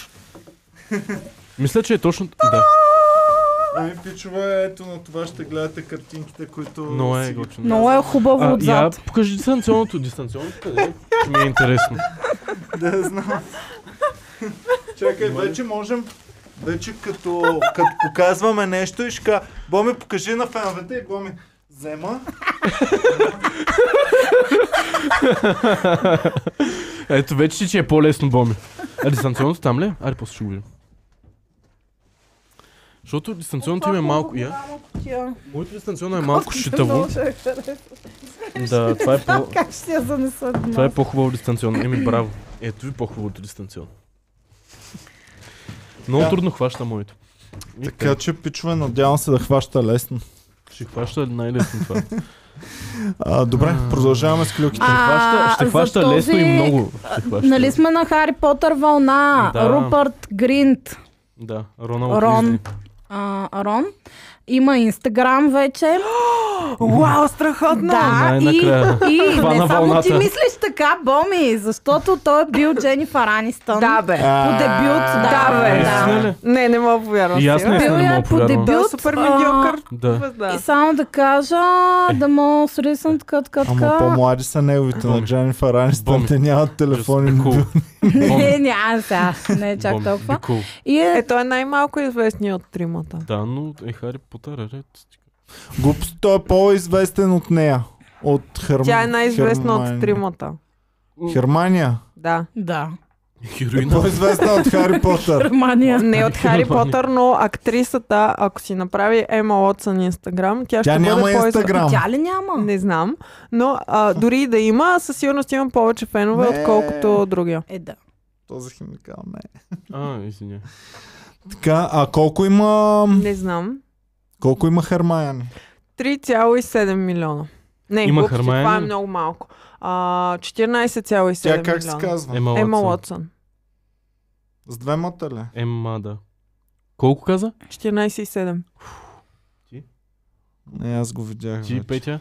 [SPEAKER 4] Мисля, че е точно... Да,
[SPEAKER 2] Ами, пичове, ето на това ще гледате картинките, които...
[SPEAKER 4] много е
[SPEAKER 2] си ги-
[SPEAKER 4] готино.
[SPEAKER 3] Много е хубаво
[SPEAKER 4] А, я,
[SPEAKER 3] отзад.
[SPEAKER 4] покажи дистанционното. Дистанционното къде е? Ще ми е интересно.
[SPEAKER 2] Да, знам. Чакай, вече можем... Вече като, като показваме нещо и ще кажа, Боми, покажи на феновете и Боми, взема.
[SPEAKER 4] Ето вече, че е по-лесно, Боми. А дистанционното там ли е? Аре, после ще го видим. Защото дистанционното им е малко... Я?
[SPEAKER 3] Я.
[SPEAKER 4] Моето дистанционно е малко щитаво. Да, това е по...
[SPEAKER 3] Как ще я занеса днес?
[SPEAKER 4] Това е по-хубаво дистанционно. Еми, браво. Ето ви по-хубавото дистанционно. Много
[SPEAKER 2] Да.
[SPEAKER 4] трудно хваща моето. И
[SPEAKER 2] Така че, пичове, надявам се да хваща лесно.
[SPEAKER 4] Ще хваща най-лесно това. Ще
[SPEAKER 2] А, добре, продължаваме с клюките.
[SPEAKER 3] А,
[SPEAKER 4] хваща, ще
[SPEAKER 3] за
[SPEAKER 4] хваща
[SPEAKER 3] този-
[SPEAKER 4] лесно и много. Ще хваща.
[SPEAKER 3] Нали сме на Хари Потър вълна?
[SPEAKER 4] Да.
[SPEAKER 3] Рупърт Гринт.
[SPEAKER 4] Да, Роналд
[SPEAKER 3] Рон.
[SPEAKER 4] Рон.
[SPEAKER 3] а, Рон. Има Инстаграм вече.
[SPEAKER 6] Вау, страхотно!
[SPEAKER 3] да, и,
[SPEAKER 4] Най-накрая.
[SPEAKER 3] и
[SPEAKER 4] Хвана
[SPEAKER 3] не само ти
[SPEAKER 4] вълната.
[SPEAKER 3] мислиш така, Боми, защото той е бил Дженнифър Анистън.
[SPEAKER 6] Да, бе.
[SPEAKER 3] По дебют, да,
[SPEAKER 6] Да, бе.
[SPEAKER 4] Наистина ли?
[SPEAKER 6] Не, не мога повярвам.
[SPEAKER 4] И аз
[SPEAKER 6] сега.
[SPEAKER 4] не.
[SPEAKER 3] Бил
[SPEAKER 4] Наистина мога
[SPEAKER 3] е
[SPEAKER 4] да
[SPEAKER 3] по
[SPEAKER 4] повярвам.
[SPEAKER 6] Той е
[SPEAKER 3] дебют.
[SPEAKER 6] супер
[SPEAKER 3] а,
[SPEAKER 6] медиокър.
[SPEAKER 4] Да. Е.
[SPEAKER 6] звезда.
[SPEAKER 3] И само да кажа, да мога срисам така, така,
[SPEAKER 2] Ама
[SPEAKER 3] така.
[SPEAKER 2] по-млади са неговите на
[SPEAKER 4] Боми.
[SPEAKER 2] Дженнифър Анистън,
[SPEAKER 4] Боми.
[SPEAKER 2] те нямат телефони.
[SPEAKER 4] Just be cool.
[SPEAKER 3] Не, няма Е, сега, не е чак
[SPEAKER 4] Бомби,
[SPEAKER 3] толкова.
[SPEAKER 4] би cool.
[SPEAKER 3] И е,
[SPEAKER 6] Е, той е най-малко известният от тримата.
[SPEAKER 4] Да, но е Хари Потър, е ред.
[SPEAKER 2] Глупост, той е по-известен от нея. От Херм...
[SPEAKER 6] Тя е най-известна
[SPEAKER 2] Хермания.
[SPEAKER 6] от тримата.
[SPEAKER 2] Хермания.
[SPEAKER 6] Да.
[SPEAKER 3] да,
[SPEAKER 2] Е
[SPEAKER 4] Хероина.
[SPEAKER 2] по-известна от Хари Потър.
[SPEAKER 3] Германия.
[SPEAKER 6] Не е от Хари Потър, но актрисата, ако си направи Ема Лотсън инстаграм, тя,
[SPEAKER 2] Тя
[SPEAKER 6] ще
[SPEAKER 2] няма
[SPEAKER 6] бъде по-известна.
[SPEAKER 2] Инстаграм.
[SPEAKER 3] Тя ли няма?
[SPEAKER 6] Не знам, но а, дори и да има, със сигурност има повече фенове,
[SPEAKER 2] Не.
[SPEAKER 6] отколкото другия.
[SPEAKER 3] Е, да.
[SPEAKER 2] Този химикал не е.
[SPEAKER 4] А, извиня.
[SPEAKER 2] Така, а колко има,
[SPEAKER 6] Не знам.
[SPEAKER 2] колко има Хермаяни?
[SPEAKER 6] 3,7 милиона. Не,
[SPEAKER 4] Има
[SPEAKER 6] глупости, това е
[SPEAKER 4] Хармайни.
[SPEAKER 6] много малко. А, 14,7
[SPEAKER 2] Тя как се
[SPEAKER 6] милиона.
[SPEAKER 2] казва?
[SPEAKER 4] Ема
[SPEAKER 6] Ема
[SPEAKER 4] Уотсън.
[SPEAKER 6] Уотсън.
[SPEAKER 2] С двемата ли?
[SPEAKER 4] Ема, да. Колко каза?
[SPEAKER 6] 14,7.
[SPEAKER 2] Не, аз го видях
[SPEAKER 4] Ти,
[SPEAKER 2] вече.
[SPEAKER 4] Петя?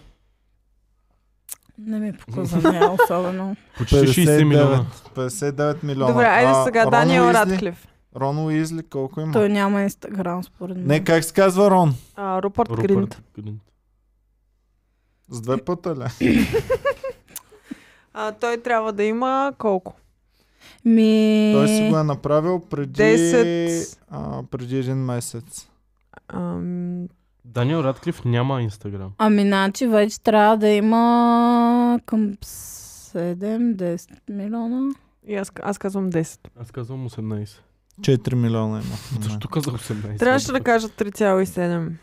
[SPEAKER 3] Не ми показва не особено.
[SPEAKER 4] Почти 60 милиона.
[SPEAKER 2] 59 милиона.
[SPEAKER 6] Добре, айде
[SPEAKER 2] А,
[SPEAKER 6] сега
[SPEAKER 2] Рон
[SPEAKER 6] Даниел
[SPEAKER 2] Уизли?
[SPEAKER 6] Радклиф.
[SPEAKER 2] Рон Уизли колко има?
[SPEAKER 3] Той няма инстаграм, според мен.
[SPEAKER 2] Не, как се казва Рон?
[SPEAKER 6] А, Рупърт
[SPEAKER 4] Рупърт
[SPEAKER 6] Гринт.
[SPEAKER 4] Гринт.
[SPEAKER 2] С две пъта ли?
[SPEAKER 6] А, той трябва да има колко?
[SPEAKER 3] Ми...
[SPEAKER 2] Той си го е направил преди,
[SPEAKER 6] 10.
[SPEAKER 2] а, преди един месец.
[SPEAKER 6] Ам,
[SPEAKER 4] Даниел Радклиф няма Инстаграм.
[SPEAKER 3] Ами, значи вече трябва да има към 7-10 милиона.
[SPEAKER 6] и аз, аз казвам 10.
[SPEAKER 4] Аз казвам 18.
[SPEAKER 2] 4 милиона има. в момента.
[SPEAKER 4] Защо казах 18?
[SPEAKER 6] Трябваше да кажа 3,7.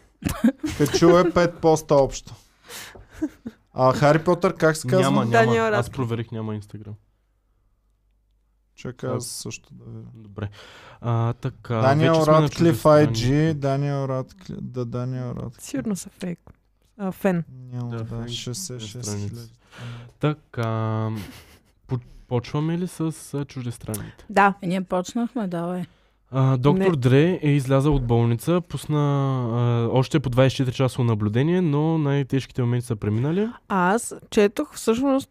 [SPEAKER 2] Качил е 5 поста общо. А Хари Потър как се казва?
[SPEAKER 4] Няма,
[SPEAKER 2] Няма.
[SPEAKER 4] няма.
[SPEAKER 6] Даниел
[SPEAKER 4] Аз
[SPEAKER 6] Радклиф.
[SPEAKER 4] проверих, няма Инстаграм.
[SPEAKER 2] Чакай аз също да видя.
[SPEAKER 4] Добре. А, така, вече
[SPEAKER 2] Даниел
[SPEAKER 4] сме на
[SPEAKER 2] Радклиф
[SPEAKER 4] чуждестранни.
[SPEAKER 2] IG, Даниел Радклиф, да, Даниел Радклиф.
[SPEAKER 6] Сигурно са фейк. А, фен.
[SPEAKER 2] Няма,
[SPEAKER 4] Да,
[SPEAKER 2] да,
[SPEAKER 4] фейк
[SPEAKER 2] 66
[SPEAKER 4] страница.
[SPEAKER 2] хиляди.
[SPEAKER 4] Така, по- почваме ли с а, чуждестранните?
[SPEAKER 6] Да.
[SPEAKER 3] Е, ние почнахме, давай.
[SPEAKER 4] А, доктор
[SPEAKER 6] Не.
[SPEAKER 4] Дре е излязъл от болница, пусна а, още по 24 часово наблюдение, но най-тежките моменти са преминали.
[SPEAKER 6] Аз четох всъщност,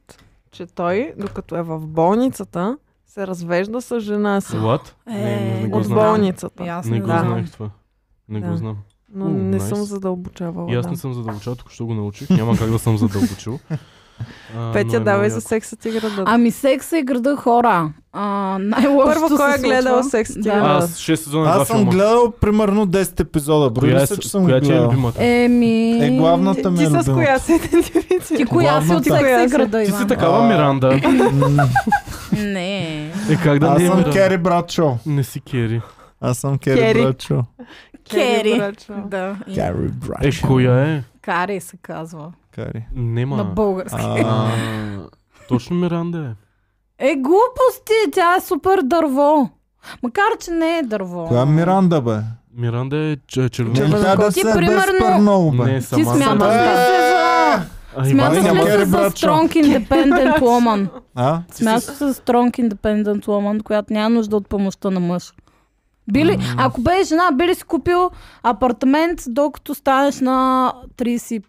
[SPEAKER 6] че той, докато е в болницата, се развежда с жена си.
[SPEAKER 4] What?
[SPEAKER 3] Е,
[SPEAKER 4] не, не го
[SPEAKER 6] От
[SPEAKER 4] знам.
[SPEAKER 6] болницата.
[SPEAKER 3] И аз
[SPEAKER 4] Не
[SPEAKER 3] не,
[SPEAKER 4] го
[SPEAKER 6] Да.
[SPEAKER 3] знам.
[SPEAKER 4] знаех това. Не
[SPEAKER 6] Да.
[SPEAKER 4] го знам.
[SPEAKER 6] Но
[SPEAKER 4] О,
[SPEAKER 6] не
[SPEAKER 4] найс.
[SPEAKER 6] съм задълбочавала.
[SPEAKER 4] И аз
[SPEAKER 6] да.
[SPEAKER 4] не съм задълбочал, току-що го научих. Няма как да съм задълбочил. А, но
[SPEAKER 6] Петя,
[SPEAKER 4] е
[SPEAKER 6] давай
[SPEAKER 4] много
[SPEAKER 6] за секса ти града.
[SPEAKER 3] Ами секса и града хора. А, най-лошото
[SPEAKER 6] Първо, кой
[SPEAKER 3] се
[SPEAKER 6] е гледал
[SPEAKER 3] случва.
[SPEAKER 6] секса ти
[SPEAKER 3] Да.
[SPEAKER 4] яко.
[SPEAKER 6] града?
[SPEAKER 4] Аз 6 сезона,
[SPEAKER 2] Аз
[SPEAKER 4] 2
[SPEAKER 2] съм
[SPEAKER 4] филма.
[SPEAKER 2] гледал примерно 10 епизода.
[SPEAKER 4] Коя
[SPEAKER 2] Броя
[SPEAKER 4] е
[SPEAKER 2] се, че
[SPEAKER 4] с-
[SPEAKER 2] съм го
[SPEAKER 4] коя ти е
[SPEAKER 2] гледал.
[SPEAKER 4] любимата?
[SPEAKER 3] Еми...
[SPEAKER 2] Е, главната ми
[SPEAKER 6] Ти
[SPEAKER 2] е
[SPEAKER 6] с
[SPEAKER 2] любима.
[SPEAKER 6] коя се идентифицираш?
[SPEAKER 3] Ти коя си
[SPEAKER 2] Главната.
[SPEAKER 3] от секса
[SPEAKER 6] Коя
[SPEAKER 3] и
[SPEAKER 6] си?
[SPEAKER 3] града,
[SPEAKER 4] Ти
[SPEAKER 3] Иван?
[SPEAKER 4] си такава
[SPEAKER 2] А.
[SPEAKER 4] Миранда.
[SPEAKER 2] М,
[SPEAKER 3] Не.
[SPEAKER 4] Е, как да
[SPEAKER 2] Аз
[SPEAKER 4] не е
[SPEAKER 2] съм
[SPEAKER 4] Миранда?
[SPEAKER 2] Кери Братшо.
[SPEAKER 4] Не си Кери.
[SPEAKER 2] Аз съм Кери
[SPEAKER 6] Кери.
[SPEAKER 2] Братшо.
[SPEAKER 3] Кери.
[SPEAKER 6] Брачо.
[SPEAKER 3] Да. и-
[SPEAKER 2] Кери Братшо.
[SPEAKER 4] Е, коя е?
[SPEAKER 3] Кари се казва.
[SPEAKER 2] Кари.
[SPEAKER 4] Нема.
[SPEAKER 3] На български.
[SPEAKER 4] А, точно Миранда е.
[SPEAKER 3] Е, глупости, тя е супер дърво. Макар, че не е дърво.
[SPEAKER 2] Коя Миранда бе?
[SPEAKER 4] Миранда е ч-
[SPEAKER 2] Не,
[SPEAKER 4] червена.
[SPEAKER 2] тя да
[SPEAKER 3] Ти
[SPEAKER 2] се е без
[SPEAKER 3] примерно-
[SPEAKER 2] пърнало
[SPEAKER 4] Не,
[SPEAKER 2] бе.
[SPEAKER 3] Ти
[SPEAKER 4] сама.
[SPEAKER 3] смяташ ли се за...
[SPEAKER 4] А, Иван, е
[SPEAKER 3] Смяташ ли
[SPEAKER 2] Е! няма
[SPEAKER 4] няма-
[SPEAKER 2] Кери
[SPEAKER 3] се за
[SPEAKER 2] Братшо.
[SPEAKER 3] strong independent woman?
[SPEAKER 2] А?
[SPEAKER 3] Смяташ ли се за strong independent woman, която няма нужда от помощта на мъж? Били, ако бе жена, би ли си купил апартамент, докато станеш на 35,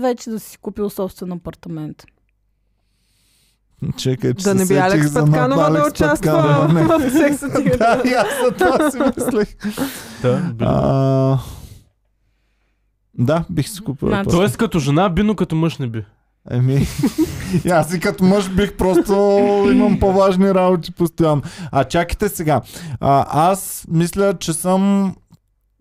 [SPEAKER 3] вече да си купил собствен апартамент?
[SPEAKER 2] Чакай, че
[SPEAKER 6] Да
[SPEAKER 2] се
[SPEAKER 6] не би
[SPEAKER 2] сетих
[SPEAKER 6] Алекс
[SPEAKER 2] за над
[SPEAKER 6] Петканова да
[SPEAKER 2] Алекс
[SPEAKER 6] участва
[SPEAKER 2] Петканова. Не.
[SPEAKER 6] в секса ти
[SPEAKER 2] Да,
[SPEAKER 6] града.
[SPEAKER 2] и аз за това си мислех.
[SPEAKER 4] Да, били.
[SPEAKER 2] А, Да, бих си купил.
[SPEAKER 3] Значи-
[SPEAKER 2] първо.
[SPEAKER 4] Тоест като жена би, но като мъж не би.
[SPEAKER 2] Еми, и аз и като мъж бих просто имам по-важни работи постоянно. А чакайте сега. А, аз мисля, че съм...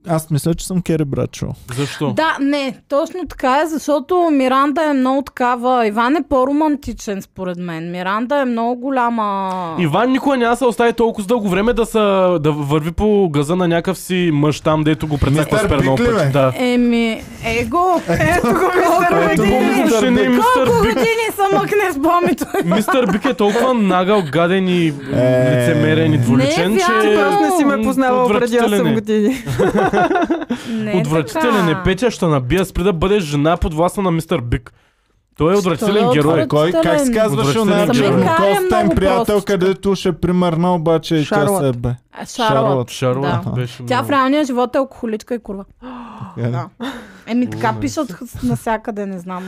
[SPEAKER 2] Аз мисля, че съм Кери Брачо.
[SPEAKER 4] Защо?
[SPEAKER 3] Да, не, точно така е, защото Миранда е много такава. Иван е по-романтичен, според мен. Миранда е много голяма.
[SPEAKER 4] Иван никога няма се остави толкова с дълго време да, са, да върви по газа на някакъв си мъж там, дето го прецаква
[SPEAKER 2] Мистер
[SPEAKER 4] с перно
[SPEAKER 2] Пик ли, бе?
[SPEAKER 4] път. Да.
[SPEAKER 3] Еми, его!
[SPEAKER 6] Ето го, мистер
[SPEAKER 4] Ето го,
[SPEAKER 6] Медин.
[SPEAKER 4] въобще не е
[SPEAKER 3] Колко
[SPEAKER 4] мистер Бик.
[SPEAKER 3] години са мъкне с бомито?
[SPEAKER 4] Мистер Бик е толкова нагъл, гаден и м,
[SPEAKER 2] Е.
[SPEAKER 4] лицемерен и дволичен,
[SPEAKER 3] Не,
[SPEAKER 4] че...
[SPEAKER 3] вярно.
[SPEAKER 6] Ти просто не си ме познавал преди
[SPEAKER 4] отвратителен е.
[SPEAKER 6] 8 години.
[SPEAKER 3] Не е
[SPEAKER 4] Отвратителен е.
[SPEAKER 3] така.
[SPEAKER 4] Петя ще набия, спри да бъдеш жена под властта на мистер Бик. Той е отвратителен
[SPEAKER 3] е
[SPEAKER 4] герой.
[SPEAKER 3] отвратителен?
[SPEAKER 2] Кой, как се казваше
[SPEAKER 4] Отвратителен
[SPEAKER 2] на
[SPEAKER 4] герой.
[SPEAKER 3] Самекария
[SPEAKER 2] чернокостен
[SPEAKER 3] много
[SPEAKER 2] приятел,
[SPEAKER 3] прост.
[SPEAKER 2] където ще примерна обаче и тя
[SPEAKER 6] Шарлот.
[SPEAKER 2] се е бе.
[SPEAKER 3] А, Е, Шарлот.
[SPEAKER 4] Шарлот
[SPEAKER 3] Да.
[SPEAKER 4] беше
[SPEAKER 3] Тя в
[SPEAKER 4] много-
[SPEAKER 3] реалния живот е алкохоличка и курва.
[SPEAKER 2] Е,
[SPEAKER 3] Да. Еми така
[SPEAKER 4] О,
[SPEAKER 3] пишат навсякъде, не знам.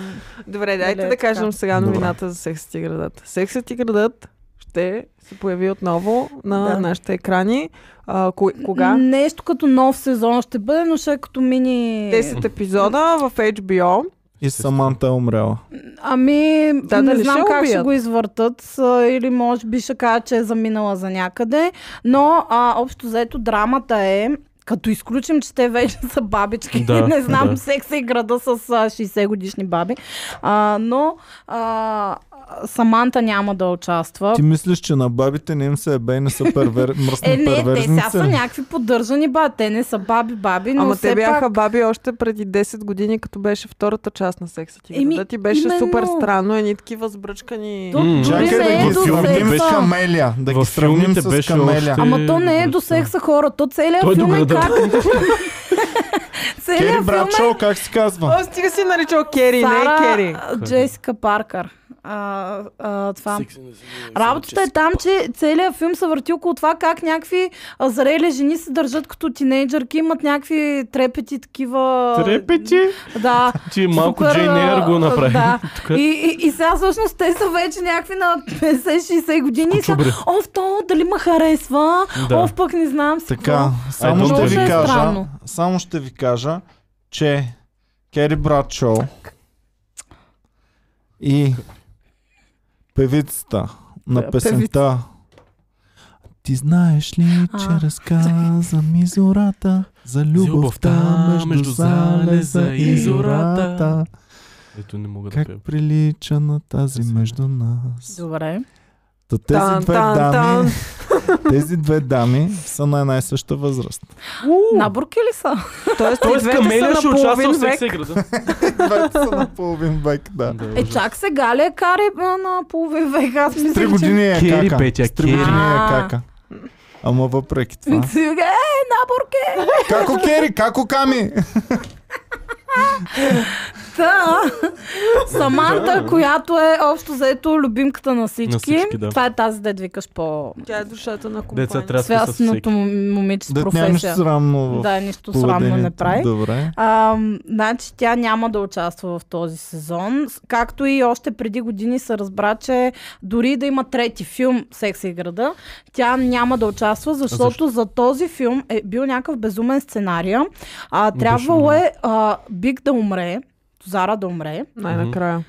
[SPEAKER 6] Добре,
[SPEAKER 3] Далеч,
[SPEAKER 6] дайте да кажем
[SPEAKER 3] да.
[SPEAKER 6] сега
[SPEAKER 2] Добре.
[SPEAKER 6] новината за секса ти градът. Секса ти градът ще се появи отново на
[SPEAKER 3] Да.
[SPEAKER 6] нашите екрани. А, ко- кога?
[SPEAKER 3] Нещо като нов сезон ще бъде, но ще е като мини...
[SPEAKER 6] 10 епизода в HBO.
[SPEAKER 2] И Саманта е умряла.
[SPEAKER 3] Ами,
[SPEAKER 6] Да,
[SPEAKER 3] не
[SPEAKER 6] дали
[SPEAKER 3] знам
[SPEAKER 6] ще
[SPEAKER 3] как ще
[SPEAKER 6] убият?
[SPEAKER 3] го извъртат а, или може би ще кажа, че е заминала за някъде, но а, общо заето драмата е като изключим, че те вече са бабички.
[SPEAKER 4] Да,
[SPEAKER 3] не знам
[SPEAKER 4] да.
[SPEAKER 3] секса и града с а, 60 годишни баби. А, но а, Саманта няма да участва.
[SPEAKER 2] Ти мислиш, че на бабите не им се е бе и не са первер... мръсни
[SPEAKER 3] Е, не, те
[SPEAKER 2] перверзници?
[SPEAKER 3] сега са някакви поддържани ба, те не са баби-баби, но
[SPEAKER 6] Ама
[SPEAKER 3] все
[SPEAKER 6] те бяха
[SPEAKER 3] пак...
[SPEAKER 6] баби още преди 10 години, като беше втората част на секса ти.
[SPEAKER 3] Еми,
[SPEAKER 6] да ти беше
[SPEAKER 3] именно.
[SPEAKER 6] супер странно, едни такива сбръчкани...
[SPEAKER 3] Тук
[SPEAKER 4] М,
[SPEAKER 3] дори
[SPEAKER 2] Чакай
[SPEAKER 3] не
[SPEAKER 2] да
[SPEAKER 3] е
[SPEAKER 2] ги
[SPEAKER 3] до
[SPEAKER 2] сравним с
[SPEAKER 3] секса.
[SPEAKER 2] камелия. Да ги
[SPEAKER 4] Във
[SPEAKER 2] сравним
[SPEAKER 4] филмите
[SPEAKER 2] с
[SPEAKER 4] беше
[SPEAKER 2] камелия.
[SPEAKER 4] още-
[SPEAKER 3] Ама то не е
[SPEAKER 4] Е,
[SPEAKER 3] до секса хора, то целият
[SPEAKER 4] Той
[SPEAKER 3] филм е
[SPEAKER 4] добре да-
[SPEAKER 3] как...
[SPEAKER 2] Кери
[SPEAKER 3] целият филм е
[SPEAKER 2] Браджо, как се казва?
[SPEAKER 6] О, стига си наричал Кери,
[SPEAKER 3] Сара
[SPEAKER 6] не Кери.
[SPEAKER 3] а, Джесика Паркър. А, а, това. Работата е там, че целият филм се върти около това как някакви а, зрели жени се държат като тинейджърки, имат някакви трепети такива...
[SPEAKER 4] Трепети.
[SPEAKER 3] Да.
[SPEAKER 4] Ти малко
[SPEAKER 3] супер,
[SPEAKER 4] Джейн Ейър го
[SPEAKER 3] а,
[SPEAKER 4] направи.
[SPEAKER 3] Да.
[SPEAKER 4] Тук
[SPEAKER 3] И, и, и сега всъщност те са вече някакви на 50-60 години. и са,
[SPEAKER 4] Скучобре.
[SPEAKER 3] О, в то дали ме харесва,
[SPEAKER 4] Да.
[SPEAKER 3] о, в пък не знам си
[SPEAKER 2] Така,
[SPEAKER 3] какво».
[SPEAKER 2] само
[SPEAKER 4] Ай,
[SPEAKER 2] ще
[SPEAKER 4] много
[SPEAKER 2] ви
[SPEAKER 4] е
[SPEAKER 2] кажа,
[SPEAKER 3] странно.
[SPEAKER 2] само ще ви кажа, че Кери Браджо и певицата на
[SPEAKER 3] Коя
[SPEAKER 2] песента Ти знаеш ли, че
[SPEAKER 3] А.
[SPEAKER 2] разказа ми зората за любовта
[SPEAKER 4] любовта
[SPEAKER 2] между
[SPEAKER 4] между
[SPEAKER 2] залеза
[SPEAKER 4] залеза
[SPEAKER 2] и
[SPEAKER 4] и
[SPEAKER 2] зората?
[SPEAKER 4] зората. Ето не мога да
[SPEAKER 2] Как
[SPEAKER 4] пея.
[SPEAKER 2] прилича на тази между нас?
[SPEAKER 3] Добре.
[SPEAKER 2] Та тези две
[SPEAKER 6] Тан, тан,
[SPEAKER 2] дами,
[SPEAKER 6] тан.
[SPEAKER 2] тези две дами са на една и съща възраст.
[SPEAKER 3] Наборки ли са?
[SPEAKER 6] Тоест, и
[SPEAKER 4] Тоест
[SPEAKER 6] двете
[SPEAKER 4] Камелия
[SPEAKER 6] са
[SPEAKER 4] ще
[SPEAKER 6] на
[SPEAKER 4] участва
[SPEAKER 6] половин
[SPEAKER 4] в
[SPEAKER 6] век.
[SPEAKER 4] секса играта.
[SPEAKER 2] Двете са на половин век, да.
[SPEAKER 4] Да,
[SPEAKER 3] Е,
[SPEAKER 4] ужасно.
[SPEAKER 3] чак сега ли е кари а, на половин век? Аз мисля,
[SPEAKER 2] Три години е
[SPEAKER 4] Кери,
[SPEAKER 2] кака.
[SPEAKER 4] Петя,
[SPEAKER 2] С три
[SPEAKER 4] Кери.
[SPEAKER 2] години е
[SPEAKER 3] А.
[SPEAKER 2] кака. Ама въпреки
[SPEAKER 3] че...
[SPEAKER 2] това.
[SPEAKER 3] Сега, Е, наборки!
[SPEAKER 2] Како Кери, како Ками?
[SPEAKER 3] Та, Саманта, която е общо заето любимката на всички.
[SPEAKER 4] На всички, да.
[SPEAKER 3] Това е тази, дед викаш по...
[SPEAKER 6] Тя е душата на компания.
[SPEAKER 4] Деца трябва да са с всеки.
[SPEAKER 3] Свясното м- момиче с
[SPEAKER 2] Да няма нищо
[SPEAKER 3] професия.
[SPEAKER 2] срамно в
[SPEAKER 3] Да, нищо срамно не
[SPEAKER 2] поведението.
[SPEAKER 3] прави.
[SPEAKER 2] Добре.
[SPEAKER 3] А, значи тя няма да участва в този сезон. С- Както и още преди години се разбра, че дори да има трети филм Секс и града, тя няма да участва, защото
[SPEAKER 4] защо?
[SPEAKER 3] за този филм е бил някакъв безумен сценария. А, трябвало е а, Биг да умре, Зара да умре.
[SPEAKER 6] Най-накрая.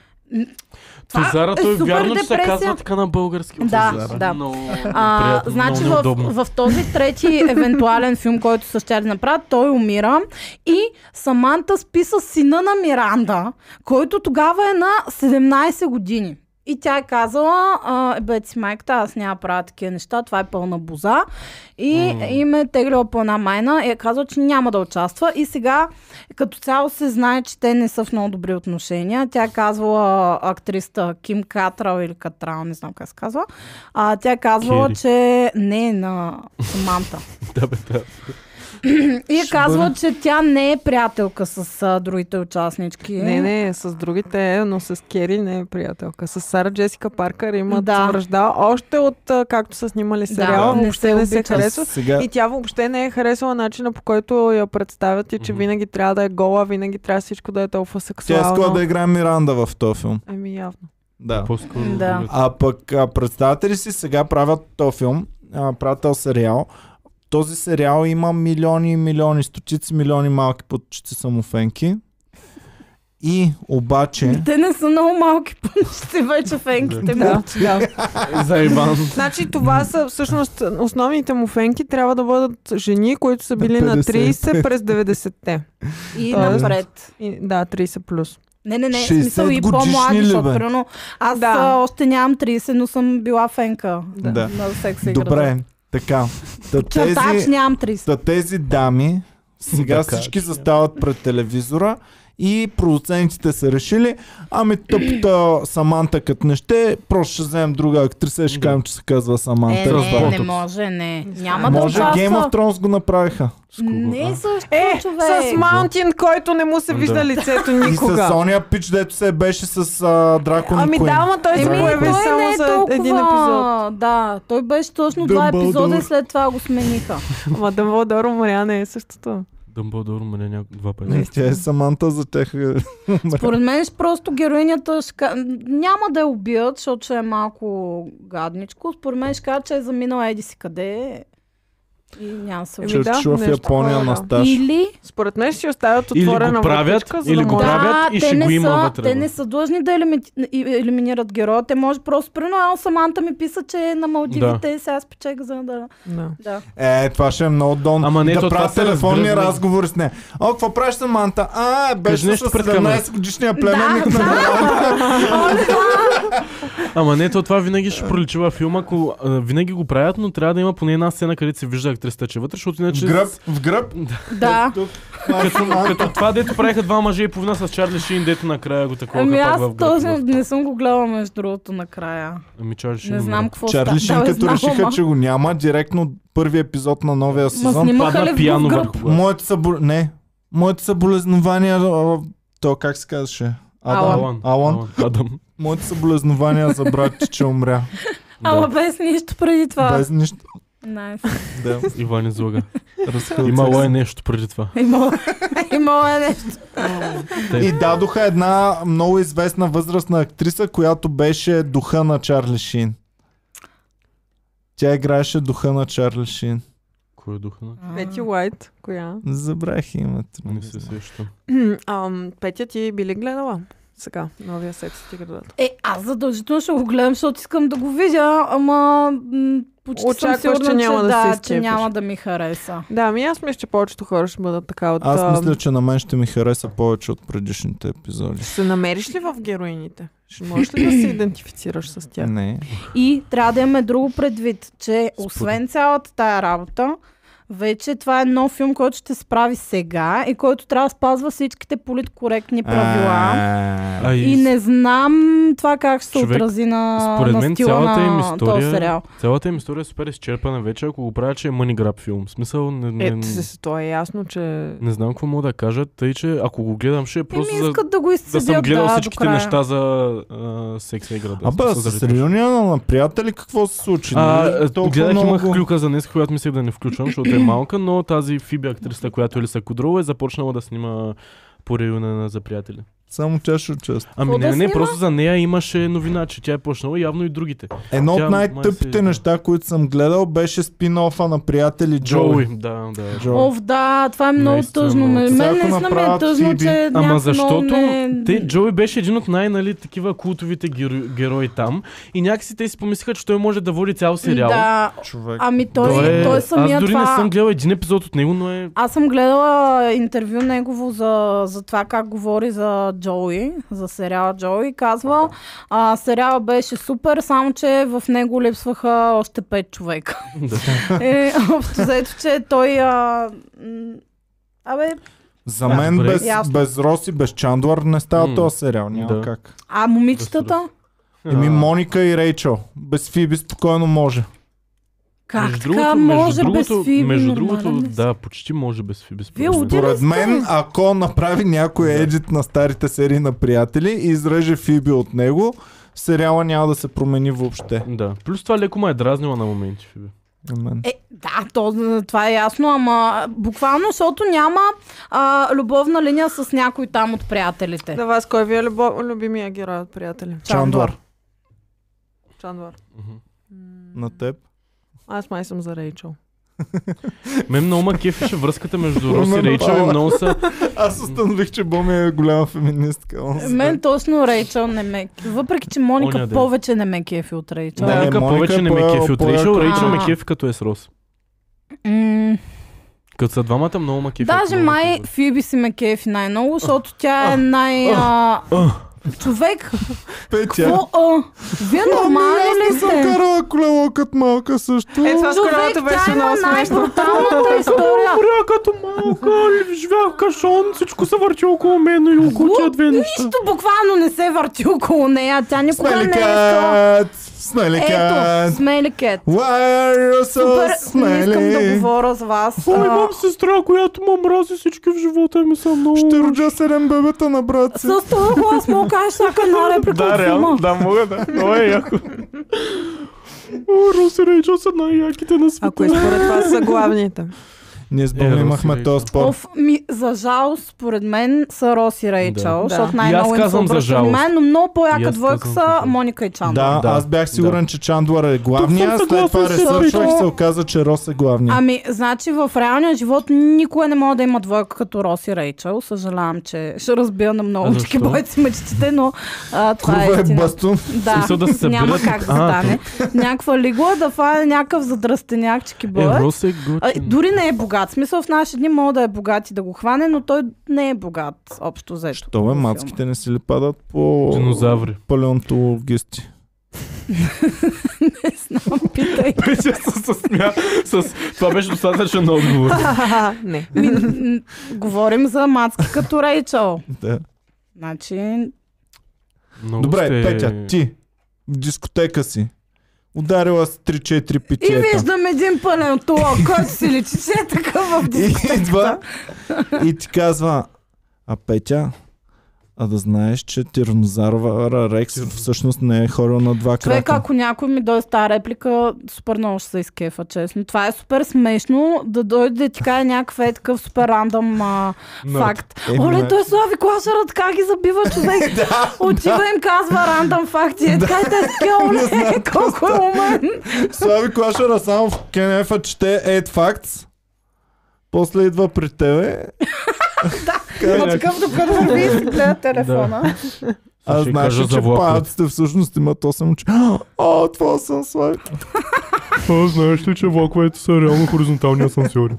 [SPEAKER 3] Това
[SPEAKER 4] Тозара,
[SPEAKER 3] е
[SPEAKER 4] той
[SPEAKER 3] супер
[SPEAKER 4] вярно, че се
[SPEAKER 3] депресия.
[SPEAKER 4] казва така на български.
[SPEAKER 3] Да,
[SPEAKER 4] Тозара.
[SPEAKER 3] да.
[SPEAKER 4] Много
[SPEAKER 3] А,
[SPEAKER 4] неприятно,
[SPEAKER 3] значи
[SPEAKER 4] Е, много
[SPEAKER 3] в,
[SPEAKER 4] неудобно.
[SPEAKER 3] в този трети евентуален филм, който са ще направят, той умира и Саманта спи с сина на Миранда, който тогава е на 17 години. И тя е казала, а, е, бе ти си майката, аз няма да правя такива неща, това е пълна боза. И
[SPEAKER 4] М.
[SPEAKER 3] им е теглила по една майна и е казала, че няма да участва. И сега като цяло се знае, че те не са в много добри отношения. Тя е казвала актрисата Ким Катрал или Катрал, не знам как се казва. А, тя е казвала,
[SPEAKER 4] Кери.
[SPEAKER 3] че не е на Саманта.
[SPEAKER 4] Да, бе, да.
[SPEAKER 3] И е казвала, че тя не е приятелка с а, другите участнички.
[SPEAKER 6] Не, не, с другите е, но с Кери не е приятелка. С Сара Джесика Паркър имат
[SPEAKER 3] Да.
[SPEAKER 6] да. връжда още от а, както са снимали сериала.
[SPEAKER 3] Да, не се
[SPEAKER 6] въобще не се
[SPEAKER 3] обичат.
[SPEAKER 6] харесва.
[SPEAKER 2] Сега
[SPEAKER 6] И тя въобще не е харесала начина по който я представят и че
[SPEAKER 4] Мгм.
[SPEAKER 6] винаги трябва да е гола, винаги трябва всичко да е толкова
[SPEAKER 2] тя
[SPEAKER 6] сексуално.
[SPEAKER 2] иска да играе Миранда в този филм.
[SPEAKER 6] Ами явно.
[SPEAKER 2] Да.
[SPEAKER 4] По-скоро.
[SPEAKER 3] Да.
[SPEAKER 4] другата.
[SPEAKER 2] А пък а, представете ли си, сега правят то филм, а, правят то сериал. Този сериал има милиони и милиони, стотици милиони малки потчици самофенки. И обаче...
[SPEAKER 3] Те не са много малки пънчици вече фенките му.
[SPEAKER 6] Да, да.
[SPEAKER 4] Е, За Иван.
[SPEAKER 6] Значи това са всъщност основните му фенки трябва да бъдат жени, които са били на 30 през 90-те.
[SPEAKER 3] И
[SPEAKER 6] Тоест-
[SPEAKER 3] напред.
[SPEAKER 6] И, да, 30 плюс.
[SPEAKER 3] Не, не, не,
[SPEAKER 2] 60
[SPEAKER 3] смисъл и
[SPEAKER 2] годишни ли,
[SPEAKER 3] по-млади, защото
[SPEAKER 2] бе?
[SPEAKER 3] примерно аз
[SPEAKER 6] Да.
[SPEAKER 3] а, още нямам 30, но съм била фенка
[SPEAKER 2] Да. да.
[SPEAKER 3] на секс играта.
[SPEAKER 2] Добре, така. Та
[SPEAKER 3] Чертач
[SPEAKER 2] тези,
[SPEAKER 3] нямам 30.
[SPEAKER 2] та тези дами сега
[SPEAKER 4] Така,
[SPEAKER 2] всички
[SPEAKER 4] че-
[SPEAKER 2] застават пред телевизора и продуцентите са решили, ами тъпта Саманта като не ще, просто ще вземем друга актриса и ще
[SPEAKER 4] Да.
[SPEAKER 2] кажем, че се казва
[SPEAKER 3] Е,
[SPEAKER 2] Саманта.
[SPEAKER 3] не,
[SPEAKER 2] Разбрах.
[SPEAKER 4] Ботокс.
[SPEAKER 3] не може, не. Няма да
[SPEAKER 2] Може Game
[SPEAKER 3] участва.
[SPEAKER 2] of Thrones го направиха.
[SPEAKER 4] С кого?
[SPEAKER 3] Не
[SPEAKER 4] А?
[SPEAKER 3] също,
[SPEAKER 6] Е,
[SPEAKER 3] човек.
[SPEAKER 6] С Маунтин, който не му се
[SPEAKER 4] Да.
[SPEAKER 6] вижда лицето
[SPEAKER 2] И с
[SPEAKER 6] никога.
[SPEAKER 2] Соня Пич, дето се беше с а, Дракон
[SPEAKER 6] Ами да,
[SPEAKER 2] Куин.
[SPEAKER 6] ама той се
[SPEAKER 2] Еми,
[SPEAKER 6] появи
[SPEAKER 2] той е
[SPEAKER 6] само за един епизод.
[SPEAKER 3] е Да, той беше точно два
[SPEAKER 2] Дъмбълдор.
[SPEAKER 3] епизода и след това го смениха.
[SPEAKER 6] Ама Дамбълдор умря не е същото.
[SPEAKER 4] Дъмбълдор умря няколко два
[SPEAKER 2] Не,
[SPEAKER 4] пъти.
[SPEAKER 2] тя е Саманта за тях.
[SPEAKER 3] Според мен ще просто героинята ще... ка- няма да я убият, защото ще е малко гадничко. Според мен ще кажа, че е заминала еди си къде и няма да се
[SPEAKER 2] Е,
[SPEAKER 6] Еми,
[SPEAKER 3] убие.
[SPEAKER 6] да,
[SPEAKER 2] Чърчу в
[SPEAKER 6] нещо
[SPEAKER 2] Япония
[SPEAKER 6] такова,
[SPEAKER 2] на
[SPEAKER 6] да.
[SPEAKER 2] стаж.
[SPEAKER 3] Или
[SPEAKER 6] Според мен ще си оставят
[SPEAKER 4] Или го
[SPEAKER 6] отворена
[SPEAKER 4] правят,
[SPEAKER 6] вратичка, за
[SPEAKER 4] или
[SPEAKER 6] да
[SPEAKER 4] го
[SPEAKER 6] може...
[SPEAKER 4] правят. и
[SPEAKER 3] те
[SPEAKER 4] ще
[SPEAKER 3] не
[SPEAKER 4] го има
[SPEAKER 3] са,
[SPEAKER 4] вътре,
[SPEAKER 3] Те
[SPEAKER 4] да.
[SPEAKER 3] не са длъжни да елими- и- елиминират героя. Те може просто, примерно, Ал Саманта ми писа, че е на Малдивите и сега спечех за да...
[SPEAKER 6] Да.
[SPEAKER 3] да.
[SPEAKER 2] Е, това ще е много дон.
[SPEAKER 4] Ама не,
[SPEAKER 2] да
[SPEAKER 4] то това
[SPEAKER 2] правят
[SPEAKER 4] се
[SPEAKER 2] телефонни
[SPEAKER 4] разгръзна.
[SPEAKER 2] разговори с нея. О, какво правиш, Саманта? А,
[SPEAKER 4] Кажи
[SPEAKER 2] беше с
[SPEAKER 4] нещо пред камерата.
[SPEAKER 2] 17 годишния племенник на
[SPEAKER 3] да. О, да.
[SPEAKER 4] Ама не, то това винаги
[SPEAKER 3] Е.
[SPEAKER 4] ще проличи във филма, ако а, винаги го правят, но трябва да има поне една сцена, където се вижда актрисата, че е вътре, защото
[SPEAKER 2] В
[SPEAKER 4] иначе...
[SPEAKER 2] гръб, в гръб.
[SPEAKER 3] Да.
[SPEAKER 2] Тук, малко, малко.
[SPEAKER 4] Като това, дето правиха два мъже и половина с Чарли Шин, дето накрая го такова
[SPEAKER 3] Ами
[SPEAKER 4] е пак
[SPEAKER 3] аз
[SPEAKER 4] в
[SPEAKER 3] този
[SPEAKER 4] гръб.
[SPEAKER 3] не съм го гледала между другото накрая.
[SPEAKER 4] Ами Чарли Шин.
[SPEAKER 3] Не
[SPEAKER 4] умира.
[SPEAKER 3] знам какво
[SPEAKER 2] Чарли
[SPEAKER 3] ста-
[SPEAKER 2] Шин,
[SPEAKER 3] Да, бе,
[SPEAKER 2] като
[SPEAKER 3] знам,
[SPEAKER 2] решиха,
[SPEAKER 3] ама-
[SPEAKER 2] че го няма, директно първи епизод на новия
[SPEAKER 3] Ма
[SPEAKER 2] сезон.
[SPEAKER 3] снимаха ли
[SPEAKER 4] Падна
[SPEAKER 3] в гъл
[SPEAKER 4] пияно
[SPEAKER 3] гръб?
[SPEAKER 4] върху главата.
[SPEAKER 2] Моите са... бо- Не. Моите съболезнования... а, То как се казваше?
[SPEAKER 3] Алан.
[SPEAKER 2] Алан. Алан.
[SPEAKER 4] Адам.
[SPEAKER 2] Моите съболезнования за брат, ти, че умря.
[SPEAKER 3] Ама
[SPEAKER 4] Да,
[SPEAKER 3] без нищо преди това.
[SPEAKER 2] Без нищо.
[SPEAKER 3] Найс.
[SPEAKER 2] Да.
[SPEAKER 4] Иван излага.
[SPEAKER 2] разхълцах
[SPEAKER 4] Имало
[SPEAKER 2] се.
[SPEAKER 4] е нещо преди това.
[SPEAKER 3] Имало имало е нещо.
[SPEAKER 2] И дадоха една много известна възрастна актриса, която беше духа на Чарли Шин. Тя играеше духа на Чарли Шин.
[SPEAKER 4] Кой е духа на?
[SPEAKER 6] Пети Уайт, коя?
[SPEAKER 2] Забравих името. нали?
[SPEAKER 4] Не се сещам.
[SPEAKER 6] Ам, Петя, ти би ли гледала сега новия секс ти градата?
[SPEAKER 3] Е, аз задължително ще го гледам, защото искам да го видя, ама м- почти съм
[SPEAKER 6] Очакваш,
[SPEAKER 3] сигурна,
[SPEAKER 6] че няма да се
[SPEAKER 3] да, че
[SPEAKER 6] изкефиш.
[SPEAKER 3] няма да ми хареса.
[SPEAKER 6] Да, ами аз мисля, че повечето хора ще бъдат така от... ам,
[SPEAKER 2] Аз мисля, че на мен ще ми хареса повече от предишните епизоди.
[SPEAKER 6] Ще се намериш ли в героините? Ще можеш ли да Е, се идентифицираш с тях?
[SPEAKER 2] Не.
[SPEAKER 3] И трябва да имаме друго предвид, че освен цялата тая работа, вече това е нов филм, който ще се прави сега и който трябва да спазва всичките политкоректни правила.
[SPEAKER 2] А,
[SPEAKER 4] А
[SPEAKER 3] И не знам това как ще се
[SPEAKER 4] Човек,
[SPEAKER 3] отрази на,
[SPEAKER 4] според
[SPEAKER 3] на
[SPEAKER 4] мен
[SPEAKER 3] стила
[SPEAKER 4] цялата им
[SPEAKER 3] на
[SPEAKER 4] история е
[SPEAKER 3] този сериал.
[SPEAKER 4] Цялата им история е супер изчерпана вече, ако го правя, че е мъни граб филм. В смисъл, не, не,
[SPEAKER 6] Е, с- с- то е ясно, че...
[SPEAKER 4] не знам какво мога да кажа, тъй че ако го гледам, ще е просто
[SPEAKER 3] Еми
[SPEAKER 4] за,
[SPEAKER 3] искат да го
[SPEAKER 4] да
[SPEAKER 3] изцедят,
[SPEAKER 4] съм гледал
[SPEAKER 3] да, до
[SPEAKER 4] всичките
[SPEAKER 3] края.
[SPEAKER 4] неща за а, секса и града.
[SPEAKER 2] Абе,
[SPEAKER 4] Смисъл,
[SPEAKER 2] с
[SPEAKER 4] заради-
[SPEAKER 2] реюния на приятели какво се случи?
[SPEAKER 4] А,
[SPEAKER 2] Нали?
[SPEAKER 4] е,
[SPEAKER 2] Толкова
[SPEAKER 4] гледах,
[SPEAKER 2] много-
[SPEAKER 4] имах клюка за днес, която мислех да не включвам, защото е малка, но тази Фиби актриса, която е Лиса Кудрова, е започнала да снима по реюна на за приятели.
[SPEAKER 2] Само тя ще участва.
[SPEAKER 4] Ами
[SPEAKER 3] Какво
[SPEAKER 4] не,
[SPEAKER 3] да
[SPEAKER 4] не, не,
[SPEAKER 3] снима?
[SPEAKER 4] просто за нея имаше новина, че тя е почнала явно и другите.
[SPEAKER 2] Едно
[SPEAKER 4] Тя
[SPEAKER 2] от
[SPEAKER 4] май
[SPEAKER 2] най-тъпите
[SPEAKER 4] се-
[SPEAKER 2] неща, които съм гледал, беше спин-офа на приятели
[SPEAKER 4] Джоуи,
[SPEAKER 2] Джоуи.
[SPEAKER 4] да, да.
[SPEAKER 2] Джоуи.
[SPEAKER 3] Ов, да, това е много
[SPEAKER 4] Наистина,
[SPEAKER 3] тъжно.
[SPEAKER 4] много.
[SPEAKER 3] Мен
[SPEAKER 2] Сега, ако
[SPEAKER 3] наистина ми е
[SPEAKER 2] направят
[SPEAKER 3] тъжно,
[SPEAKER 2] Фиби-
[SPEAKER 3] че
[SPEAKER 4] Ама
[SPEAKER 3] някакво
[SPEAKER 4] защото
[SPEAKER 3] не...
[SPEAKER 4] те, Джои беше един от най-нали такива култовите геро... герои там и някакси те си помислиха, че той може да води цял сериал.
[SPEAKER 3] Да,
[SPEAKER 2] Човек.
[SPEAKER 3] ами той,
[SPEAKER 4] Той е-
[SPEAKER 3] той самия
[SPEAKER 4] Аз дори
[SPEAKER 3] това...
[SPEAKER 4] не съм гледал един епизод от него, но е...
[SPEAKER 3] Аз съм гледала интервю негово за, за това как говори за Джои, за сериала Джои. Казва, а, сериала беше супер, само че в него липсваха още пет човека.
[SPEAKER 4] Да.
[SPEAKER 3] Е, общо заето, че той... А, м, абе,
[SPEAKER 2] За
[SPEAKER 4] Да,
[SPEAKER 2] мен
[SPEAKER 4] добре.
[SPEAKER 2] без,
[SPEAKER 3] Ясно.
[SPEAKER 2] без Роси, без Чандуар не става
[SPEAKER 4] М.
[SPEAKER 2] този сериал. Няма
[SPEAKER 4] Да.
[SPEAKER 2] как.
[SPEAKER 3] а момичетата?
[SPEAKER 2] Еми
[SPEAKER 4] А,
[SPEAKER 2] Моника и Рейчел. Без Фиби спокойно може.
[SPEAKER 3] Как
[SPEAKER 4] между
[SPEAKER 3] така
[SPEAKER 4] другото,
[SPEAKER 3] може
[SPEAKER 4] между другото,
[SPEAKER 3] без фиби?
[SPEAKER 4] между
[SPEAKER 3] нормален
[SPEAKER 4] другото
[SPEAKER 3] ли си?
[SPEAKER 4] да, почти може без фиби.
[SPEAKER 3] Вие
[SPEAKER 4] според мен.
[SPEAKER 3] отидете
[SPEAKER 2] Поред
[SPEAKER 3] сте?
[SPEAKER 2] мен, ако направи някой едит на старите серии на приятели и изреже Фиби от него, сериала няма да се промени въобще.
[SPEAKER 4] Да. Плюс това леко ме е дразнила на моменти, Фиби.
[SPEAKER 2] На мен.
[SPEAKER 3] Е, да, то, това е ясно, ама буквално, защото няма а, любовна линия с някой там от приятелите.
[SPEAKER 6] На вас кой ви е любо... любимия герой от приятели?
[SPEAKER 2] Чандуар.
[SPEAKER 6] Чанвар.
[SPEAKER 2] На теб.
[SPEAKER 6] Аз май съм за Рейчел.
[SPEAKER 4] Мен много ма кефеше връзката между Рос и
[SPEAKER 2] Именно
[SPEAKER 4] Рейчел и
[SPEAKER 2] това.
[SPEAKER 4] много са...
[SPEAKER 2] Аз установих, че Боми е голяма феминистка. Он се-
[SPEAKER 3] Мен точно Рейчел не ме... Въпреки, че Моника
[SPEAKER 4] Оня ден.
[SPEAKER 3] повече не ме кефи от Рейчел.
[SPEAKER 2] Да.
[SPEAKER 3] Да.
[SPEAKER 4] Моника
[SPEAKER 2] Моника
[SPEAKER 4] повече не ме
[SPEAKER 2] по-
[SPEAKER 4] кефи от
[SPEAKER 2] по-
[SPEAKER 4] Рейчел.
[SPEAKER 2] по-
[SPEAKER 4] Рейчел ме
[SPEAKER 3] А.
[SPEAKER 4] кефи като е с Рос.
[SPEAKER 3] М-
[SPEAKER 4] Като са двамата много ма кефи.
[SPEAKER 3] даже
[SPEAKER 4] много ме
[SPEAKER 3] май
[SPEAKER 4] кефи.
[SPEAKER 3] Фиби си ме кефи най-много, защото тя е най... А, човек,
[SPEAKER 2] Петя.
[SPEAKER 3] какво... а? Вие нормални
[SPEAKER 2] Ами,
[SPEAKER 3] ли
[SPEAKER 2] аз не съм
[SPEAKER 3] сте?
[SPEAKER 2] карала колело като малка също.
[SPEAKER 6] Е, това с
[SPEAKER 3] Човек,
[SPEAKER 6] коронавирусът
[SPEAKER 3] тя
[SPEAKER 6] беше
[SPEAKER 3] има
[SPEAKER 6] много смешно.
[SPEAKER 3] най-бруталната история.
[SPEAKER 4] Умря като малка, живях кашон, всичко се върти около мен и около тия две неща.
[SPEAKER 3] Нищо буквално не се върти около нея. Тя никога не е искала.
[SPEAKER 2] Смеликът! Смеликът!
[SPEAKER 3] Ето, смеликет.
[SPEAKER 2] Why are you
[SPEAKER 3] Супер,
[SPEAKER 2] so
[SPEAKER 3] не
[SPEAKER 2] smelly?
[SPEAKER 3] искам да говоря с вас.
[SPEAKER 4] О,
[SPEAKER 3] А,
[SPEAKER 4] имам сестра, която ме мрази всички в живота ми са много...
[SPEAKER 2] Ще роджа седем бебета на брат си.
[SPEAKER 3] С това глас мога да кажеш всяка една реплика от филма.
[SPEAKER 4] да, мога да. Много е яко. О, Рус и Рейчел са най-яките на света.
[SPEAKER 6] Ако и според вас са главните.
[SPEAKER 2] Ние с
[SPEAKER 4] Е,
[SPEAKER 2] Боми
[SPEAKER 4] Роси
[SPEAKER 2] имахме
[SPEAKER 4] Рейчел.
[SPEAKER 2] този спор.
[SPEAKER 3] Оф, ми, за жал, според мен са Рос и Рейчел,
[SPEAKER 6] Да.
[SPEAKER 3] защото
[SPEAKER 4] И
[SPEAKER 6] Да.
[SPEAKER 3] най-много
[SPEAKER 4] аз
[SPEAKER 3] им се
[SPEAKER 4] казвам за
[SPEAKER 3] обръща
[SPEAKER 4] жалост.
[SPEAKER 3] внимание, но много
[SPEAKER 4] И
[SPEAKER 3] по-яка
[SPEAKER 4] аз
[SPEAKER 3] двойка
[SPEAKER 4] казвам за
[SPEAKER 3] са
[SPEAKER 4] жалост.
[SPEAKER 3] Моника и Чандър.
[SPEAKER 2] Да,
[SPEAKER 4] Да,
[SPEAKER 2] аз бях сигурен, че Чандуар е
[SPEAKER 4] Тук
[SPEAKER 2] главния,
[SPEAKER 4] съм
[SPEAKER 2] след това
[SPEAKER 4] съгласен с
[SPEAKER 2] ресърчвах
[SPEAKER 3] Петя.
[SPEAKER 2] се оказа, че Рос е главния.
[SPEAKER 3] е Ами, значи в реалния живот никога не мога да има двойка като Рос и Рейчел. Съжалявам, че ще разбия на
[SPEAKER 4] А
[SPEAKER 3] много чики
[SPEAKER 4] защо?
[SPEAKER 3] бойци мечтите, но а, това е
[SPEAKER 2] Курва е
[SPEAKER 3] истина.
[SPEAKER 2] бастун.
[SPEAKER 3] да,
[SPEAKER 4] смисъл да се събират.
[SPEAKER 3] няма как да
[SPEAKER 4] А,
[SPEAKER 3] стане. Някаква лигла да фае някакъв задръстеняк чики
[SPEAKER 4] Е,
[SPEAKER 3] боец.
[SPEAKER 4] Рос е
[SPEAKER 3] А,
[SPEAKER 4] готин.
[SPEAKER 3] дори не е богат богат. В смисъл в наши дни мога да е богат и да го хване, но той не е богат общо взето.
[SPEAKER 2] Що бе,
[SPEAKER 3] във филма.
[SPEAKER 2] мацките не си ли падат по
[SPEAKER 4] Динозаври.
[SPEAKER 2] палеонтологисти?
[SPEAKER 3] Не знам, питай.
[SPEAKER 4] Беше с, с, смя, с, това беше достатъчен отговор.
[SPEAKER 6] Ха-ха-ха, Не.
[SPEAKER 3] Ми, н- говорим за мацки като Рейчел.
[SPEAKER 2] Да.
[SPEAKER 3] Значи,
[SPEAKER 4] Много
[SPEAKER 2] Добре,
[SPEAKER 4] сте-
[SPEAKER 2] Петя, ти в дискотека си. Ударила с 3-4
[SPEAKER 3] и
[SPEAKER 2] питиета.
[SPEAKER 3] виждам един палеонтолог, който си личи, че е такъв в
[SPEAKER 2] И
[SPEAKER 3] дискотеката.
[SPEAKER 2] идва и ти казва, а Петя, а да знаеш, че Тиранозавра Рекс всъщност не е хорил на два
[SPEAKER 3] Човек,
[SPEAKER 2] крака.
[SPEAKER 3] ако някой ми дойде с тази реплика, супер много ще се изкефа, честно. Това е супер смешно, да дойде да ти каже някакъв е такъв супер рандъм а,
[SPEAKER 4] Нард.
[SPEAKER 3] факт.
[SPEAKER 2] Е,
[SPEAKER 3] Оле,
[SPEAKER 2] нард.
[SPEAKER 3] той Слави Клашера така ги забива човек. Отива им казва рандъм факти. Е, така и те са такива, оле, колко е умен.
[SPEAKER 2] Слави Клашера само в Кенефа чете Eight Facts. После идва при тебе. Е,
[SPEAKER 3] Има такъв докато върви и си гледа телефона.
[SPEAKER 2] А
[SPEAKER 4] Ще
[SPEAKER 2] знаеш,
[SPEAKER 4] кажа
[SPEAKER 2] ли,
[SPEAKER 4] за
[SPEAKER 2] че
[SPEAKER 4] влакове.
[SPEAKER 2] паяците всъщност имат 8 очи. О, това съм Слави.
[SPEAKER 4] А, знаеш ли, че влаковете са реално хоризонтални асансьори?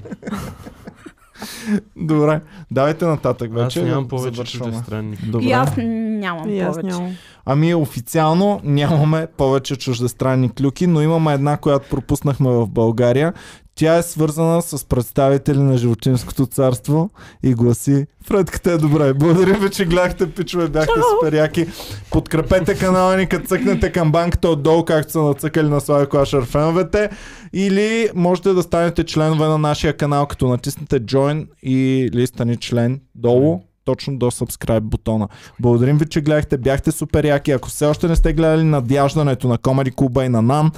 [SPEAKER 2] Добре, давайте нататък
[SPEAKER 4] Аз
[SPEAKER 2] вече.
[SPEAKER 4] нямам
[SPEAKER 2] да
[SPEAKER 4] повече
[SPEAKER 2] завършваме.
[SPEAKER 4] чуждестранни.
[SPEAKER 2] Добре.
[SPEAKER 3] И аз нямам
[SPEAKER 6] И аз
[SPEAKER 3] повече.
[SPEAKER 6] нямам.
[SPEAKER 2] Ами официално нямаме повече чуждестранни клюки, но имаме една, която пропуснахме в България. Тя е свързана с представители на Животинското царство и гласи Фредката е добре. Благодаря ви, че гледахте, пичове, бяхте супер яки. Подкрепете канала ни, като цъкнете към банката отдолу, както са нацъкали на Слави Клашър феновете. Или можете да станете членове на нашия канал, като натиснете Join или стани член долу, точно до subscribe бутона. Благодарим ви, че гледахте, бяхте супер яки. Ако все още не сте гледали надяждането на Комади Клуба и на НАН,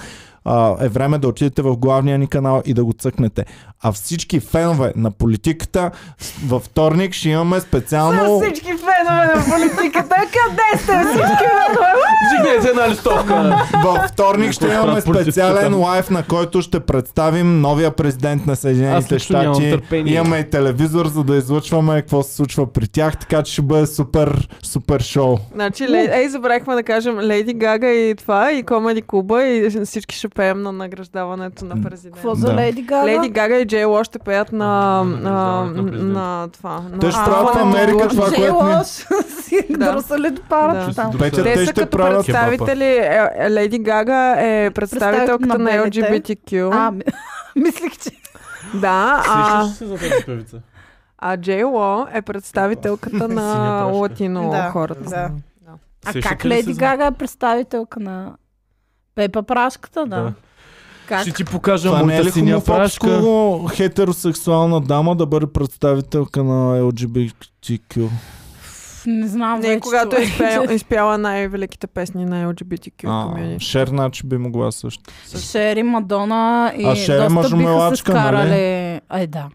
[SPEAKER 2] а, е време да отидете в главния ни канал и да го цъкнете. А всички фенове на политиката с- във вторник ще имаме
[SPEAKER 6] С
[SPEAKER 2] специално...
[SPEAKER 6] всички фенове на политиката,
[SPEAKER 3] е?
[SPEAKER 6] къде сте всички фенове?
[SPEAKER 4] Жигнете една листовка!
[SPEAKER 2] Във вторник ще имаме
[SPEAKER 4] Политиката.
[SPEAKER 2] специален лайф, на който ще представим новия президент на
[SPEAKER 4] Аз
[SPEAKER 2] Съединените
[SPEAKER 4] лично нямам
[SPEAKER 2] щати.
[SPEAKER 4] търпение.
[SPEAKER 2] Имаме и телевизор, за да излъчваме какво се случва при тях, така че ще бъде супер, супер шоу.
[SPEAKER 6] Значи, ле- ей, забравихме да кажем Леди Гага и това, и Комеди Куба, и всички ще пеем на награждаването на президента.
[SPEAKER 3] Какво за
[SPEAKER 2] Да.
[SPEAKER 3] Леди Гага?
[SPEAKER 6] Леди Гага и Джей Ло ще пеят
[SPEAKER 4] На
[SPEAKER 6] на, на,
[SPEAKER 4] награждаването на
[SPEAKER 6] на,
[SPEAKER 4] президента.
[SPEAKER 6] това. На,
[SPEAKER 2] Те ще правят в Америка това,
[SPEAKER 3] Джей
[SPEAKER 2] което ни...
[SPEAKER 3] Лош си
[SPEAKER 6] Да.
[SPEAKER 3] дърса ли до парата
[SPEAKER 6] Да.
[SPEAKER 3] там?
[SPEAKER 2] Петя,
[SPEAKER 6] те,
[SPEAKER 2] те
[SPEAKER 6] са
[SPEAKER 2] ще
[SPEAKER 6] като
[SPEAKER 2] правят
[SPEAKER 6] представители. Е, е, Леди Гага е представителката
[SPEAKER 3] Представител
[SPEAKER 6] на
[SPEAKER 3] на белите.
[SPEAKER 6] LGBTQ.
[SPEAKER 3] А, ми- мислих, че
[SPEAKER 6] Да, а,
[SPEAKER 4] Сещаш ли се за тази певица?
[SPEAKER 6] а Джей Ло е представителката
[SPEAKER 4] Синя
[SPEAKER 6] на
[SPEAKER 4] прашка.
[SPEAKER 6] латино
[SPEAKER 3] Да,
[SPEAKER 6] хората.
[SPEAKER 3] да. А
[SPEAKER 4] Сещате
[SPEAKER 3] как
[SPEAKER 4] ли се
[SPEAKER 3] Леди
[SPEAKER 4] за-
[SPEAKER 3] Гага е представителка на Пепа Прашката, да.
[SPEAKER 4] Да.
[SPEAKER 3] Как?
[SPEAKER 4] Ще ти покажа
[SPEAKER 2] Това не
[SPEAKER 4] моята
[SPEAKER 2] е
[SPEAKER 4] синя прашка.
[SPEAKER 2] хомофобско хетеросексуална дама да бъде представителка на LGBTQ.
[SPEAKER 3] Ф, Не знам
[SPEAKER 6] Не,
[SPEAKER 3] вече.
[SPEAKER 6] когато е
[SPEAKER 3] човек.
[SPEAKER 6] изпяла, изпяла най-великите песни на LGBTQ
[SPEAKER 2] А,
[SPEAKER 6] community.
[SPEAKER 2] Шернач би могла също.
[SPEAKER 3] Шери, Мадона и
[SPEAKER 2] А Шер е
[SPEAKER 3] доста биха се
[SPEAKER 2] мъжомелачка, нали?
[SPEAKER 3] скарали. Ай да.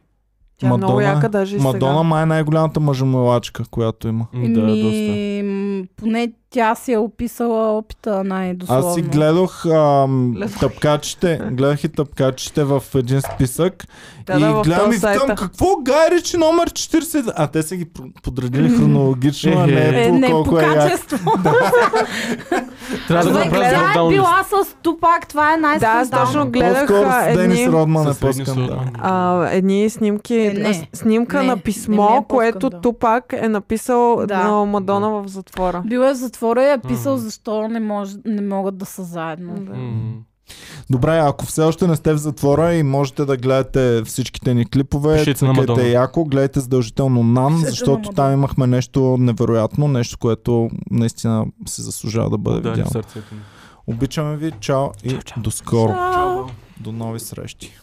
[SPEAKER 6] Тя е много
[SPEAKER 2] Мадона-
[SPEAKER 6] яка даже и
[SPEAKER 2] Мадона
[SPEAKER 6] сега.
[SPEAKER 2] май е най-голямата мъжемелачка, която има.
[SPEAKER 4] М, Да,
[SPEAKER 3] Ами,
[SPEAKER 4] доста.
[SPEAKER 3] м, поне тя си е описала опита най-дословно.
[SPEAKER 2] Аз си гледах ам, тъпкачите, гледах и тъпкачите в един списък
[SPEAKER 6] Да,
[SPEAKER 2] и
[SPEAKER 6] да, в
[SPEAKER 2] гледам
[SPEAKER 6] този
[SPEAKER 2] и викам
[SPEAKER 6] сайта.
[SPEAKER 2] какво Гайрич номер 40, а те са ги пр- подредили хронологично, а не
[SPEAKER 4] Е,
[SPEAKER 2] е
[SPEAKER 3] е,
[SPEAKER 2] по
[SPEAKER 3] не, по
[SPEAKER 2] колко е як.
[SPEAKER 3] качество.
[SPEAKER 4] Трябва да
[SPEAKER 3] Човек,
[SPEAKER 6] го
[SPEAKER 4] направя
[SPEAKER 3] тя е
[SPEAKER 4] отдално лист.
[SPEAKER 3] била с Тупак, това е
[SPEAKER 6] Да, аз точно
[SPEAKER 3] най-скандално.
[SPEAKER 6] гледах
[SPEAKER 2] По-скоро
[SPEAKER 6] а,
[SPEAKER 2] с
[SPEAKER 6] едни...
[SPEAKER 2] Денис Родман е
[SPEAKER 4] Със Денис
[SPEAKER 2] по-скандал.
[SPEAKER 4] Родман.
[SPEAKER 6] а, едни снимки,
[SPEAKER 3] Е, Э, не.
[SPEAKER 6] с- снимка
[SPEAKER 3] Не,
[SPEAKER 6] на
[SPEAKER 3] не
[SPEAKER 6] писмо,
[SPEAKER 3] ми е
[SPEAKER 6] което
[SPEAKER 3] по-скандал.
[SPEAKER 6] Тупак е написал
[SPEAKER 3] Да.
[SPEAKER 6] на Мадона в затвора.
[SPEAKER 3] Бил е в затвора и е писал
[SPEAKER 4] М.
[SPEAKER 3] защо не, може, не могат да са заедно.
[SPEAKER 6] Да.
[SPEAKER 4] М.
[SPEAKER 2] Добре, ако все още не сте в затвора и можете да гледате всичките ни клипове,
[SPEAKER 4] Пишете на
[SPEAKER 2] цъкайте
[SPEAKER 4] Мадона.
[SPEAKER 2] яко, гледайте задължително НАН,
[SPEAKER 3] Пишете на
[SPEAKER 2] защото
[SPEAKER 3] Мадона.
[SPEAKER 2] там имахме нещо невероятно, нещо, което наистина се заслужава да бъде
[SPEAKER 4] Да,
[SPEAKER 2] видяно.
[SPEAKER 4] в сърцето ми.
[SPEAKER 2] Обичаме ви, чао и до скоро,
[SPEAKER 6] Чао.
[SPEAKER 2] до нови срещи.